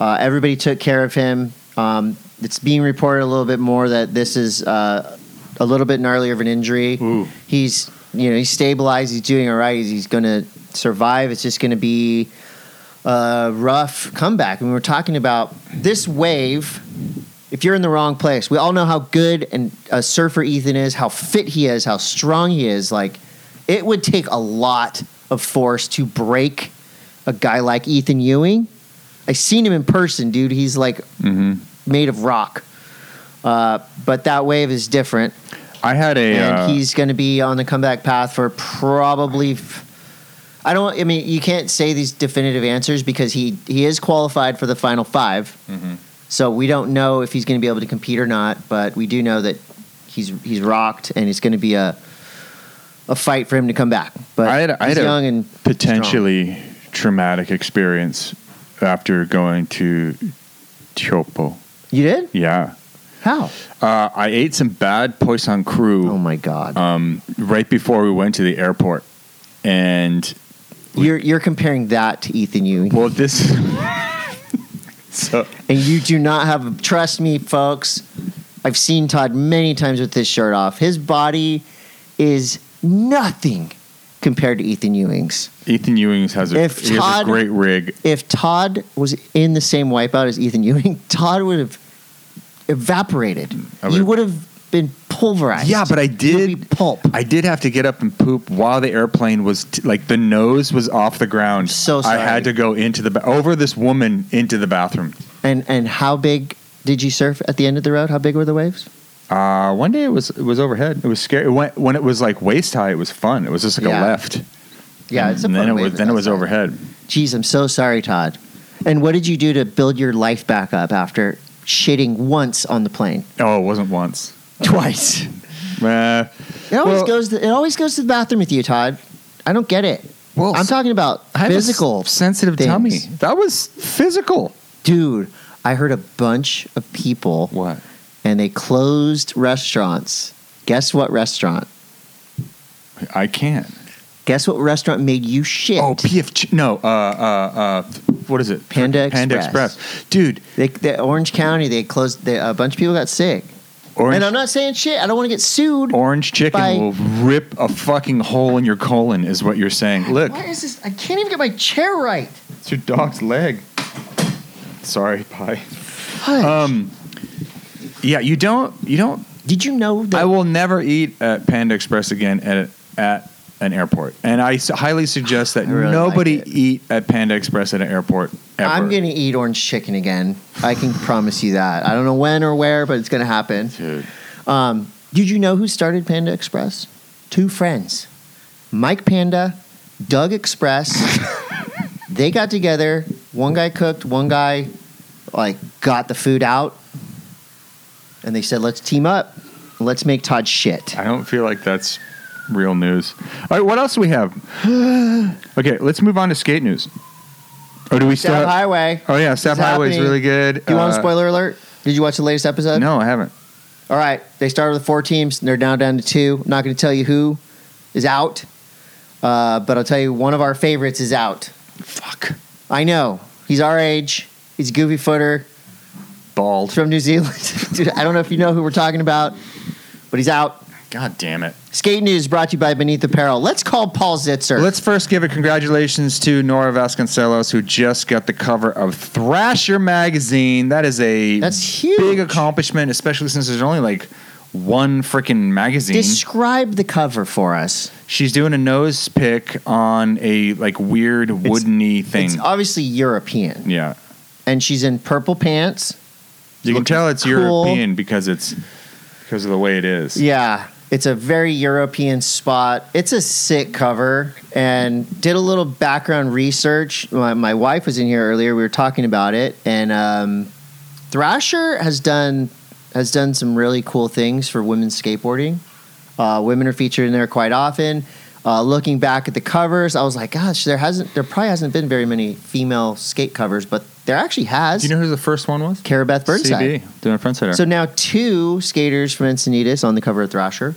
[SPEAKER 2] Uh, everybody took care of him. Um, it's being reported a little bit more that this is uh, a little bit gnarlier of an injury. He's you know he's stabilized. He's doing all right. He's, he's going to survive. It's just going to be a rough comeback. And we were talking about this wave if you're in the wrong place, we all know how good and a surfer Ethan is, how fit he is, how strong he is. Like it would take a lot of force to break a guy like Ethan Ewing. I seen him in person, dude. He's like
[SPEAKER 1] hmm
[SPEAKER 2] made of rock. Uh, but that wave is different,
[SPEAKER 1] I had a. uh,
[SPEAKER 2] and he's going to be on the comeback path for probably. f- I don't. I mean, you can't say these definitive answers because he he is qualified for the final 5
[SPEAKER 1] Mm-hmm.
[SPEAKER 2] So we don't know if he's going to be able to compete or not. But we do know that he's he's rocked, and it's going to be a a fight for him to come back. But
[SPEAKER 1] I had- I
[SPEAKER 2] he's
[SPEAKER 1] had a-
[SPEAKER 2] young and
[SPEAKER 1] potentially traumatic experience after going to Chopo.
[SPEAKER 2] you did
[SPEAKER 1] Yeah.
[SPEAKER 2] how?
[SPEAKER 1] Uh, I ate some bad poisson crew
[SPEAKER 2] Oh my god!
[SPEAKER 1] um, right before we went to the airport. And,
[SPEAKER 2] you're you're comparing that to Ethan Ewing.
[SPEAKER 1] well, this. so,
[SPEAKER 2] and you do not have trust me folks i've seen todd many times with his shirt off his body is nothing compared to ethan ewing's
[SPEAKER 1] Ethan Ewings has a,
[SPEAKER 2] If
[SPEAKER 1] he has a
[SPEAKER 2] Todd-
[SPEAKER 1] great rig.
[SPEAKER 2] if todd was in the same wipeout as ethan ewing todd would have evaporated
[SPEAKER 1] Mm, I
[SPEAKER 2] you
[SPEAKER 1] would-
[SPEAKER 2] would have been pulverized
[SPEAKER 1] Yeah, but I
[SPEAKER 2] You would
[SPEAKER 1] did.
[SPEAKER 2] be pulp
[SPEAKER 1] I did have to get up and poop while the airplane was t- like the nose was off the ground.
[SPEAKER 2] So
[SPEAKER 1] I
[SPEAKER 2] sorry.
[SPEAKER 1] had to go into the ba- over this woman into the bathroom.
[SPEAKER 2] and and how big did you surf at the end of the road how big were the waves
[SPEAKER 1] Uh, one day it was it was overhead. It was scary. It went, when it was like waist high, it was fun. It was just like a
[SPEAKER 2] Yeah.
[SPEAKER 1] left.
[SPEAKER 2] yeah
[SPEAKER 1] and,
[SPEAKER 2] it's a
[SPEAKER 1] and
[SPEAKER 2] fun
[SPEAKER 1] then it
[SPEAKER 2] wave
[SPEAKER 1] was then it was
[SPEAKER 2] outside.
[SPEAKER 1] overhead.
[SPEAKER 2] Jeez, I'm so sorry, Todd. And what did you do to build your life back up after shitting once on the plane?
[SPEAKER 1] Oh, it wasn't once.
[SPEAKER 2] Twice.
[SPEAKER 1] Uh,
[SPEAKER 2] It always
[SPEAKER 1] Well-
[SPEAKER 2] goes. it always goes to the bathroom with you, Todd. I don't get it.
[SPEAKER 1] well,
[SPEAKER 2] I'm talking about
[SPEAKER 1] I have a s-
[SPEAKER 2] physical,
[SPEAKER 1] sensitive
[SPEAKER 2] things.
[SPEAKER 1] tummy. That was physical.
[SPEAKER 2] dude. I heard a bunch of people
[SPEAKER 1] What?
[SPEAKER 2] and they closed restaurants. Guess what restaurant?
[SPEAKER 1] I can't.
[SPEAKER 2] Guess what restaurant made you shit?
[SPEAKER 1] Oh, PFG. No. Uh, uh, uh, what is it?
[SPEAKER 2] Panda
[SPEAKER 1] Panda
[SPEAKER 2] Express.
[SPEAKER 1] Express. Dude,
[SPEAKER 2] they, they, Orange County. They closed. They, a bunch of people got sick.
[SPEAKER 1] orange Oh,
[SPEAKER 2] And I'm not saying shit. I don't want to get sued.
[SPEAKER 1] Orange chicken
[SPEAKER 2] By-
[SPEAKER 1] will rip a fucking hole in your colon, is what you're saying. Look,
[SPEAKER 2] Why is this? I can't even get my chair right.
[SPEAKER 1] it's your dog's leg. Sorry, pie.
[SPEAKER 2] Fudge.
[SPEAKER 1] Um, yeah, you don't. You don't.
[SPEAKER 2] Did you know that?
[SPEAKER 1] I will never eat at Panda Express again at at an airport, and I s- highly suggest that
[SPEAKER 2] I really like
[SPEAKER 1] nobody
[SPEAKER 2] it.
[SPEAKER 1] eat at Panda Express at an airport ever.
[SPEAKER 2] I'm gonna eat orange chicken again. I can promise you that. I don't know when or where, but it's gonna happen.
[SPEAKER 1] Dude.
[SPEAKER 2] Um, did you know who started Panda Express? Two friends, Mike Panda, Doug Express. they got together. One guy cooked. One guy like got the food out, and they said, "Let's team up. Let's make Todd shit."
[SPEAKER 1] I don't feel like that's real news. All right, what else do we have? okay, let's move on to skate news. Oh, do we still?
[SPEAKER 2] Down
[SPEAKER 1] Have,
[SPEAKER 2] Highway.
[SPEAKER 1] oh yeah, Sap
[SPEAKER 2] It's
[SPEAKER 1] Highway is
[SPEAKER 2] happening.
[SPEAKER 1] really good.
[SPEAKER 2] You want a
[SPEAKER 1] Uh,
[SPEAKER 2] spoiler alert? Did you watch the latest episode?
[SPEAKER 1] No, I haven't.
[SPEAKER 2] All right, they started with four teams, and they're now down to two. I'm not going to tell you who is out, uh, but I'll tell you one of our favorites is out.
[SPEAKER 1] Fuck.
[SPEAKER 2] I know he's our age. He's a goofy footer. He's
[SPEAKER 1] Bald.
[SPEAKER 2] from New Zealand. Dude, I don't know if you know who we're talking about, but he's out.
[SPEAKER 1] God damn it.
[SPEAKER 2] Skate news brought to you by Beneath Apparel. Let's call Paul Zitzer.
[SPEAKER 1] Let's first give a congratulations to Nora Vasconcelos, who just got the cover of Thrasher magazine. That is a
[SPEAKER 2] That's huge.
[SPEAKER 1] big accomplishment, especially since there's only like one freaking magazine.
[SPEAKER 2] Describe the cover for us.
[SPEAKER 1] She's doing a nose pick on a like weird woodeny thing.
[SPEAKER 2] It's obviously European,
[SPEAKER 1] yeah.
[SPEAKER 2] and she's in purple pants.
[SPEAKER 1] You can tell it's
[SPEAKER 2] cool.
[SPEAKER 1] European because it's because of the way it is.
[SPEAKER 2] Yeah, it's a very European spot. It's a sick cover, and did a little background research. My, my wife was in here earlier. We were talking about it, and um, Thrasher has done has done some really cool things for women's skateboarding. Uh, women are featured in there quite often. Uh, looking back at the covers, I was like, gosh, there hasn't there probably hasn't been very many female skate covers, but there actually has.
[SPEAKER 1] Do you know who the first one was?
[SPEAKER 2] Cara Beth Birdside.
[SPEAKER 1] CB, doing a front sider.
[SPEAKER 2] So now two skaters from Encinitas on the cover of Thrasher.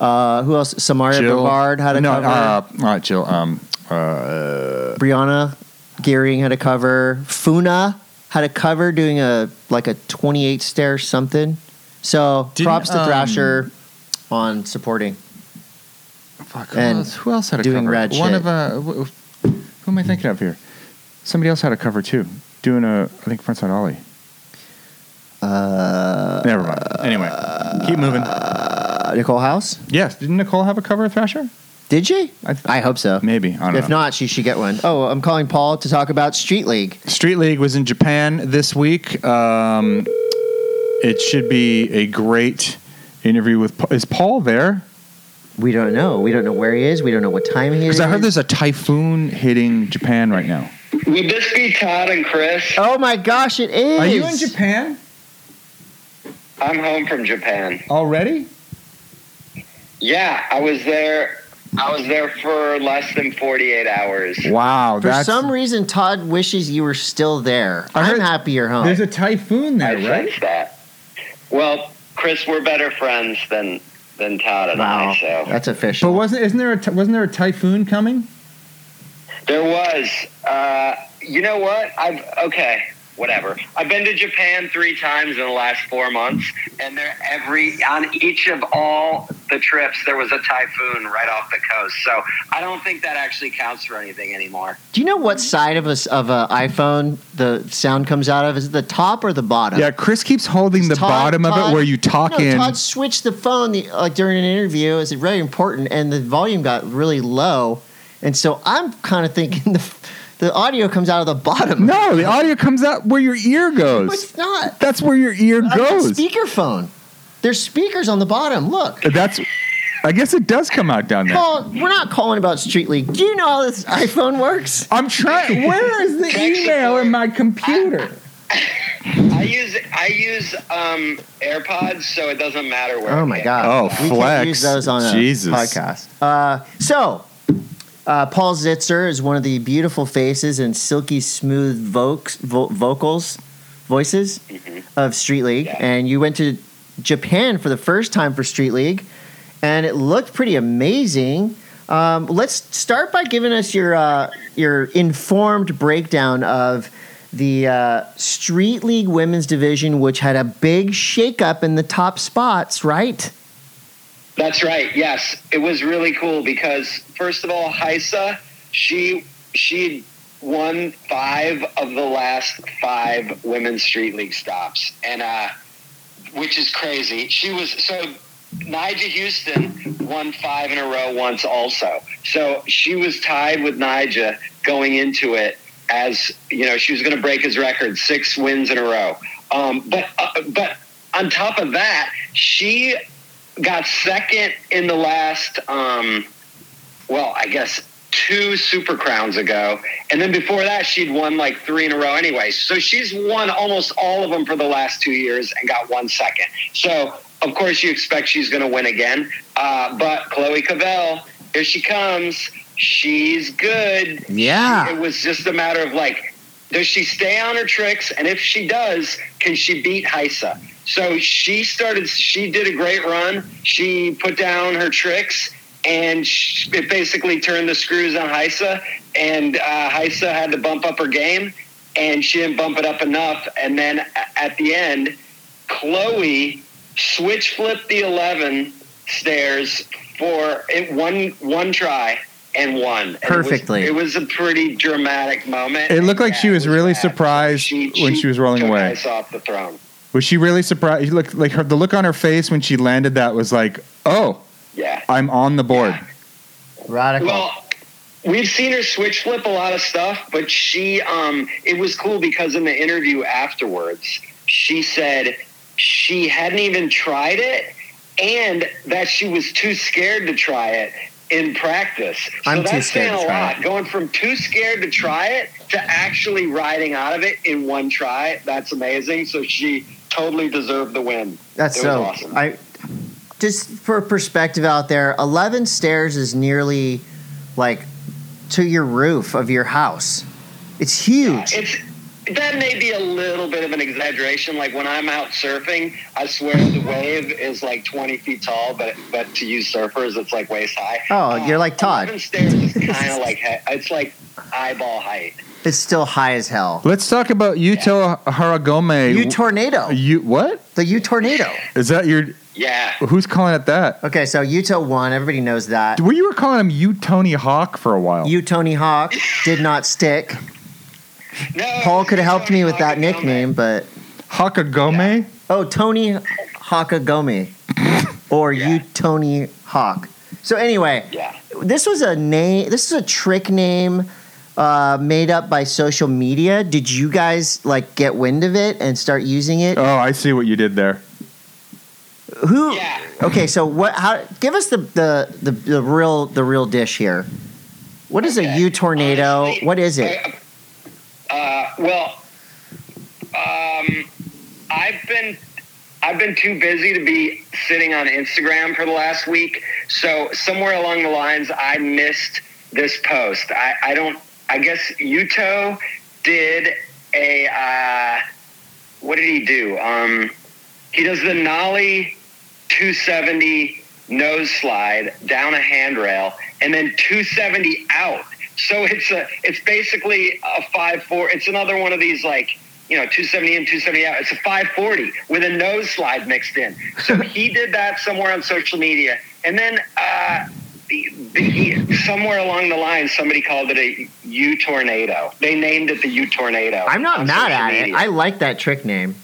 [SPEAKER 2] Uh, who else? Samaria Bavard had a
[SPEAKER 1] no,
[SPEAKER 2] cover.
[SPEAKER 1] uh, not Jill. Um, uh,
[SPEAKER 2] Brianna Gearing had a cover. Funa had a cover doing a like a 28 stair something. So
[SPEAKER 1] Didn't,
[SPEAKER 2] props to
[SPEAKER 1] um,
[SPEAKER 2] Thrasher on supporting.
[SPEAKER 1] Fuck, who,
[SPEAKER 2] And
[SPEAKER 1] else, who else had a
[SPEAKER 2] doing
[SPEAKER 1] cover?
[SPEAKER 2] rad
[SPEAKER 1] One
[SPEAKER 2] shit.
[SPEAKER 1] of uh, wh- who am I thinking of here? Somebody else had a cover too, doing a I think frontside ollie.
[SPEAKER 2] Uh,
[SPEAKER 1] Never mind. Anyway, keep moving.
[SPEAKER 2] Uh, Nicole House?
[SPEAKER 1] Yes, didn't Nicole have a cover of Thrasher?
[SPEAKER 2] Did she?
[SPEAKER 1] I
[SPEAKER 2] I,
[SPEAKER 1] th-
[SPEAKER 2] hope so.
[SPEAKER 1] Maybe. I don't
[SPEAKER 2] If
[SPEAKER 1] know.
[SPEAKER 2] not, she should get one. Oh, I'm calling Paul to talk about Street League.
[SPEAKER 1] Street League was in Japan this week. Um, it should be a great interview with. Pa- Is Paul there?
[SPEAKER 2] We don't know. We don't know where he is. We don't know what time he is.
[SPEAKER 1] Because I heard there's a typhoon hitting Japan right now.
[SPEAKER 4] Would this be Todd and Chris?
[SPEAKER 2] Oh my gosh, it is.
[SPEAKER 1] Japan
[SPEAKER 4] I'm home from Japan.
[SPEAKER 1] already?
[SPEAKER 4] Yeah, I was there. I was there for less than 48 hours.
[SPEAKER 1] Wow,
[SPEAKER 2] For
[SPEAKER 1] that's
[SPEAKER 2] some reason, Todd wishes you were still there.
[SPEAKER 1] I
[SPEAKER 2] I'm
[SPEAKER 1] heard-
[SPEAKER 2] happy you're home.
[SPEAKER 1] there's a typhoon
[SPEAKER 4] I
[SPEAKER 1] there, right?
[SPEAKER 4] sense that. Well, Chris, we're better friends than than Todd and
[SPEAKER 2] wow,
[SPEAKER 4] I. So
[SPEAKER 2] that's
[SPEAKER 1] But
[SPEAKER 2] official.
[SPEAKER 1] wasn't isn't there a t- wasn't there a typhoon coming?
[SPEAKER 4] There was. Uh, you know what? I've okay. Whatever. I've been to Japan three times in the last four months, and there every on each of all the trips there was a typhoon right off the coast. So I don't think that actually counts for anything anymore.
[SPEAKER 2] Do you know what side of a s of a iPhone the sound comes out of? Is it the top or the bottom?
[SPEAKER 1] Yeah, Chris keeps holding the
[SPEAKER 2] Todd-
[SPEAKER 1] bottom of
[SPEAKER 2] Todd-
[SPEAKER 1] it where you talk
[SPEAKER 2] No,
[SPEAKER 1] in.
[SPEAKER 2] Todd switched the phone the, like during an interview. It's very important, and the volume got really low, and so I'm kind of thinking the the audio comes out of the bottom.
[SPEAKER 1] No, the audio comes out where your ear
[SPEAKER 2] No,
[SPEAKER 1] goes.
[SPEAKER 2] it's not.
[SPEAKER 1] That's where your ear
[SPEAKER 2] I got
[SPEAKER 1] goes.
[SPEAKER 2] Speakerphone. There's speakers on the bottom. Look.
[SPEAKER 1] That's. I guess it does come out down there.
[SPEAKER 2] Paul, we're not calling about Street League. Do you know how this iPhone works?
[SPEAKER 1] I'm trying. Where is the email in my computer?
[SPEAKER 4] I use I use um, AirPods, so it doesn't matter where.
[SPEAKER 2] Oh my
[SPEAKER 4] it
[SPEAKER 2] god!
[SPEAKER 1] Oh,
[SPEAKER 2] We
[SPEAKER 1] flex.
[SPEAKER 2] can't use those on a
[SPEAKER 1] Jesus.
[SPEAKER 2] podcast. Uh, so, uh, Paul Zitzer is one of the beautiful faces and silky smooth vocs, vo- vocals, voices of Street League,
[SPEAKER 4] Mm-hmm. Yeah.
[SPEAKER 2] and you went to Japan for the first time for Street League, and it looked pretty amazing. Um, let's start by giving us your uh, your informed breakdown of the uh, Street League Women's Division, which had a big shakeup in the top spots, right?
[SPEAKER 4] That's right. Yes, it was really cool because first of all, Heisa, she she won five of the last five women's street league stops, and uh, which is crazy. She was so. Nigel Houston won five in a row once, also. So she was tied with Nigel going into it as you know she was going to break his record, six wins in a row. Um, but uh, but on top of that, she got second in the last um well i guess two super crowns ago and then before that she'd won like three in a row anyway so she's won almost all of them for the last two years and got one second so of course you expect she's going to win again uh, but chloe cavell here she comes she's good
[SPEAKER 2] Yeah.
[SPEAKER 4] it was just a matter of like, does she stay on her tricks? And if she does, can she beat Heisa? So she started, she did a great run. She put down her tricks and sh it basically turned the screws on Heisa. And uh, Heisa had to bump up her game and she didn't bump it up enough. And then a- at the end, Chloe switch flipped the 11 stairs for it, one, one try and won. And it was-
[SPEAKER 2] Perfectly.
[SPEAKER 4] it was a pretty dramatic moment.
[SPEAKER 1] It looked like
[SPEAKER 4] Yeah,
[SPEAKER 1] she was
[SPEAKER 4] it
[SPEAKER 1] really
[SPEAKER 4] bad.
[SPEAKER 1] surprised when she was rolling
[SPEAKER 4] took
[SPEAKER 1] away.
[SPEAKER 4] Ice off the throne.
[SPEAKER 1] Was she really surprised? She looked like her. The look on her face when she landed that was like, "Oh,
[SPEAKER 4] Yeah.
[SPEAKER 1] I'm on the board."
[SPEAKER 2] Radical.
[SPEAKER 4] Well, we've seen her switch flip a lot of stuff, but she, um, it was cool because in the interview afterwards, she said she hadn't even tried it and that she was too scared to try it in practice. So
[SPEAKER 2] I'm too
[SPEAKER 4] that's
[SPEAKER 2] scared
[SPEAKER 4] saying
[SPEAKER 2] to
[SPEAKER 4] a
[SPEAKER 2] try
[SPEAKER 4] lot.
[SPEAKER 2] it.
[SPEAKER 4] Going from too scared to try it to actually riding out of it in one try, that's amazing. So she totally deserved the win.
[SPEAKER 2] That's
[SPEAKER 4] It was
[SPEAKER 2] so.
[SPEAKER 4] awesome.
[SPEAKER 2] I just for perspective out there, eleven stairs is nearly like to your roof of your house. It's huge.
[SPEAKER 4] It's that may be a little bit of an exaggeration. Like when I'm out surfing, I swear the wave is like 20 feet tall, but but to you surfers, it's like waist high.
[SPEAKER 2] Oh, you're like Todd.
[SPEAKER 4] 11 stairs is kind of like he- it's like eyeball height.
[SPEAKER 2] It's still high as hell.
[SPEAKER 1] Let's talk about Yuto Haragome.
[SPEAKER 2] U tornado.
[SPEAKER 1] You what
[SPEAKER 2] The U tornado.
[SPEAKER 1] is that? Your
[SPEAKER 4] Yeah,
[SPEAKER 1] who's calling it that?
[SPEAKER 2] Okay, so Utah won. Everybody knows that.
[SPEAKER 1] Well, you were calling him U Tony Hawk for a while.
[SPEAKER 2] You Tony Hawk did not stick.
[SPEAKER 4] no.
[SPEAKER 2] Paul could have helped me with that nickname, but
[SPEAKER 1] Hakagome?
[SPEAKER 2] Oh, Tony Hakagomi, or you Tony Hawk. So anyway,
[SPEAKER 5] Yeah.
[SPEAKER 2] this was a name. This is a trick name uh, made up by social media. Did you guys like get wind of it and start using it?
[SPEAKER 1] Oh, I see what you did there.
[SPEAKER 2] Who?
[SPEAKER 5] Yeah.
[SPEAKER 2] Okay, so what? How? Give us the the the, the real the real dish here. What is a
[SPEAKER 5] Okay.
[SPEAKER 2] U tornado?
[SPEAKER 5] Honestly,
[SPEAKER 2] what is it?
[SPEAKER 5] Uh, well, um, I've been I've been too busy to be sitting on Instagram for the last week. So somewhere along the lines, I missed this post. I, I don't. I guess Uto did a. Uh, what did he do? Um, he does the nollie 270 nose slide down a handrail and then 270 out. So it's a it's basically a five four. It's another one of these like you know 270 in 270 out. It's a 540 with a nose slide mixed in. So he did that somewhere on social media, and then. Uh, the, the, somewhere along the line, somebody called it a U tornado. They named it the U tornado.
[SPEAKER 2] I'm not
[SPEAKER 5] on
[SPEAKER 2] mad
[SPEAKER 5] social
[SPEAKER 2] at
[SPEAKER 5] media.
[SPEAKER 2] it. I like that trick name.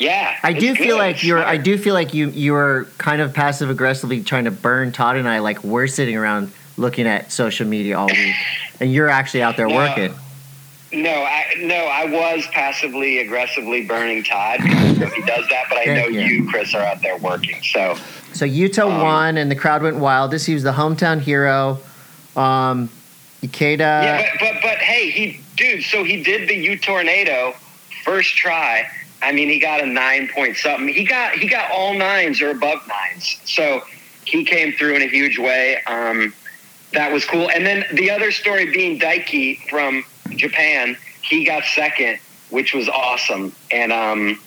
[SPEAKER 5] yeah,
[SPEAKER 2] I do
[SPEAKER 5] it's
[SPEAKER 2] feel
[SPEAKER 5] good.
[SPEAKER 2] like
[SPEAKER 5] It's
[SPEAKER 2] you're. I
[SPEAKER 5] smart.
[SPEAKER 2] do feel like you you were kind of passive aggressively trying to burn Todd and I. Like we're sitting around looking at social media all week, and you're actually out there
[SPEAKER 5] No.
[SPEAKER 2] working.
[SPEAKER 5] No, I no, I was passively aggressively burning Todd because he does that, but I know
[SPEAKER 2] Thank
[SPEAKER 5] you.
[SPEAKER 2] you.
[SPEAKER 5] Chris, are out there working. So
[SPEAKER 2] So Utah
[SPEAKER 5] Um,
[SPEAKER 2] won, and the crowd went wild. This he was the hometown hero. Um, Ikeda.
[SPEAKER 5] yeah, but, but but hey, he dude, so he did the U tornado first try. I mean, he got a nine point something. He got he got all nines or above nines. So he came through in a huge way. Um, that was cool. And then the other story being Daiki from Japan, he got second, which was awesome. And um,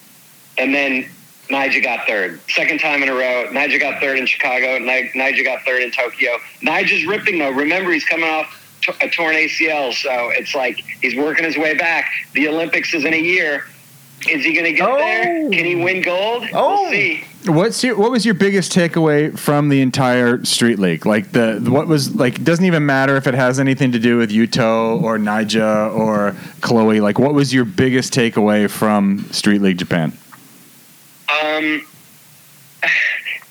[SPEAKER 5] and then Nigel got third, second time in a row. Nigel got third in Chicago. Ni- Nigel got third in Tokyo. Nigel's ripping though. Remember, he's coming off t- a torn ACL, so it's like he's working his way back. The Olympics is in a year. Is he going to get
[SPEAKER 2] Oh.
[SPEAKER 5] there? Can he win gold?
[SPEAKER 2] Oh.
[SPEAKER 5] We'll see.
[SPEAKER 1] What's your, what was your biggest takeaway from the entire street league? Like the what was like doesn't even matter if it has anything to do with Uto or Nija or Chloe. Like what was your biggest takeaway from Street League Japan?
[SPEAKER 5] Um,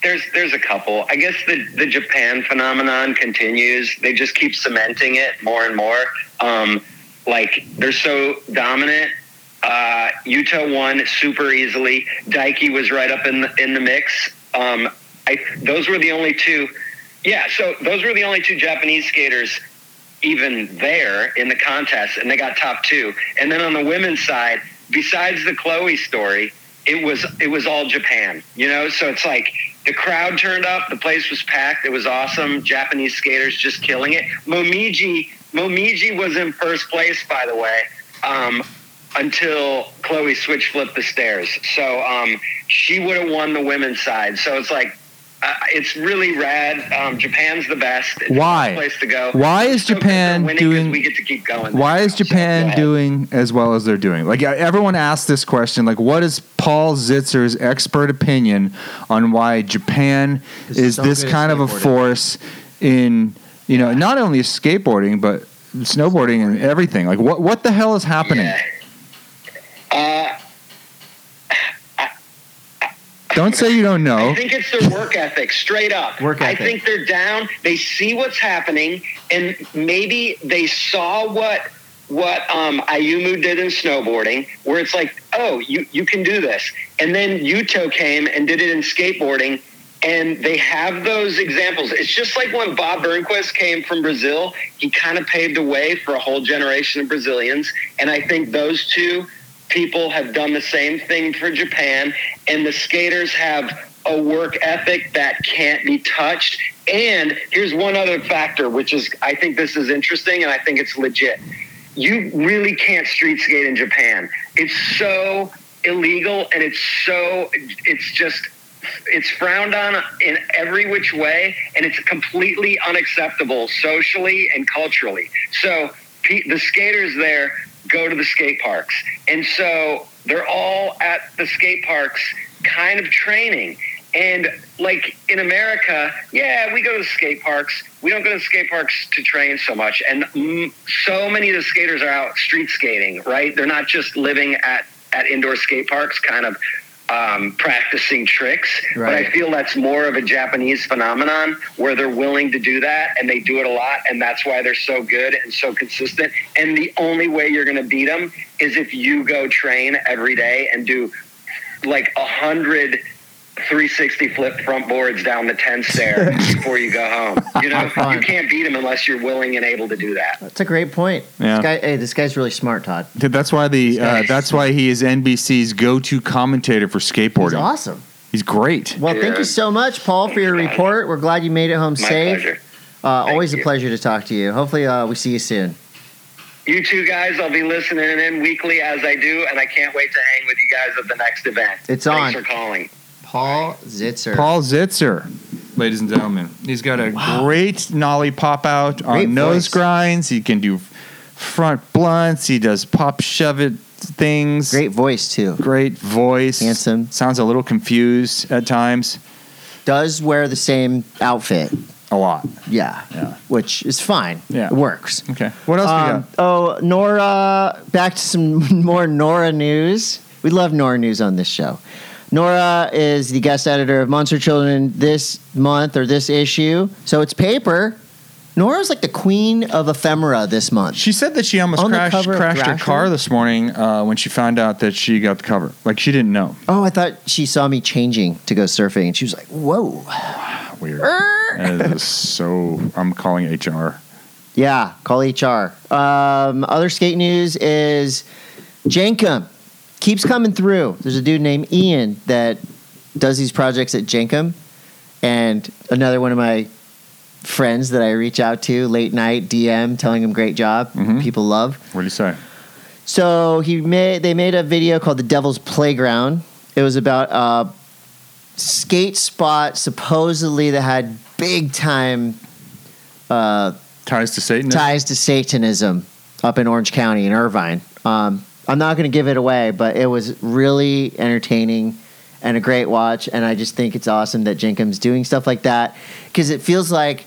[SPEAKER 5] there's there's a couple. I guess the the Japan phenomenon continues. They just keep cementing it more and more. Um, like they're so dominant. Uh, Utah won super easily. Daiki was right up in the, in the mix. Um, I, those were the only two. Yeah, so those were the only two Japanese skaters even there in the contest, and they got top two. And then on the women's side, besides the Chloe story, it was it was all Japan, you know. So it's like the crowd turned up, the place was packed, it was awesome. Japanese skaters just killing it. Momiji Momiji was in first place, by the way, um, until Chloe switch flipped the stairs. So um, she would have won the women's side. So it's like. Uh, it's really rad. Um, Japan's the best. It's the
[SPEAKER 1] Why?
[SPEAKER 5] best place to go.
[SPEAKER 1] Why is
[SPEAKER 5] So good for
[SPEAKER 1] Japan
[SPEAKER 5] winning 'cause
[SPEAKER 1] doing-
[SPEAKER 5] We get to keep going.
[SPEAKER 1] Why is
[SPEAKER 5] So, go
[SPEAKER 1] Japan
[SPEAKER 5] ahead.
[SPEAKER 1] doing as well as they're doing? Like everyone asks this question, like what is Paul Zitzer's expert opinion on why Japan
[SPEAKER 2] Because
[SPEAKER 1] is
[SPEAKER 2] so
[SPEAKER 1] this
[SPEAKER 2] good at
[SPEAKER 1] kind of a
[SPEAKER 2] skateboarding.
[SPEAKER 1] force in you know not only skateboarding but snowboarding and everything? Like what what the hell is happening?
[SPEAKER 5] Yeah. Uh,
[SPEAKER 1] Don't say you don't know.
[SPEAKER 5] I think it's their work ethic, straight up.
[SPEAKER 2] Work
[SPEAKER 5] I
[SPEAKER 2] ethic.
[SPEAKER 5] think they're down. They see what's happening, and maybe they saw what what um, Ayumu did in snowboarding, where it's like, oh, you you can do this. And then Yuto came and did it in skateboarding, and they have those examples. It's just like when Bob Burnquist came from Brazil, he kind of paved the way for a whole generation of Brazilians, and I think those two people have done the same thing for Japan, and the skaters have a work ethic that can't be touched. And here's one other factor, which is I think this is interesting and I think it's legit. You really can't street skate in Japan. It's so illegal and it's so, it's just, it's frowned on in every which way and it's completely unacceptable socially and culturally. So pe- the skaters there go to the skate parks. And so they're all at the skate parks kind of training. And like in America, yeah, we go to the skate parks. We don't go to the skate parks to train so much. And mm, so many of the skaters are out street skating, right? They're not just living at, at indoor skate parks, kind of
[SPEAKER 4] um, practicing tricks. But
[SPEAKER 2] Right.
[SPEAKER 4] I feel that's more of a Japanese phenomenon where they're willing to do that and they do it a lot. And that's why they're so good and so consistent. And the only way you're going to beat them is if you go train every day and do like a hundred 360 flip front boards down the 10 stair before you go home. You know,
[SPEAKER 2] Have fun.
[SPEAKER 4] you can't beat them unless you're willing and able to do that.
[SPEAKER 2] That's a great point.
[SPEAKER 1] Yeah.
[SPEAKER 2] This guy, hey, this guy's really smart, Todd.
[SPEAKER 1] Dude, that's why the uh, that's why he is NBC's go-to commentator for skateboarding.
[SPEAKER 2] He's awesome.
[SPEAKER 1] He's great.
[SPEAKER 2] Well, thank
[SPEAKER 4] Yeah.
[SPEAKER 2] you so much, Paul, for your report. We're glad you made it home
[SPEAKER 4] My
[SPEAKER 2] safe.
[SPEAKER 4] pleasure.
[SPEAKER 2] Uh, always a
[SPEAKER 4] you.
[SPEAKER 2] pleasure to talk to you. Hopefully, uh, we see you soon.
[SPEAKER 4] You two guys, I'll be listening in weekly as I do, and I can't wait to hang with you guys at the next event.
[SPEAKER 2] It's
[SPEAKER 4] Thanks
[SPEAKER 2] on.
[SPEAKER 4] for calling.
[SPEAKER 2] Paul Zitzer.
[SPEAKER 1] Paul Zitzer, ladies and gentlemen, he's got a great nollie pop out on
[SPEAKER 2] Great
[SPEAKER 1] nose
[SPEAKER 2] voice.
[SPEAKER 1] grinds. He can do front blunts. He does pop shove it things.
[SPEAKER 2] Great voice, too.
[SPEAKER 1] great voice.
[SPEAKER 2] Handsome.
[SPEAKER 1] Sounds a little confused at times.
[SPEAKER 2] Does wear the same outfit.
[SPEAKER 1] A lot.
[SPEAKER 2] Yeah.
[SPEAKER 1] Yeah.
[SPEAKER 2] Which is fine.
[SPEAKER 1] Yeah.
[SPEAKER 2] It works.
[SPEAKER 1] Okay. What else we
[SPEAKER 2] Um,
[SPEAKER 1] got?
[SPEAKER 2] oh, Nora, back to some more Nora news. We love Nora news on this show. Nora is the guest editor of Monster Children this month or this issue. So it's paper. Nora's like the queen of ephemera this month.
[SPEAKER 1] She said that she almost
[SPEAKER 2] on the
[SPEAKER 1] crashed,
[SPEAKER 2] cover of
[SPEAKER 1] crashed her
[SPEAKER 2] Thrasher?
[SPEAKER 1] car this morning uh, when she found out that she got the cover. Like she didn't know.
[SPEAKER 2] oh, I thought she saw me changing to go surfing and she was like, whoa.
[SPEAKER 1] Weird.
[SPEAKER 2] Er.
[SPEAKER 1] That is so. I'm calling HR.
[SPEAKER 2] Yeah, call HR. Um, other skate news is Jankum keeps coming through. There's a dude named Ian that does these projects at Jankum, and another one of my friends that I reach out to late night DM, telling him great job.
[SPEAKER 1] Mhm.
[SPEAKER 2] People love.
[SPEAKER 1] What do you say?
[SPEAKER 2] So he made they made a video called "The Devil's Playground." It was about a skate spot supposedly that had big time. Uh,
[SPEAKER 1] Ties to Satan.
[SPEAKER 2] ties to Satanism up in Orange County in Irvine. Um, I'm not going to give it away, but it was really entertaining and a great watch. And I just think it's awesome that Jenkins doing stuff like that because it feels like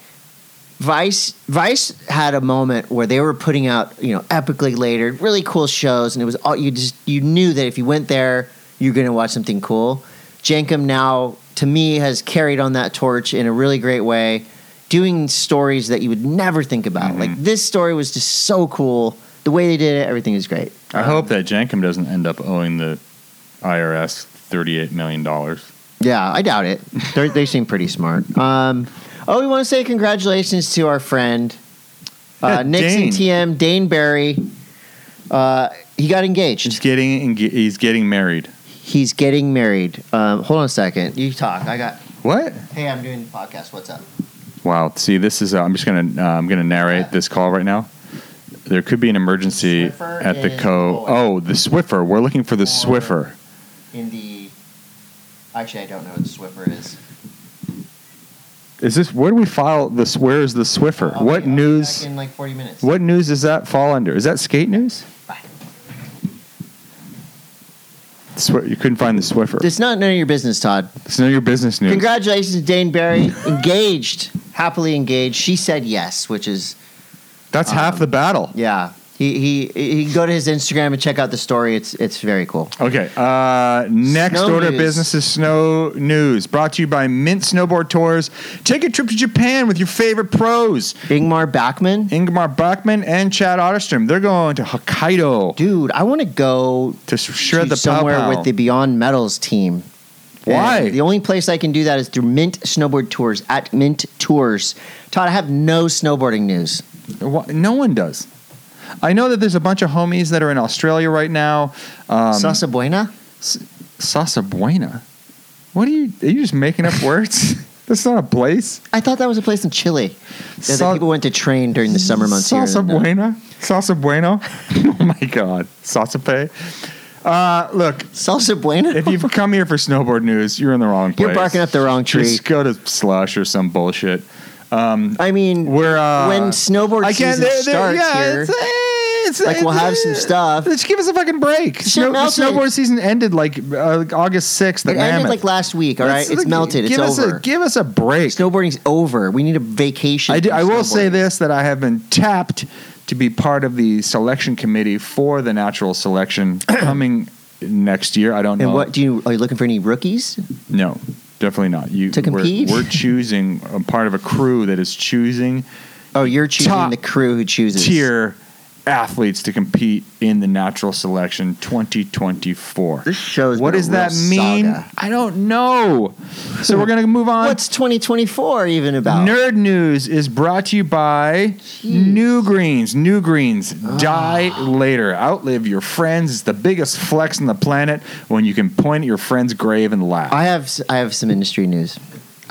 [SPEAKER 2] Vice Vice had a moment where they were putting out you know epically layered, really cool shows, and it was all you just you knew that if you went there, you're going to watch something cool. Jenkum now, to me, has carried on that torch in a really great way, doing stories that you would never think about. Like
[SPEAKER 1] Mm-hmm.
[SPEAKER 2] this story was just so cool. The way they did it, everything is great.
[SPEAKER 1] I hope that Jankum doesn't end up owing the IRS thirty-eight million dollars.
[SPEAKER 2] Yeah, I doubt it. They're, they seem pretty smart. Um, oh, we want to say congratulations to our friend
[SPEAKER 1] Yeah,
[SPEAKER 2] uh, Nixon
[SPEAKER 1] Dane.
[SPEAKER 2] TM Dane Barry. Uh, he got
[SPEAKER 1] He's
[SPEAKER 2] engaged.
[SPEAKER 1] getting enga- he's getting married.
[SPEAKER 2] He's getting married. Um, hold on a second. You talk. I got.
[SPEAKER 1] What?
[SPEAKER 2] Hey, I'm doing the podcast. What's up?
[SPEAKER 1] Wow. See, this is. Uh, I'm just gonna. Uh, I'm gonna narrate this call right now. There could be an emergency
[SPEAKER 2] Swiffer
[SPEAKER 1] at the
[SPEAKER 2] is
[SPEAKER 1] co.
[SPEAKER 2] Boyd.
[SPEAKER 1] Oh, the Swiffer. We're looking for the Swiffer.
[SPEAKER 2] In the. Actually, I don't know what the Swiffer is.
[SPEAKER 1] Is this where do we file this? Where is Oh, the Swiffer?
[SPEAKER 2] I'll be- I'll
[SPEAKER 1] what
[SPEAKER 2] be
[SPEAKER 1] news?
[SPEAKER 2] back in like 40 minutes.
[SPEAKER 1] What news does that fall under? Is that skate news?
[SPEAKER 2] Bye.
[SPEAKER 1] Swi- you couldn't find the Swiffer.
[SPEAKER 2] It's not none of your business, Todd.
[SPEAKER 1] It's none of your business news.
[SPEAKER 2] Congratulations to Dane Barry. engaged. Happily engaged. She said yes, which is
[SPEAKER 1] That's half the battle.
[SPEAKER 2] Yeah. He, he he can go to his Instagram and check out the story. It's it's very cool.
[SPEAKER 1] Okay. Uh, next
[SPEAKER 2] Snow
[SPEAKER 1] order of
[SPEAKER 2] news.
[SPEAKER 1] business is snow news, brought to you by Mint Snowboard Tours. Take a trip to Japan with your favorite pros,
[SPEAKER 2] Ingmar Bachman,
[SPEAKER 1] Ingmar Bachman and Chad Otterstrom. They're going to Hokkaido
[SPEAKER 2] dude, I want to go
[SPEAKER 1] to s- shred
[SPEAKER 2] to
[SPEAKER 1] the pow
[SPEAKER 2] somewhere
[SPEAKER 1] pow.
[SPEAKER 2] with the Beyond Metals team.
[SPEAKER 1] Why?
[SPEAKER 2] And the only place I can do that is through Mint Snowboard Tours at Mint Tours. Todd, I have no snowboarding news.
[SPEAKER 1] Wha- no one does. I know that there's a bunch of homies that are in Australia right now. Um,
[SPEAKER 2] Sasa Buena?
[SPEAKER 1] Sasa Buena. What are you? Are you just making up words? That's not a place.
[SPEAKER 2] I thought that was a place in Chile that the
[SPEAKER 1] Sa-
[SPEAKER 2] people went to train during the summer months
[SPEAKER 1] Salsa
[SPEAKER 2] here.
[SPEAKER 1] buena. Salsa bueno. oh my God. Salsa pay. Uh, look,
[SPEAKER 2] Salsa Buena?
[SPEAKER 1] if you've come here for snowboard news, you're in the wrong place.
[SPEAKER 2] You're barking up the wrong tree.
[SPEAKER 1] Just go to Slush or some bullshit.
[SPEAKER 2] I mean,
[SPEAKER 1] We're uh,
[SPEAKER 2] when snowboard
[SPEAKER 1] I can't-
[SPEAKER 2] season
[SPEAKER 1] they're- they're-
[SPEAKER 2] starts here,
[SPEAKER 1] it's- it's-
[SPEAKER 2] Like, we'll have some stuff.
[SPEAKER 1] Just give us a fucking break.
[SPEAKER 2] Shit
[SPEAKER 1] Snow, the
[SPEAKER 2] melted.
[SPEAKER 1] snowboard season ended like uh, like August sixth.
[SPEAKER 2] it ended like last week, all right? It's, melted. It's
[SPEAKER 1] give us
[SPEAKER 2] over.
[SPEAKER 1] A, give us a break.
[SPEAKER 2] Snowboarding's over. We need a vacation.
[SPEAKER 1] I, do,
[SPEAKER 2] from
[SPEAKER 1] I will say
[SPEAKER 2] snowboarding.
[SPEAKER 1] this that I have been tapped to be part of the selection committee for the natural selection coming next year. I don't
[SPEAKER 2] And
[SPEAKER 1] know.
[SPEAKER 2] what do you are you looking for any rookies?
[SPEAKER 1] No, definitely not. You
[SPEAKER 2] To compete?
[SPEAKER 1] We're, we're choosing a part of a crew that is choosing
[SPEAKER 2] Oh, you're choosing
[SPEAKER 1] Top
[SPEAKER 2] the crew who chooses.
[SPEAKER 1] tier athletes to compete in the natural selection 2024.
[SPEAKER 2] This shows
[SPEAKER 1] What does that mean? I don't know. So we're gonna move on.
[SPEAKER 2] What's 2024 even about?
[SPEAKER 1] Nerd News is brought to you by New Greens. New Greens, die later. Outlive your friends. It's the biggest flex on the planet when you can point at your friend's grave and laugh.
[SPEAKER 2] I have s- I have some industry news.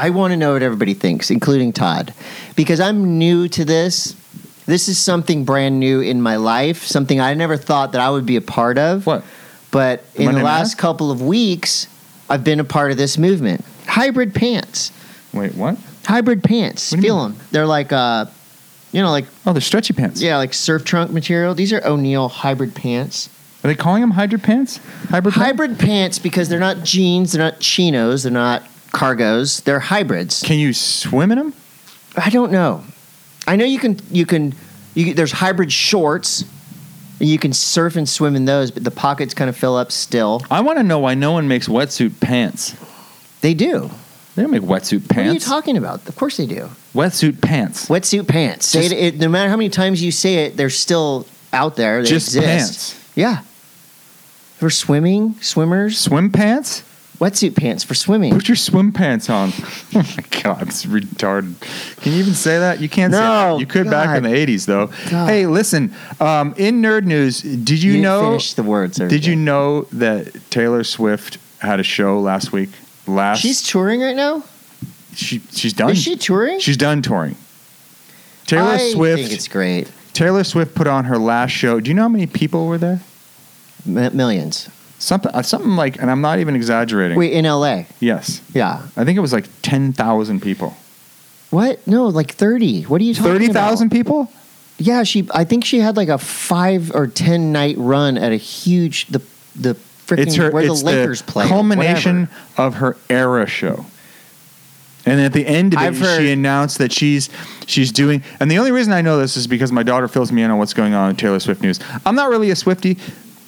[SPEAKER 2] I want to know what everybody thinks, including Todd, because I'm new to this. This is something brand new in my life, something I never thought that I would be a part of.
[SPEAKER 1] What?
[SPEAKER 2] But in
[SPEAKER 1] Monday
[SPEAKER 2] the
[SPEAKER 1] Math?
[SPEAKER 2] last couple of weeks, I've been a part of this movement. Hybrid pants.
[SPEAKER 1] Wait, what?
[SPEAKER 2] Hybrid pants.
[SPEAKER 1] What do you
[SPEAKER 2] Feel them. They're like uh you know like
[SPEAKER 1] Oh, they're stretchy pants.
[SPEAKER 2] yeah, like surf trunk material. These are O'Neill hybrid pants.
[SPEAKER 1] Are they calling them hybrid pants? Hybrid. pants?
[SPEAKER 2] hybrid pants because they're not jeans, they're not chinos, they're not cargos, they're hybrids.
[SPEAKER 1] Can you swim in them?
[SPEAKER 2] I don't know. I know you can you can you, there's hybrid shorts and you can surf and swim in those, but the pockets kind of fill up still.
[SPEAKER 3] I want to know why no one makes wetsuit pants.
[SPEAKER 2] They do.
[SPEAKER 3] They don't make wetsuit
[SPEAKER 2] What are you
[SPEAKER 3] pants.
[SPEAKER 2] talking about? Of course they do.
[SPEAKER 3] wetsuit pants.
[SPEAKER 2] Wetsuit pants. Say
[SPEAKER 3] Just-
[SPEAKER 2] it, it- no matter how many times you say it, they're still out there. They
[SPEAKER 1] Just
[SPEAKER 2] exist.
[SPEAKER 1] pants.
[SPEAKER 2] Yeah. For swimming, swimmers,
[SPEAKER 1] Swim pants?
[SPEAKER 2] wetsuit pants for swimming.
[SPEAKER 1] Put your swim pants on. oh my god, it's retarded. Can you even say that? You can't say
[SPEAKER 2] No,
[SPEAKER 1] that. You could back in
[SPEAKER 2] God.
[SPEAKER 1] the 80s though.
[SPEAKER 2] God.
[SPEAKER 1] Hey, listen. Um, in nerd news, did you,
[SPEAKER 2] didn't
[SPEAKER 1] know
[SPEAKER 2] finish the words?
[SPEAKER 1] Did
[SPEAKER 2] everybody.
[SPEAKER 1] you know that Taylor Swift had a show last week? Last
[SPEAKER 2] She's touring right now.
[SPEAKER 1] she, she's done.
[SPEAKER 2] Is she touring?
[SPEAKER 1] she's done touring. Taylor
[SPEAKER 2] I think
[SPEAKER 1] Swift.
[SPEAKER 2] it's great.
[SPEAKER 1] Taylor Swift put on her last show. Do you know how many people were there?
[SPEAKER 2] M- millions.
[SPEAKER 1] Something, uh, something like, and I'm not even exaggerating.
[SPEAKER 2] Wait, in LA.
[SPEAKER 1] Yes,
[SPEAKER 2] Yeah.
[SPEAKER 1] I think it was like ten thousand people.
[SPEAKER 2] What? No, like 30. What are you talking
[SPEAKER 1] Thirty
[SPEAKER 2] about?
[SPEAKER 1] thousand people.
[SPEAKER 2] Yeah, she I think she had like a 5 or 10 night run at a huge the the freaking
[SPEAKER 1] it's her.
[SPEAKER 2] where
[SPEAKER 1] it's
[SPEAKER 2] the Lakers play.
[SPEAKER 1] Culmination
[SPEAKER 2] whatever.
[SPEAKER 1] of her era show. And at the end of it,
[SPEAKER 2] I've heard-
[SPEAKER 1] she announced that she's she's doing. And the only reason I know this is because my daughter fills me in on what's going on in Taylor Swift news. I'm not really a Swifty,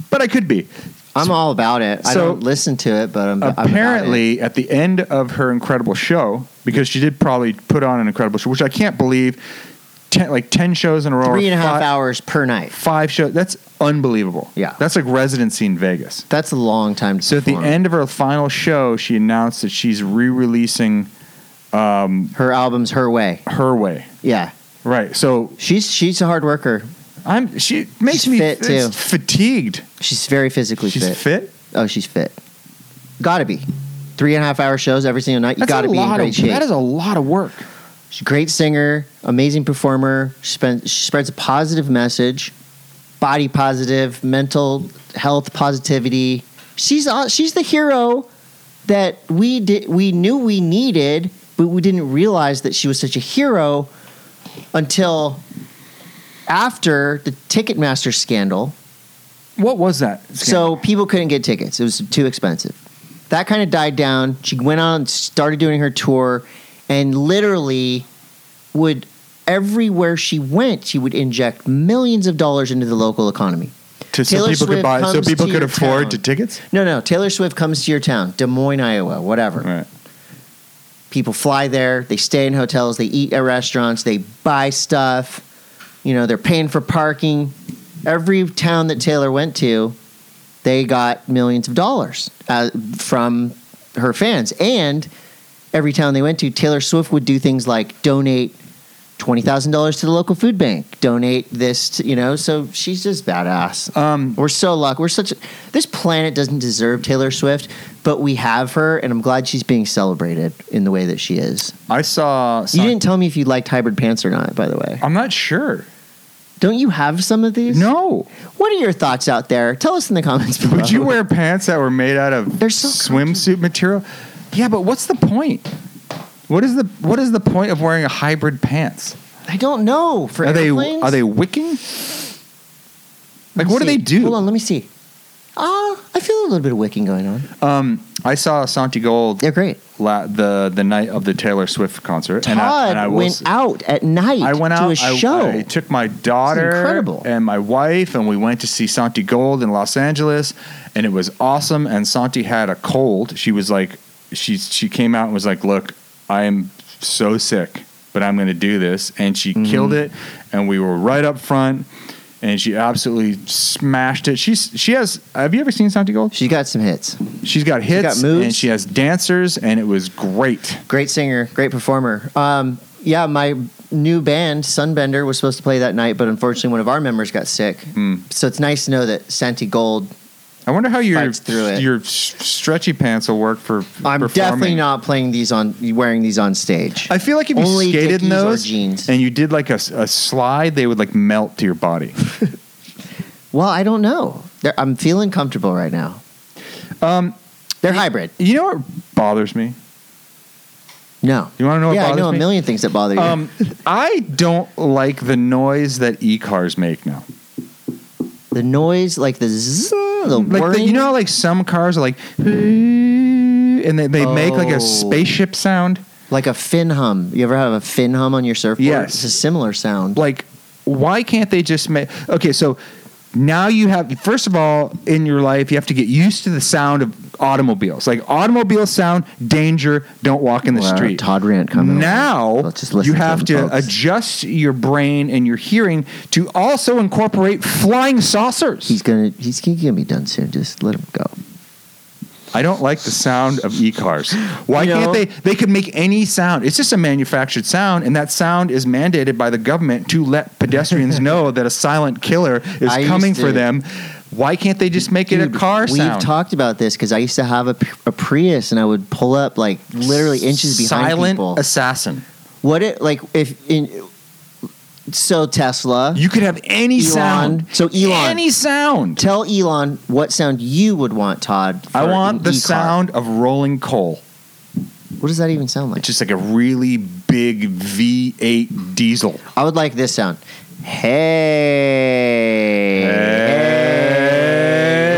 [SPEAKER 1] but I could be.
[SPEAKER 2] I'm all about it. I
[SPEAKER 1] So-
[SPEAKER 2] don't listen to it, but I'm I'm about it.
[SPEAKER 1] Apparently, at the end of her incredible show, because she did probably put on an incredible show, which I can't believe, ten, like ten shows in a row,
[SPEAKER 2] three and a half
[SPEAKER 1] five,
[SPEAKER 2] hours per night.
[SPEAKER 1] five shows. That's unbelievable.
[SPEAKER 2] Yeah.
[SPEAKER 1] that's like residency in Vegas.
[SPEAKER 2] That's a long time to
[SPEAKER 1] So at the
[SPEAKER 2] perform.
[SPEAKER 1] end of her final show, she announced that she's re-releasing
[SPEAKER 2] her album's her way.
[SPEAKER 1] her way.
[SPEAKER 2] Yeah.
[SPEAKER 1] Right. So
[SPEAKER 2] She's she's a hard worker.
[SPEAKER 1] I'm. She makes
[SPEAKER 2] She's
[SPEAKER 1] me
[SPEAKER 2] fit,
[SPEAKER 1] it's
[SPEAKER 2] too.
[SPEAKER 1] fatigued.
[SPEAKER 2] She's very physically
[SPEAKER 1] She's
[SPEAKER 2] fit.
[SPEAKER 1] fit.
[SPEAKER 2] Oh, she's fit. Gotta be. Three and a half hour shows every single night. You
[SPEAKER 1] That's
[SPEAKER 2] gotta
[SPEAKER 1] a
[SPEAKER 2] be in
[SPEAKER 1] lot
[SPEAKER 2] great
[SPEAKER 1] of,
[SPEAKER 2] shape.
[SPEAKER 1] That is a lot of work.
[SPEAKER 2] She's a great singer, amazing performer. She, spends, she spreads a positive message, body positive, mental health positivity. She's aw- she's the hero that we did we knew we needed, but we didn't realize that she was such a hero until after the Ticketmaster scandal.
[SPEAKER 1] What was that?
[SPEAKER 2] So people couldn't get tickets. It was too expensive. That kind of died down. She went on, and started doing her tour, and literally would everywhere she went, she would inject millions of dollars into the local economy.
[SPEAKER 1] to, so
[SPEAKER 2] Taylor
[SPEAKER 1] people
[SPEAKER 2] Swift
[SPEAKER 1] could buy. So
[SPEAKER 2] comes
[SPEAKER 1] people
[SPEAKER 2] to
[SPEAKER 1] could
[SPEAKER 2] your
[SPEAKER 1] afford
[SPEAKER 2] town.
[SPEAKER 1] to tickets.
[SPEAKER 2] No, no, Taylor Swift comes to your town, Des Moines, Iowa, whatever.
[SPEAKER 1] Right.
[SPEAKER 2] People fly there, they stay in hotels, they eat at restaurants, they buy stuff. You know, they're paying for parking. Every town that Taylor went to, they got millions of dollars uh, from her fans. And every town they went to, Taylor Swift would do things like donate $20,000 to the local food bank, donate this, to, you know, so she's just badass.
[SPEAKER 1] Um,
[SPEAKER 2] We're so lucky. We're such. This planet doesn't deserve Taylor Swift, but we have her, and I'm glad she's being celebrated in the way that she is.
[SPEAKER 1] I saw.
[SPEAKER 2] You didn't tell me if you liked hybrid pants or not, by the way.
[SPEAKER 1] I'm not sure.
[SPEAKER 2] Don't you have some of these?
[SPEAKER 1] No.
[SPEAKER 2] What are your thoughts out there? Tell us in the comments below.
[SPEAKER 1] Would you wear pants that were made out of
[SPEAKER 2] They're so
[SPEAKER 1] swimsuit material? Yeah, but what's the point? What is the what is the point of wearing a hybrid pants?
[SPEAKER 2] I don't know. For
[SPEAKER 1] are
[SPEAKER 2] airplanes?
[SPEAKER 1] they are they wicking? Like
[SPEAKER 2] Let me
[SPEAKER 1] what do
[SPEAKER 2] see.
[SPEAKER 1] they do?
[SPEAKER 2] Hold on, let me see. Ah, I feel a little bit of wicking going on.
[SPEAKER 1] Um, I saw Santi Gold
[SPEAKER 2] They're great.
[SPEAKER 1] la- the the night of the Taylor Swift concert.
[SPEAKER 2] Todd
[SPEAKER 1] will
[SPEAKER 2] went
[SPEAKER 1] s-
[SPEAKER 2] out at night
[SPEAKER 1] I went
[SPEAKER 2] to
[SPEAKER 1] out
[SPEAKER 2] a
[SPEAKER 1] I-
[SPEAKER 2] show.
[SPEAKER 1] I, took my daughter
[SPEAKER 2] It's incredible.
[SPEAKER 1] and my wife, and we went to see Santi Gold in Los Angeles, and it was awesome. And Santi had a cold. She was like, she she came out and was like, "Look, I am so sick, but I'm going to do this," and she
[SPEAKER 2] Mm-hmm.
[SPEAKER 1] killed it. And we were right up front, and she absolutely smashed it. She's she has. Have you ever seen Santi Gold?
[SPEAKER 2] she got some hits.
[SPEAKER 1] She's got
[SPEAKER 2] got
[SPEAKER 1] hits
[SPEAKER 2] moves.
[SPEAKER 1] and she has dancers, and it was great.
[SPEAKER 2] Great singer, great performer. Um, yeah, my new band Sunbender was supposed to play that night, but unfortunately, one of our members got sick.
[SPEAKER 1] Hmm.
[SPEAKER 2] So it's nice to know that Santi Gold.
[SPEAKER 1] I wonder how your
[SPEAKER 2] Fights through it.
[SPEAKER 1] your s- stretchy pants will work for.
[SPEAKER 2] I'm
[SPEAKER 1] performing.
[SPEAKER 2] definitely not playing these on wearing these on stage.
[SPEAKER 1] I feel like if you
[SPEAKER 2] Only
[SPEAKER 1] skated in
[SPEAKER 2] Dickies or
[SPEAKER 1] those
[SPEAKER 2] jeans.
[SPEAKER 1] and you did like a, s- a slide, they would like melt to your body.
[SPEAKER 2] well, I don't know. They're, I'm feeling comfortable right now.
[SPEAKER 1] Um,
[SPEAKER 2] They're hybrid.
[SPEAKER 1] you know what bothers me?
[SPEAKER 2] No.
[SPEAKER 1] You want to know what
[SPEAKER 2] yeah, I
[SPEAKER 1] bothers
[SPEAKER 2] know
[SPEAKER 1] me?
[SPEAKER 2] a million things that bother you.
[SPEAKER 1] Um, I don't like the noise that e cars make now.
[SPEAKER 2] the noise, like the zzz, the
[SPEAKER 1] Like the,
[SPEAKER 2] whirring.
[SPEAKER 1] you know, how, like some cars are like, and they, they make like
[SPEAKER 2] Oh.
[SPEAKER 1] a spaceship sound.
[SPEAKER 2] like a fin hum. You ever have a fin hum on your surfboard?
[SPEAKER 1] Yes.
[SPEAKER 2] It's a similar sound.
[SPEAKER 1] Like, why can't they just make? Okay, so now you have first of all in your life you have to get used to the sound of automobiles. Like automobile sound, danger. Don't walk in the
[SPEAKER 2] Wow,
[SPEAKER 1] street.
[SPEAKER 2] Todd Rant coming. over.
[SPEAKER 1] now
[SPEAKER 2] Let's just listen
[SPEAKER 1] you have
[SPEAKER 2] to,
[SPEAKER 1] to,
[SPEAKER 2] him, folks.
[SPEAKER 1] adjust your brain and your hearing to also incorporate flying saucers.
[SPEAKER 2] He's gonna he's gonna be done soon. Just let him go.
[SPEAKER 1] I don't like the sound of e-cars. Why
[SPEAKER 2] You know-
[SPEAKER 1] can't they? They could make any sound. It's just a manufactured sound, and that sound is mandated by the government to let pedestrians know that a silent killer is
[SPEAKER 2] I
[SPEAKER 1] coming
[SPEAKER 2] used
[SPEAKER 1] for
[SPEAKER 2] to-
[SPEAKER 1] them. Why can't they just make it a
[SPEAKER 2] Dude,
[SPEAKER 1] car
[SPEAKER 2] We've
[SPEAKER 1] sound?
[SPEAKER 2] talked about this because I used to have a, a Prius and I would pull up like literally inches behind
[SPEAKER 1] silent
[SPEAKER 2] people.
[SPEAKER 1] assassin.
[SPEAKER 2] What it like if in so Tesla?
[SPEAKER 1] You could have any
[SPEAKER 2] Elon.
[SPEAKER 1] sound.
[SPEAKER 2] So Elon.
[SPEAKER 1] any sound.
[SPEAKER 2] tell Elon what sound you would want, Todd.
[SPEAKER 1] I
[SPEAKER 2] for
[SPEAKER 1] want
[SPEAKER 2] an
[SPEAKER 1] the
[SPEAKER 2] e-car.
[SPEAKER 1] sound of rolling coal.
[SPEAKER 2] What does that even sound like?
[SPEAKER 1] It's just like a really big V8 diesel.
[SPEAKER 2] I would like this sound. Hey.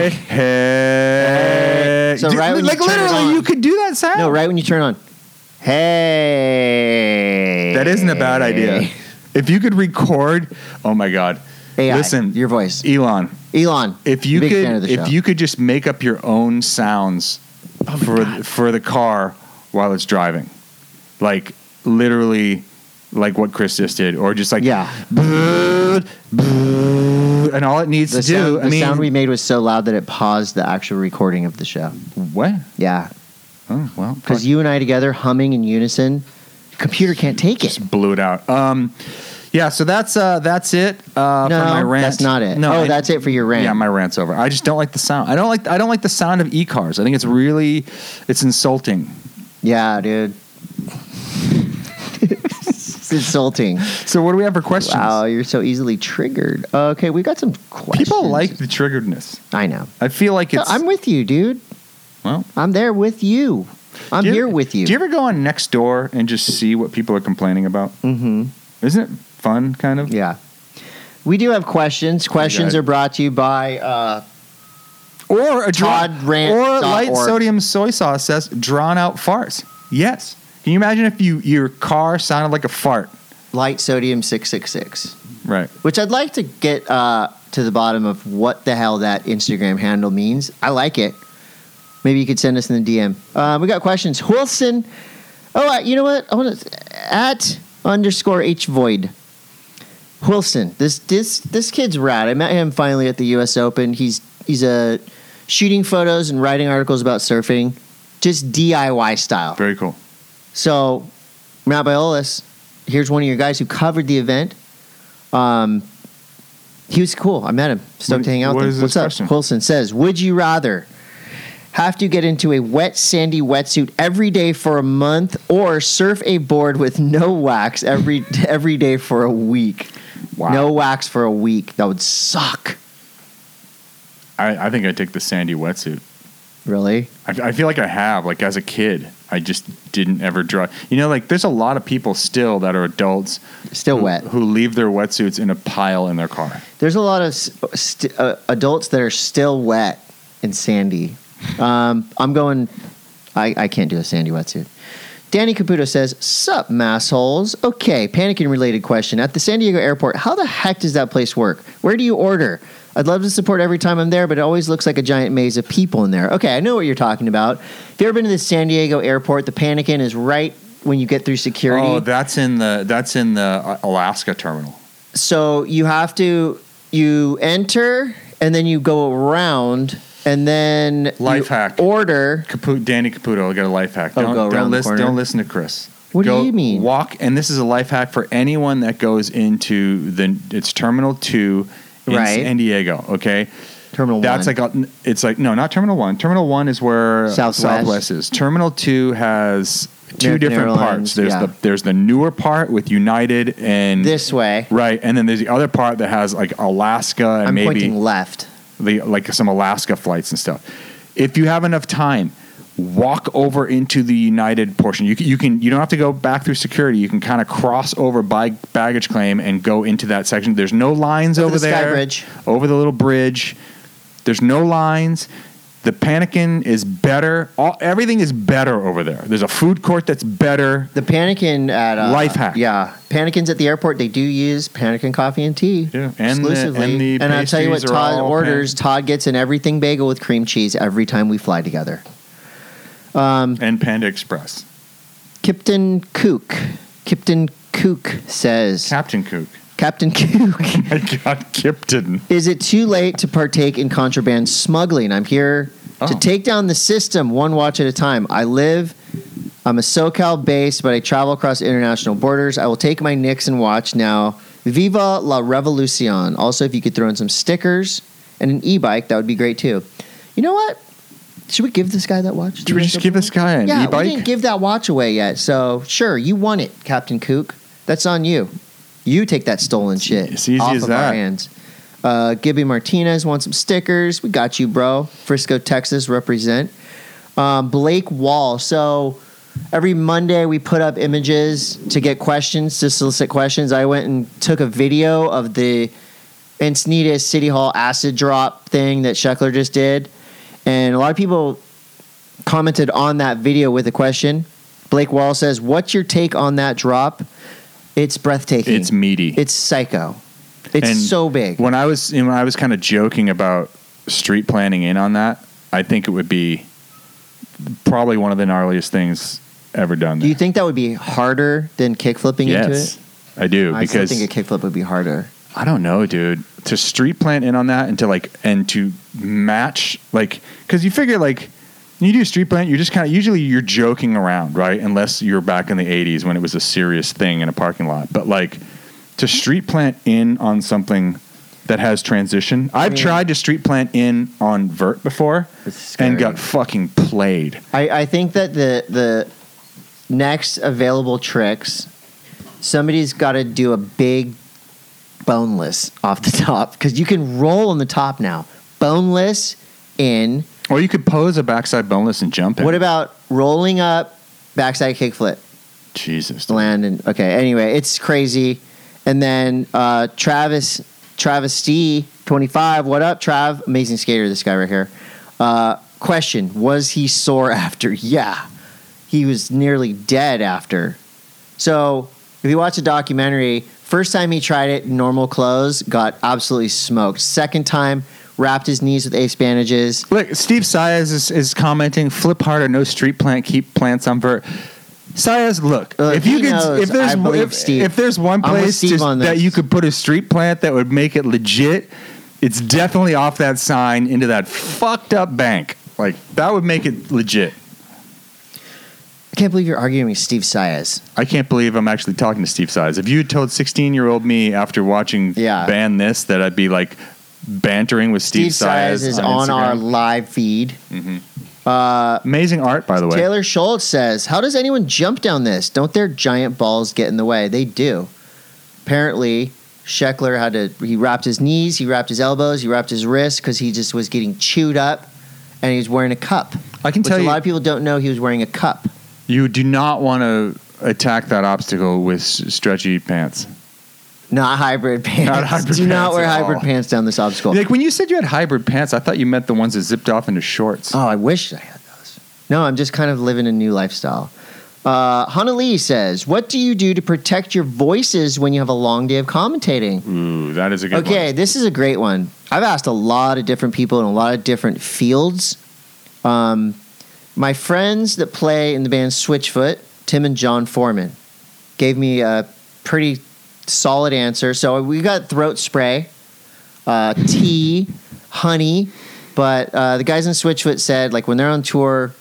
[SPEAKER 1] Hey, hey.
[SPEAKER 2] So
[SPEAKER 1] Dude,
[SPEAKER 2] right when
[SPEAKER 1] like
[SPEAKER 2] you turn it
[SPEAKER 1] literally,
[SPEAKER 2] on-
[SPEAKER 1] you could do that sound.
[SPEAKER 2] No, right when you turn on. Hey.
[SPEAKER 1] That isn't a bad idea. If you could record, oh my god,
[SPEAKER 2] AI,
[SPEAKER 1] Listen.
[SPEAKER 2] your voice,
[SPEAKER 1] Elon,
[SPEAKER 2] Elon.
[SPEAKER 1] if you
[SPEAKER 2] Big fan of
[SPEAKER 1] could,
[SPEAKER 2] the show.
[SPEAKER 1] if you could just make up your own sounds for for the car while it's driving, like literally, like what Chris just did, or just like
[SPEAKER 2] Yeah.
[SPEAKER 1] and all it needs
[SPEAKER 2] The,
[SPEAKER 1] to do.
[SPEAKER 2] sound,
[SPEAKER 1] I
[SPEAKER 2] the
[SPEAKER 1] mean,
[SPEAKER 2] sound we made was so loud that it paused the actual recording of the show.
[SPEAKER 1] what?
[SPEAKER 2] Yeah,
[SPEAKER 1] Oh well,
[SPEAKER 2] because you and I together humming in unison, computer can't take it.
[SPEAKER 1] just blew it out. Um, yeah, so that's uh, that's it uh,
[SPEAKER 2] no,
[SPEAKER 1] for my rant.
[SPEAKER 2] that's not it.
[SPEAKER 1] No,
[SPEAKER 2] oh,
[SPEAKER 1] I-
[SPEAKER 2] that's it for your rant.
[SPEAKER 1] Yeah, my rant's over. I just don't like the sound. I don't like I don't like the sound of e-cars. I think it's really it's insulting.
[SPEAKER 2] Yeah, dude. it's insulting.
[SPEAKER 1] So what do we have for questions?
[SPEAKER 2] Wow, you're so easily triggered. Okay, we got some questions.
[SPEAKER 1] People like the triggeredness.
[SPEAKER 2] I know.
[SPEAKER 1] I feel like
[SPEAKER 2] No,
[SPEAKER 1] it's
[SPEAKER 2] I'm with you, dude.
[SPEAKER 1] well.
[SPEAKER 2] I'm there with you. I'm
[SPEAKER 1] do you-
[SPEAKER 2] here with you.
[SPEAKER 1] Do you ever go on next door and just see what people are complaining about?
[SPEAKER 2] mm-hmm.
[SPEAKER 1] Isn't it fun kind of?
[SPEAKER 2] Yeah. We do have questions. Questions
[SPEAKER 1] Okay.
[SPEAKER 2] are brought to you by uh,
[SPEAKER 1] Or a draw-
[SPEAKER 2] ToddRant.org.
[SPEAKER 1] or light sodium soy sauce says drawn out farts. Yes. Can you imagine if you your car sounded like a fart?
[SPEAKER 2] Light Sodium 666,
[SPEAKER 1] Right.
[SPEAKER 2] which I'd like to get uh, to the bottom of what the hell that Instagram handle means. I like it. Maybe you could send us in the DM. Uh, we got questions. Wilson. Oh, uh, you know what? I want to at underscore H void. Wilson. This this this kid's rad. I met him finally at the U.S. Open. He's he's uh, shooting photos and writing articles about surfing, just DIY style.
[SPEAKER 1] Very cool.
[SPEAKER 2] So, Matt Biolis, here's one of your guys who covered the event. Um, he was cool. I met him. Stoked
[SPEAKER 1] What-
[SPEAKER 2] to hang out.
[SPEAKER 1] what
[SPEAKER 2] with him.
[SPEAKER 1] is this
[SPEAKER 2] What's up?
[SPEAKER 1] question?
[SPEAKER 2] Wilson says, "Would you rather have to get into a wet, sandy wetsuit every day for a month, or surf a board with no wax every every day for a week? No wax for a week. That would suck.
[SPEAKER 1] I, I think I take the sandy wetsuit.
[SPEAKER 2] Really?
[SPEAKER 1] I, I feel like I have, like as a kid, I just didn't ever dry. You know, like there's a lot of people still that are adults
[SPEAKER 2] Still
[SPEAKER 1] who,
[SPEAKER 2] wet.
[SPEAKER 1] who leave their wetsuits in a pile in their car.
[SPEAKER 2] There's a lot of s- st- uh, adults that are still wet and Sandy. Um, I'm going. I, I can't do a Sandy wetsuit. Danny Caputo says, "Sup, massholes? Okay, panicking related question. At the San Diego airport, how the heck does that place work? Where do you order? I'd love to support every time I'm there, but it always looks like a giant maze of people in there. Okay, I know what you're talking about. If you ever been to the San Diego airport, the panicking is right when you get through security.
[SPEAKER 3] Oh, that's in the that's in the uh, Alaska terminal.
[SPEAKER 2] so you have to you enter and then you go around and then
[SPEAKER 1] Life
[SPEAKER 2] you
[SPEAKER 1] hack.
[SPEAKER 2] order.
[SPEAKER 1] Capu- Danny Caputo, I got a life hack.
[SPEAKER 2] Oh,
[SPEAKER 1] Don't,
[SPEAKER 2] go around
[SPEAKER 1] don't,
[SPEAKER 2] the
[SPEAKER 1] listen,
[SPEAKER 2] corner.
[SPEAKER 1] don't listen to Chris.
[SPEAKER 2] What
[SPEAKER 1] Go
[SPEAKER 2] do you mean?
[SPEAKER 1] Walk, and this is a life hack for anyone that goes into the it's Terminal Two in
[SPEAKER 2] Right.
[SPEAKER 1] San Diego. Okay,
[SPEAKER 2] Terminal
[SPEAKER 1] that's
[SPEAKER 2] one.
[SPEAKER 1] like a, it's like no, not Terminal One. Terminal One is where
[SPEAKER 2] Southwest.
[SPEAKER 1] is. Terminal Two has two
[SPEAKER 2] American
[SPEAKER 1] different
[SPEAKER 2] Airlines,
[SPEAKER 1] parts. There's
[SPEAKER 2] yeah.
[SPEAKER 1] the there's the newer part with United and
[SPEAKER 2] this way.
[SPEAKER 1] right, and then there's the other part that has like Alaska and
[SPEAKER 2] I'm
[SPEAKER 1] maybe
[SPEAKER 2] pointing left.
[SPEAKER 1] the like some Alaska flights and stuff. If you have enough time, walk over into the United portion. You can, you can you don't have to go back through security. You can kind of cross over by baggage claim and go into that section. There's no lines
[SPEAKER 2] Over
[SPEAKER 1] over
[SPEAKER 2] the sky
[SPEAKER 1] there.
[SPEAKER 2] bridge.
[SPEAKER 1] Over the little bridge. There's no lines. The panicking is better. All everything is better over there. There's a food court that's better.
[SPEAKER 2] The Panikin at uh,
[SPEAKER 1] Life hack.
[SPEAKER 2] Yeah, Panikins at the airport. They do use Panikin coffee and tea
[SPEAKER 1] Yeah, and the-
[SPEAKER 2] exclusively.
[SPEAKER 1] and the
[SPEAKER 2] I'll tell you what,
[SPEAKER 1] pastries are
[SPEAKER 2] Todd
[SPEAKER 1] all
[SPEAKER 2] orders. Todd gets an everything bagel with cream cheese every time we fly together. Mm.
[SPEAKER 1] And Panda Express.
[SPEAKER 2] Kipton Kook. Kipton Kook says
[SPEAKER 1] Captain Cook.
[SPEAKER 2] Captain Kook.
[SPEAKER 1] I got Kipton.
[SPEAKER 2] Is it too late to partake in contraband smuggling? I'm here to
[SPEAKER 1] Oh.
[SPEAKER 2] take down the system one watch at a time. I live, I'm a SoCal base, but I travel across international borders. I will take my Nixon watch now. Viva la revolucion. Also, if you could throw in some stickers and an e bike, that would be great too. You know what? Should we give this guy that watch?
[SPEAKER 1] Should we just give this guy an
[SPEAKER 2] yeah,
[SPEAKER 1] e-bike?
[SPEAKER 2] we didn't give that watch away yet. So, sure, you won it, Captain Kook. That's on you. You take that stolen shit.
[SPEAKER 1] It's easy
[SPEAKER 2] off
[SPEAKER 1] as
[SPEAKER 2] of Our
[SPEAKER 1] that.
[SPEAKER 2] hands. Uh, Gibby Martinez wants some stickers. We got you, bro. Frisco, Texas, represent. Um, Blake Wall. So every Monday we put up images to get questions, to solicit questions. I went and took a video of the Encinitas City Hall acid drop thing that Sheckler just did. And a lot of people commented on that video with a question. Blake Wall says, What's your take on that drop? It's breathtaking.
[SPEAKER 1] It's meaty.
[SPEAKER 2] It's psycho. It's
[SPEAKER 1] And
[SPEAKER 2] so big.
[SPEAKER 1] When I was, you know, I was kind of joking about street planning in on that. I think it would be probably one of the gnarliest things ever done.
[SPEAKER 2] Do
[SPEAKER 1] There.
[SPEAKER 2] you think that would be harder than kickflipping into
[SPEAKER 1] yes,
[SPEAKER 2] it?
[SPEAKER 1] I do
[SPEAKER 2] I still
[SPEAKER 1] because
[SPEAKER 2] think a kickflip would be harder.
[SPEAKER 1] I don't know, dude. To street plant in on that and to like and to match like because you figure like when you do street plant, you're just kind of usually you're joking around, right? Unless you're back in the '80s when it was a serious thing in a parking lot. But like to street plant in on something that has transition, I've
[SPEAKER 2] Yeah.
[SPEAKER 1] tried to street plant in on vert before
[SPEAKER 2] It's scary.
[SPEAKER 1] and got fucking played.
[SPEAKER 2] I, I think that the the next available tricks, somebody's got to do a big boneless off the top because you can roll on the top now. Boneless in.
[SPEAKER 1] Or you could pose a backside boneless and jump in.
[SPEAKER 2] What about rolling up backside kickflip?
[SPEAKER 1] Jesus? dude.
[SPEAKER 2] land and okay anyway it's crazy and then uh travis travis d 25 what up trav amazing skater this guy right here uh question was he sore after yeah he was nearly dead after so if you watch a documentary first time he tried it in normal clothes got absolutely smoked second time wrapped his knees with ace bandages
[SPEAKER 3] Look, Steve Saez is, is commenting: flip harder, no street plant, keep plants on vert. Saez, look, uh,
[SPEAKER 2] Look,
[SPEAKER 3] if you
[SPEAKER 2] he
[SPEAKER 3] could,
[SPEAKER 2] knows
[SPEAKER 3] if there's
[SPEAKER 2] I
[SPEAKER 3] mo-
[SPEAKER 2] believe
[SPEAKER 3] if,
[SPEAKER 2] Steve.
[SPEAKER 3] if there's one
[SPEAKER 2] I'm with
[SPEAKER 3] place
[SPEAKER 2] Steve
[SPEAKER 3] just
[SPEAKER 2] on
[SPEAKER 3] that
[SPEAKER 2] this.
[SPEAKER 3] you could put a street plant that would make it legit, it's definitely off that sign into that fucked up bank. Like that would make it legit.
[SPEAKER 2] i can't believe you're arguing with steve Saez.
[SPEAKER 1] I can't believe I'm actually talking to Steve Size. If you had told 16 year old me after watching
[SPEAKER 2] Yeah.
[SPEAKER 1] Ban This that I'd be like bantering with Steve,
[SPEAKER 2] steve Saez is on, our
[SPEAKER 1] Instagram.
[SPEAKER 2] live feed Uh,
[SPEAKER 1] amazing art, by the way.
[SPEAKER 2] Taylor Schultz says, "How does anyone jump down this? Don't their giant balls get in the way? They do. Apparently, Scheckler had to. He wrapped his knees, he wrapped his elbows, he wrapped his wrists because he just was getting chewed up, and he was wearing a cup.
[SPEAKER 1] I can
[SPEAKER 2] Which
[SPEAKER 1] tell
[SPEAKER 2] a
[SPEAKER 1] you,
[SPEAKER 2] lot of people don't know he was wearing a cup.
[SPEAKER 1] you do not want to attack that obstacle with s- stretchy pants.
[SPEAKER 2] Not hybrid pants.
[SPEAKER 1] Not hybrid
[SPEAKER 2] Do not
[SPEAKER 1] pants
[SPEAKER 2] wear
[SPEAKER 1] at
[SPEAKER 2] hybrid
[SPEAKER 1] all.
[SPEAKER 2] pants down this obstacle.
[SPEAKER 1] Like when you said you had hybrid pants, I thought you meant the ones that zipped off into shorts.
[SPEAKER 2] Oh, I wish I had those. No, I'm just kind of living a new lifestyle. Uh, Hannah Lee says, "What do you do to protect your voices when you have a long day of commentating?"
[SPEAKER 1] Ooh, that is a good
[SPEAKER 2] okay, this is a great one. I've asked a lot of different people in a lot of different fields. Um, my friends that play in the band Switchfoot, Tim and John Foreman, gave me a pretty solid answer. So we got throat spray, uh, tea, honey, but uh, the guys in Switchfoot said like when they're on tour,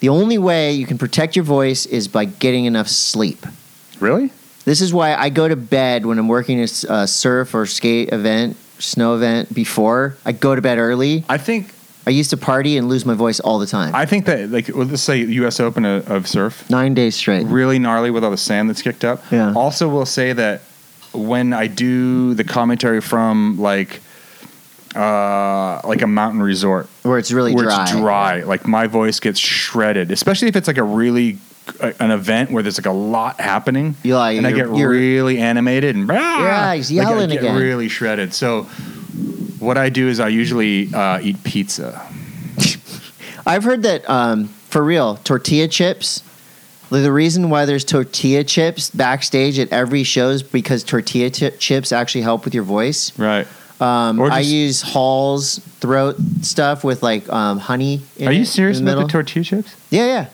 [SPEAKER 2] the only way you can protect your voice is by getting enough sleep.
[SPEAKER 1] one. Really?
[SPEAKER 2] This is why I go to bed when I'm working a uh, surf or skate event, snow event before. I go to bed early.
[SPEAKER 1] I think
[SPEAKER 2] I used to party and lose my voice all the time.
[SPEAKER 1] I think that like well, let's say U.S. Open of, of surf,
[SPEAKER 2] Nine days straight.
[SPEAKER 1] really gnarly with all the sand that's kicked up.
[SPEAKER 2] Yeah.
[SPEAKER 1] Also, will say that when I do the commentary from like uh like a mountain resort
[SPEAKER 2] Where it's really
[SPEAKER 1] where
[SPEAKER 2] dry.
[SPEAKER 1] it's dry, like my voice gets shredded, especially if it's like a really a, an event where there's like a lot happening.
[SPEAKER 2] Yeah,
[SPEAKER 1] and I
[SPEAKER 2] you're-
[SPEAKER 1] get
[SPEAKER 2] you're-
[SPEAKER 1] really animated and
[SPEAKER 2] Yeah, he's yelling
[SPEAKER 1] like I get
[SPEAKER 2] again.
[SPEAKER 1] really shredded. So what I do is I usually uh, eat pizza.
[SPEAKER 2] I've heard that um, for real, tortilla chips. The the reason why there's tortilla chips backstage at every show is because tortilla chi- chips actually help with your voice.
[SPEAKER 1] Right.
[SPEAKER 2] Um,
[SPEAKER 1] Or
[SPEAKER 2] I
[SPEAKER 1] just-
[SPEAKER 2] use Hall's throat stuff with like um, honey. In
[SPEAKER 1] Are
[SPEAKER 2] it
[SPEAKER 1] you
[SPEAKER 2] in
[SPEAKER 1] serious
[SPEAKER 2] the
[SPEAKER 1] about the
[SPEAKER 2] middle.
[SPEAKER 1] tortilla chips?
[SPEAKER 2] Yeah, yeah.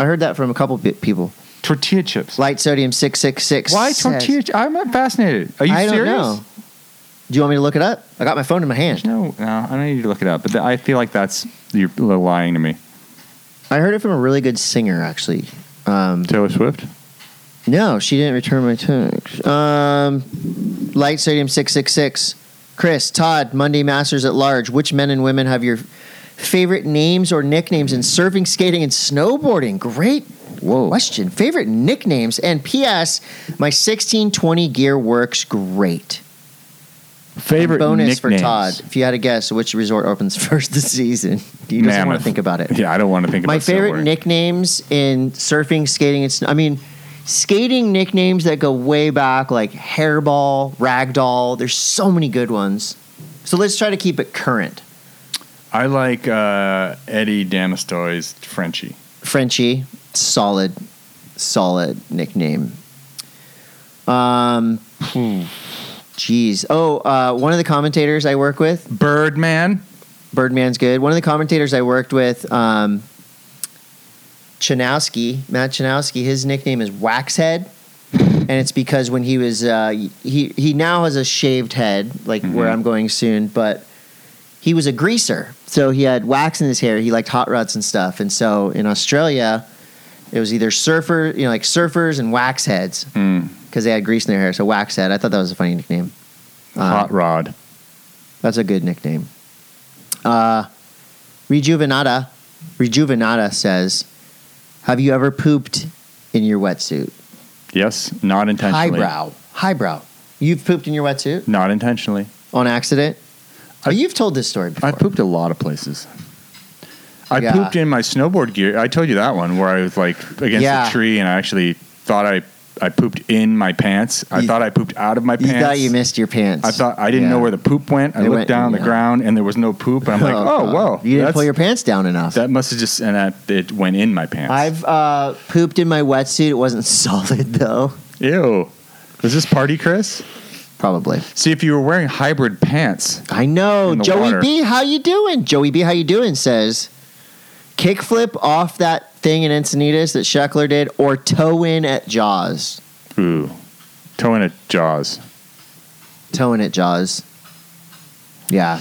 [SPEAKER 2] I heard that from a couple pe- people.
[SPEAKER 1] Tortilla chips.
[SPEAKER 2] Light sodium six six six.
[SPEAKER 1] Why tortilla? chi- I'm not fascinated. Are you
[SPEAKER 2] I don't
[SPEAKER 1] serious?
[SPEAKER 2] know. Do you want me to look it up? I got my phone in my hand.
[SPEAKER 1] No, no, I don't need to look it up. But th- I feel like that's you're a little lying to me.
[SPEAKER 2] I heard it from a really good singer, actually. Um,
[SPEAKER 1] Taylor Swift.
[SPEAKER 2] no, she didn't return my text. Um, light sodium six six six. Chris Todd Monday Masters at large. Which men and women have your favorite names or nicknames in surfing, skating, and snowboarding? Great
[SPEAKER 1] Whoa.
[SPEAKER 2] question. Favorite nicknames and P.S. My sixteen twenty gear works great.
[SPEAKER 1] Favorite
[SPEAKER 2] bonus
[SPEAKER 1] nicknames.
[SPEAKER 2] for Todd. If you had to guess which resort opens first this season, you just want
[SPEAKER 1] Mammoth.
[SPEAKER 2] to think about it.
[SPEAKER 1] Yeah, I don't want to think about
[SPEAKER 2] My favorite
[SPEAKER 1] snowboarding.
[SPEAKER 2] nicknames in surfing, skating, and sn- I mean, skating nicknames that go way back, like hairball, ragdoll. There's so many good ones. So let's try to keep it current.
[SPEAKER 1] I like uh, Eddie Damastoy's Frenchie.
[SPEAKER 2] Frenchie, solid, solid nickname. Um,
[SPEAKER 1] Hmm.
[SPEAKER 2] jeez. Oh, uh, one of the commentators I work with,
[SPEAKER 1] Birdman.
[SPEAKER 2] Birdman's good. One of the commentators I worked with, um, Chanowski, Matt Chanowski, his nickname is Waxhead. And it's because when he was, uh, he, he now has a shaved head, like where I'm going soon, but he was a greaser. So he had wax in his hair. He liked hot rods and stuff. And so in Australia, it was either surfer, you know, like surfers and wax heads
[SPEAKER 1] Mm.
[SPEAKER 2] because they had grease in their hair. So Waxhead, I thought that was a funny nickname. Uh,
[SPEAKER 1] Hot Rod.
[SPEAKER 2] that's a good nickname. Uh, Rejuvenata, Rejuvenata says, "Have you ever pooped in your wetsuit?
[SPEAKER 1] Yes, not intentionally.
[SPEAKER 2] Highbrow, highbrow. You've pooped in your wetsuit
[SPEAKER 1] Not intentionally.
[SPEAKER 2] on accident.
[SPEAKER 1] I-
[SPEAKER 2] oh, you've told this story before.
[SPEAKER 1] I pooped a lot of places. I
[SPEAKER 2] Yeah.
[SPEAKER 1] pooped in my snowboard gear. I told you that one where I was like against
[SPEAKER 2] Yeah.
[SPEAKER 1] a tree and I actually thought I I pooped in my pants. I
[SPEAKER 2] You-
[SPEAKER 1] thought I pooped out of my
[SPEAKER 2] You
[SPEAKER 1] pants.
[SPEAKER 2] thought you missed your pants.
[SPEAKER 1] I thought I didn't know
[SPEAKER 2] Yeah.
[SPEAKER 1] where the poop went. I
[SPEAKER 2] It
[SPEAKER 1] looked
[SPEAKER 2] went-
[SPEAKER 1] down the
[SPEAKER 2] yeah.
[SPEAKER 1] ground and there was no poop and I'm like, "Oh,
[SPEAKER 2] God.
[SPEAKER 1] whoa."
[SPEAKER 2] You didn't
[SPEAKER 1] that's-
[SPEAKER 2] pull your pants down enough.
[SPEAKER 1] That must have just and I, it went in my pants.
[SPEAKER 2] I've uh, pooped in my wetsuit. It wasn't solid though.
[SPEAKER 1] Ew. Was this party, Chris?
[SPEAKER 2] Probably.
[SPEAKER 1] See if you were wearing hybrid pants.
[SPEAKER 2] I know.
[SPEAKER 1] in the
[SPEAKER 2] Joey
[SPEAKER 1] water.
[SPEAKER 2] B, how you doing? Joey B, how you doing? Says kickflip off that thing in Encinitas that Sheckler did, or toe in at Jaws.
[SPEAKER 1] Ooh. Toe in at jaws.
[SPEAKER 2] Toe in at Jaws. Yeah,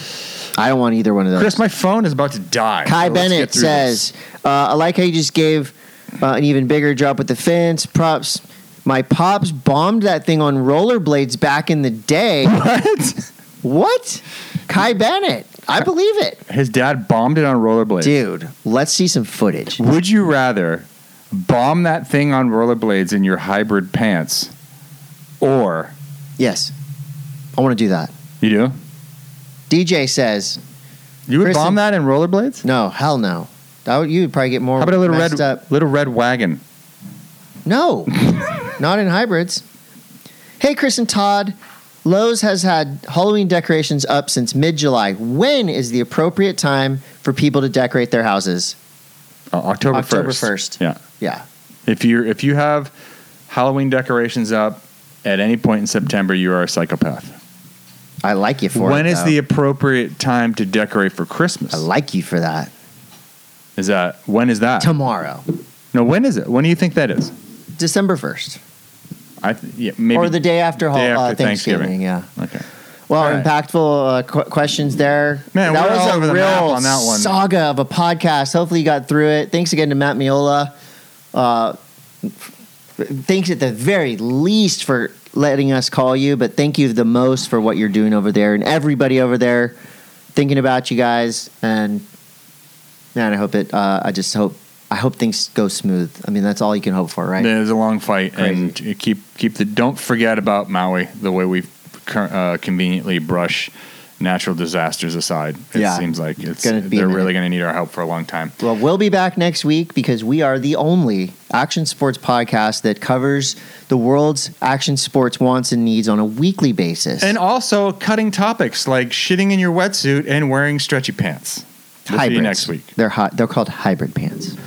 [SPEAKER 2] I don't want either one of those.
[SPEAKER 1] Chris, my phone is about to die.
[SPEAKER 2] Kai
[SPEAKER 1] so let's get
[SPEAKER 2] Bennett
[SPEAKER 1] through
[SPEAKER 2] says, uh, I like how you just gave uh, an even bigger drop with the fence. Props. My pops bombed that thing on rollerblades back in the day.
[SPEAKER 1] this. What?
[SPEAKER 2] what? Kai Bennett. I believe it.
[SPEAKER 1] His dad bombed it on rollerblades.
[SPEAKER 2] Dude, let's see some footage.
[SPEAKER 1] Would you rather bomb that thing on rollerblades in your hybrid pants or
[SPEAKER 2] Yes. I want to do that.
[SPEAKER 1] you do?
[SPEAKER 2] DJ says,
[SPEAKER 1] You would
[SPEAKER 2] Chris,
[SPEAKER 1] bomb
[SPEAKER 2] in-
[SPEAKER 1] that in rollerblades?
[SPEAKER 2] no, hell no. That would, you would probably get more
[SPEAKER 1] How about a little
[SPEAKER 2] messed
[SPEAKER 1] red
[SPEAKER 2] up.
[SPEAKER 1] little red wagon?
[SPEAKER 2] No, not in hybrids. Hey, Chris and Todd. Lowe's has had Halloween decorations up since mid July. When is the appropriate time for people to decorate their houses?
[SPEAKER 1] Uh, October first.
[SPEAKER 2] October 1st.
[SPEAKER 1] Yeah.
[SPEAKER 2] Yeah.
[SPEAKER 1] If you if you have Halloween decorations up at any point in September, you are a psychopath.
[SPEAKER 2] I like you for
[SPEAKER 1] When
[SPEAKER 2] it,
[SPEAKER 1] is
[SPEAKER 2] though.
[SPEAKER 1] the appropriate time to decorate for Christmas?
[SPEAKER 2] I like you for that.
[SPEAKER 1] Is that when is that?
[SPEAKER 2] Tomorrow,
[SPEAKER 1] no, when is it? When do you think that is?
[SPEAKER 2] December 1st.
[SPEAKER 1] I th- yeah, maybe
[SPEAKER 2] or the day after, Hall-
[SPEAKER 1] day
[SPEAKER 2] uh,
[SPEAKER 1] after
[SPEAKER 2] Thanksgiving.
[SPEAKER 1] Thanksgiving.
[SPEAKER 2] Yeah.
[SPEAKER 1] Okay.
[SPEAKER 2] Well,
[SPEAKER 1] All right.
[SPEAKER 2] impactful uh, qu- questions there.
[SPEAKER 1] Man,
[SPEAKER 2] that
[SPEAKER 1] we're
[SPEAKER 2] was
[SPEAKER 1] all
[SPEAKER 2] a
[SPEAKER 1] over the
[SPEAKER 2] real
[SPEAKER 1] map on that one.
[SPEAKER 2] saga of a podcast. Hopefully, you got through it. Thanks again to Matt Miola. Uh, thanks at the very least for letting us call you, but thank you the most for what you're doing over there and everybody over there thinking about you guys. And man, I hope it. Uh, I just hope. I hope things go smooth. I mean, that's all you can hope for, right?
[SPEAKER 1] There's a long fight, and you keep keep the. Don't forget about Maui. The way we cur- uh, conveniently brush natural disasters aside, it
[SPEAKER 2] Yeah.
[SPEAKER 1] seems like it's,
[SPEAKER 2] gonna be a
[SPEAKER 1] they're
[SPEAKER 2] minute.
[SPEAKER 1] really going to need our help for a long time.
[SPEAKER 2] Well, we'll be back next week because we are the only action sports podcast that covers the world's action sports wants and needs on a weekly basis.
[SPEAKER 1] And also cutting topics like shitting in your wetsuit and wearing stretchy pants. We'll see you
[SPEAKER 2] Hybrids.
[SPEAKER 1] next week.
[SPEAKER 2] They're hot. They're called hybrid pants.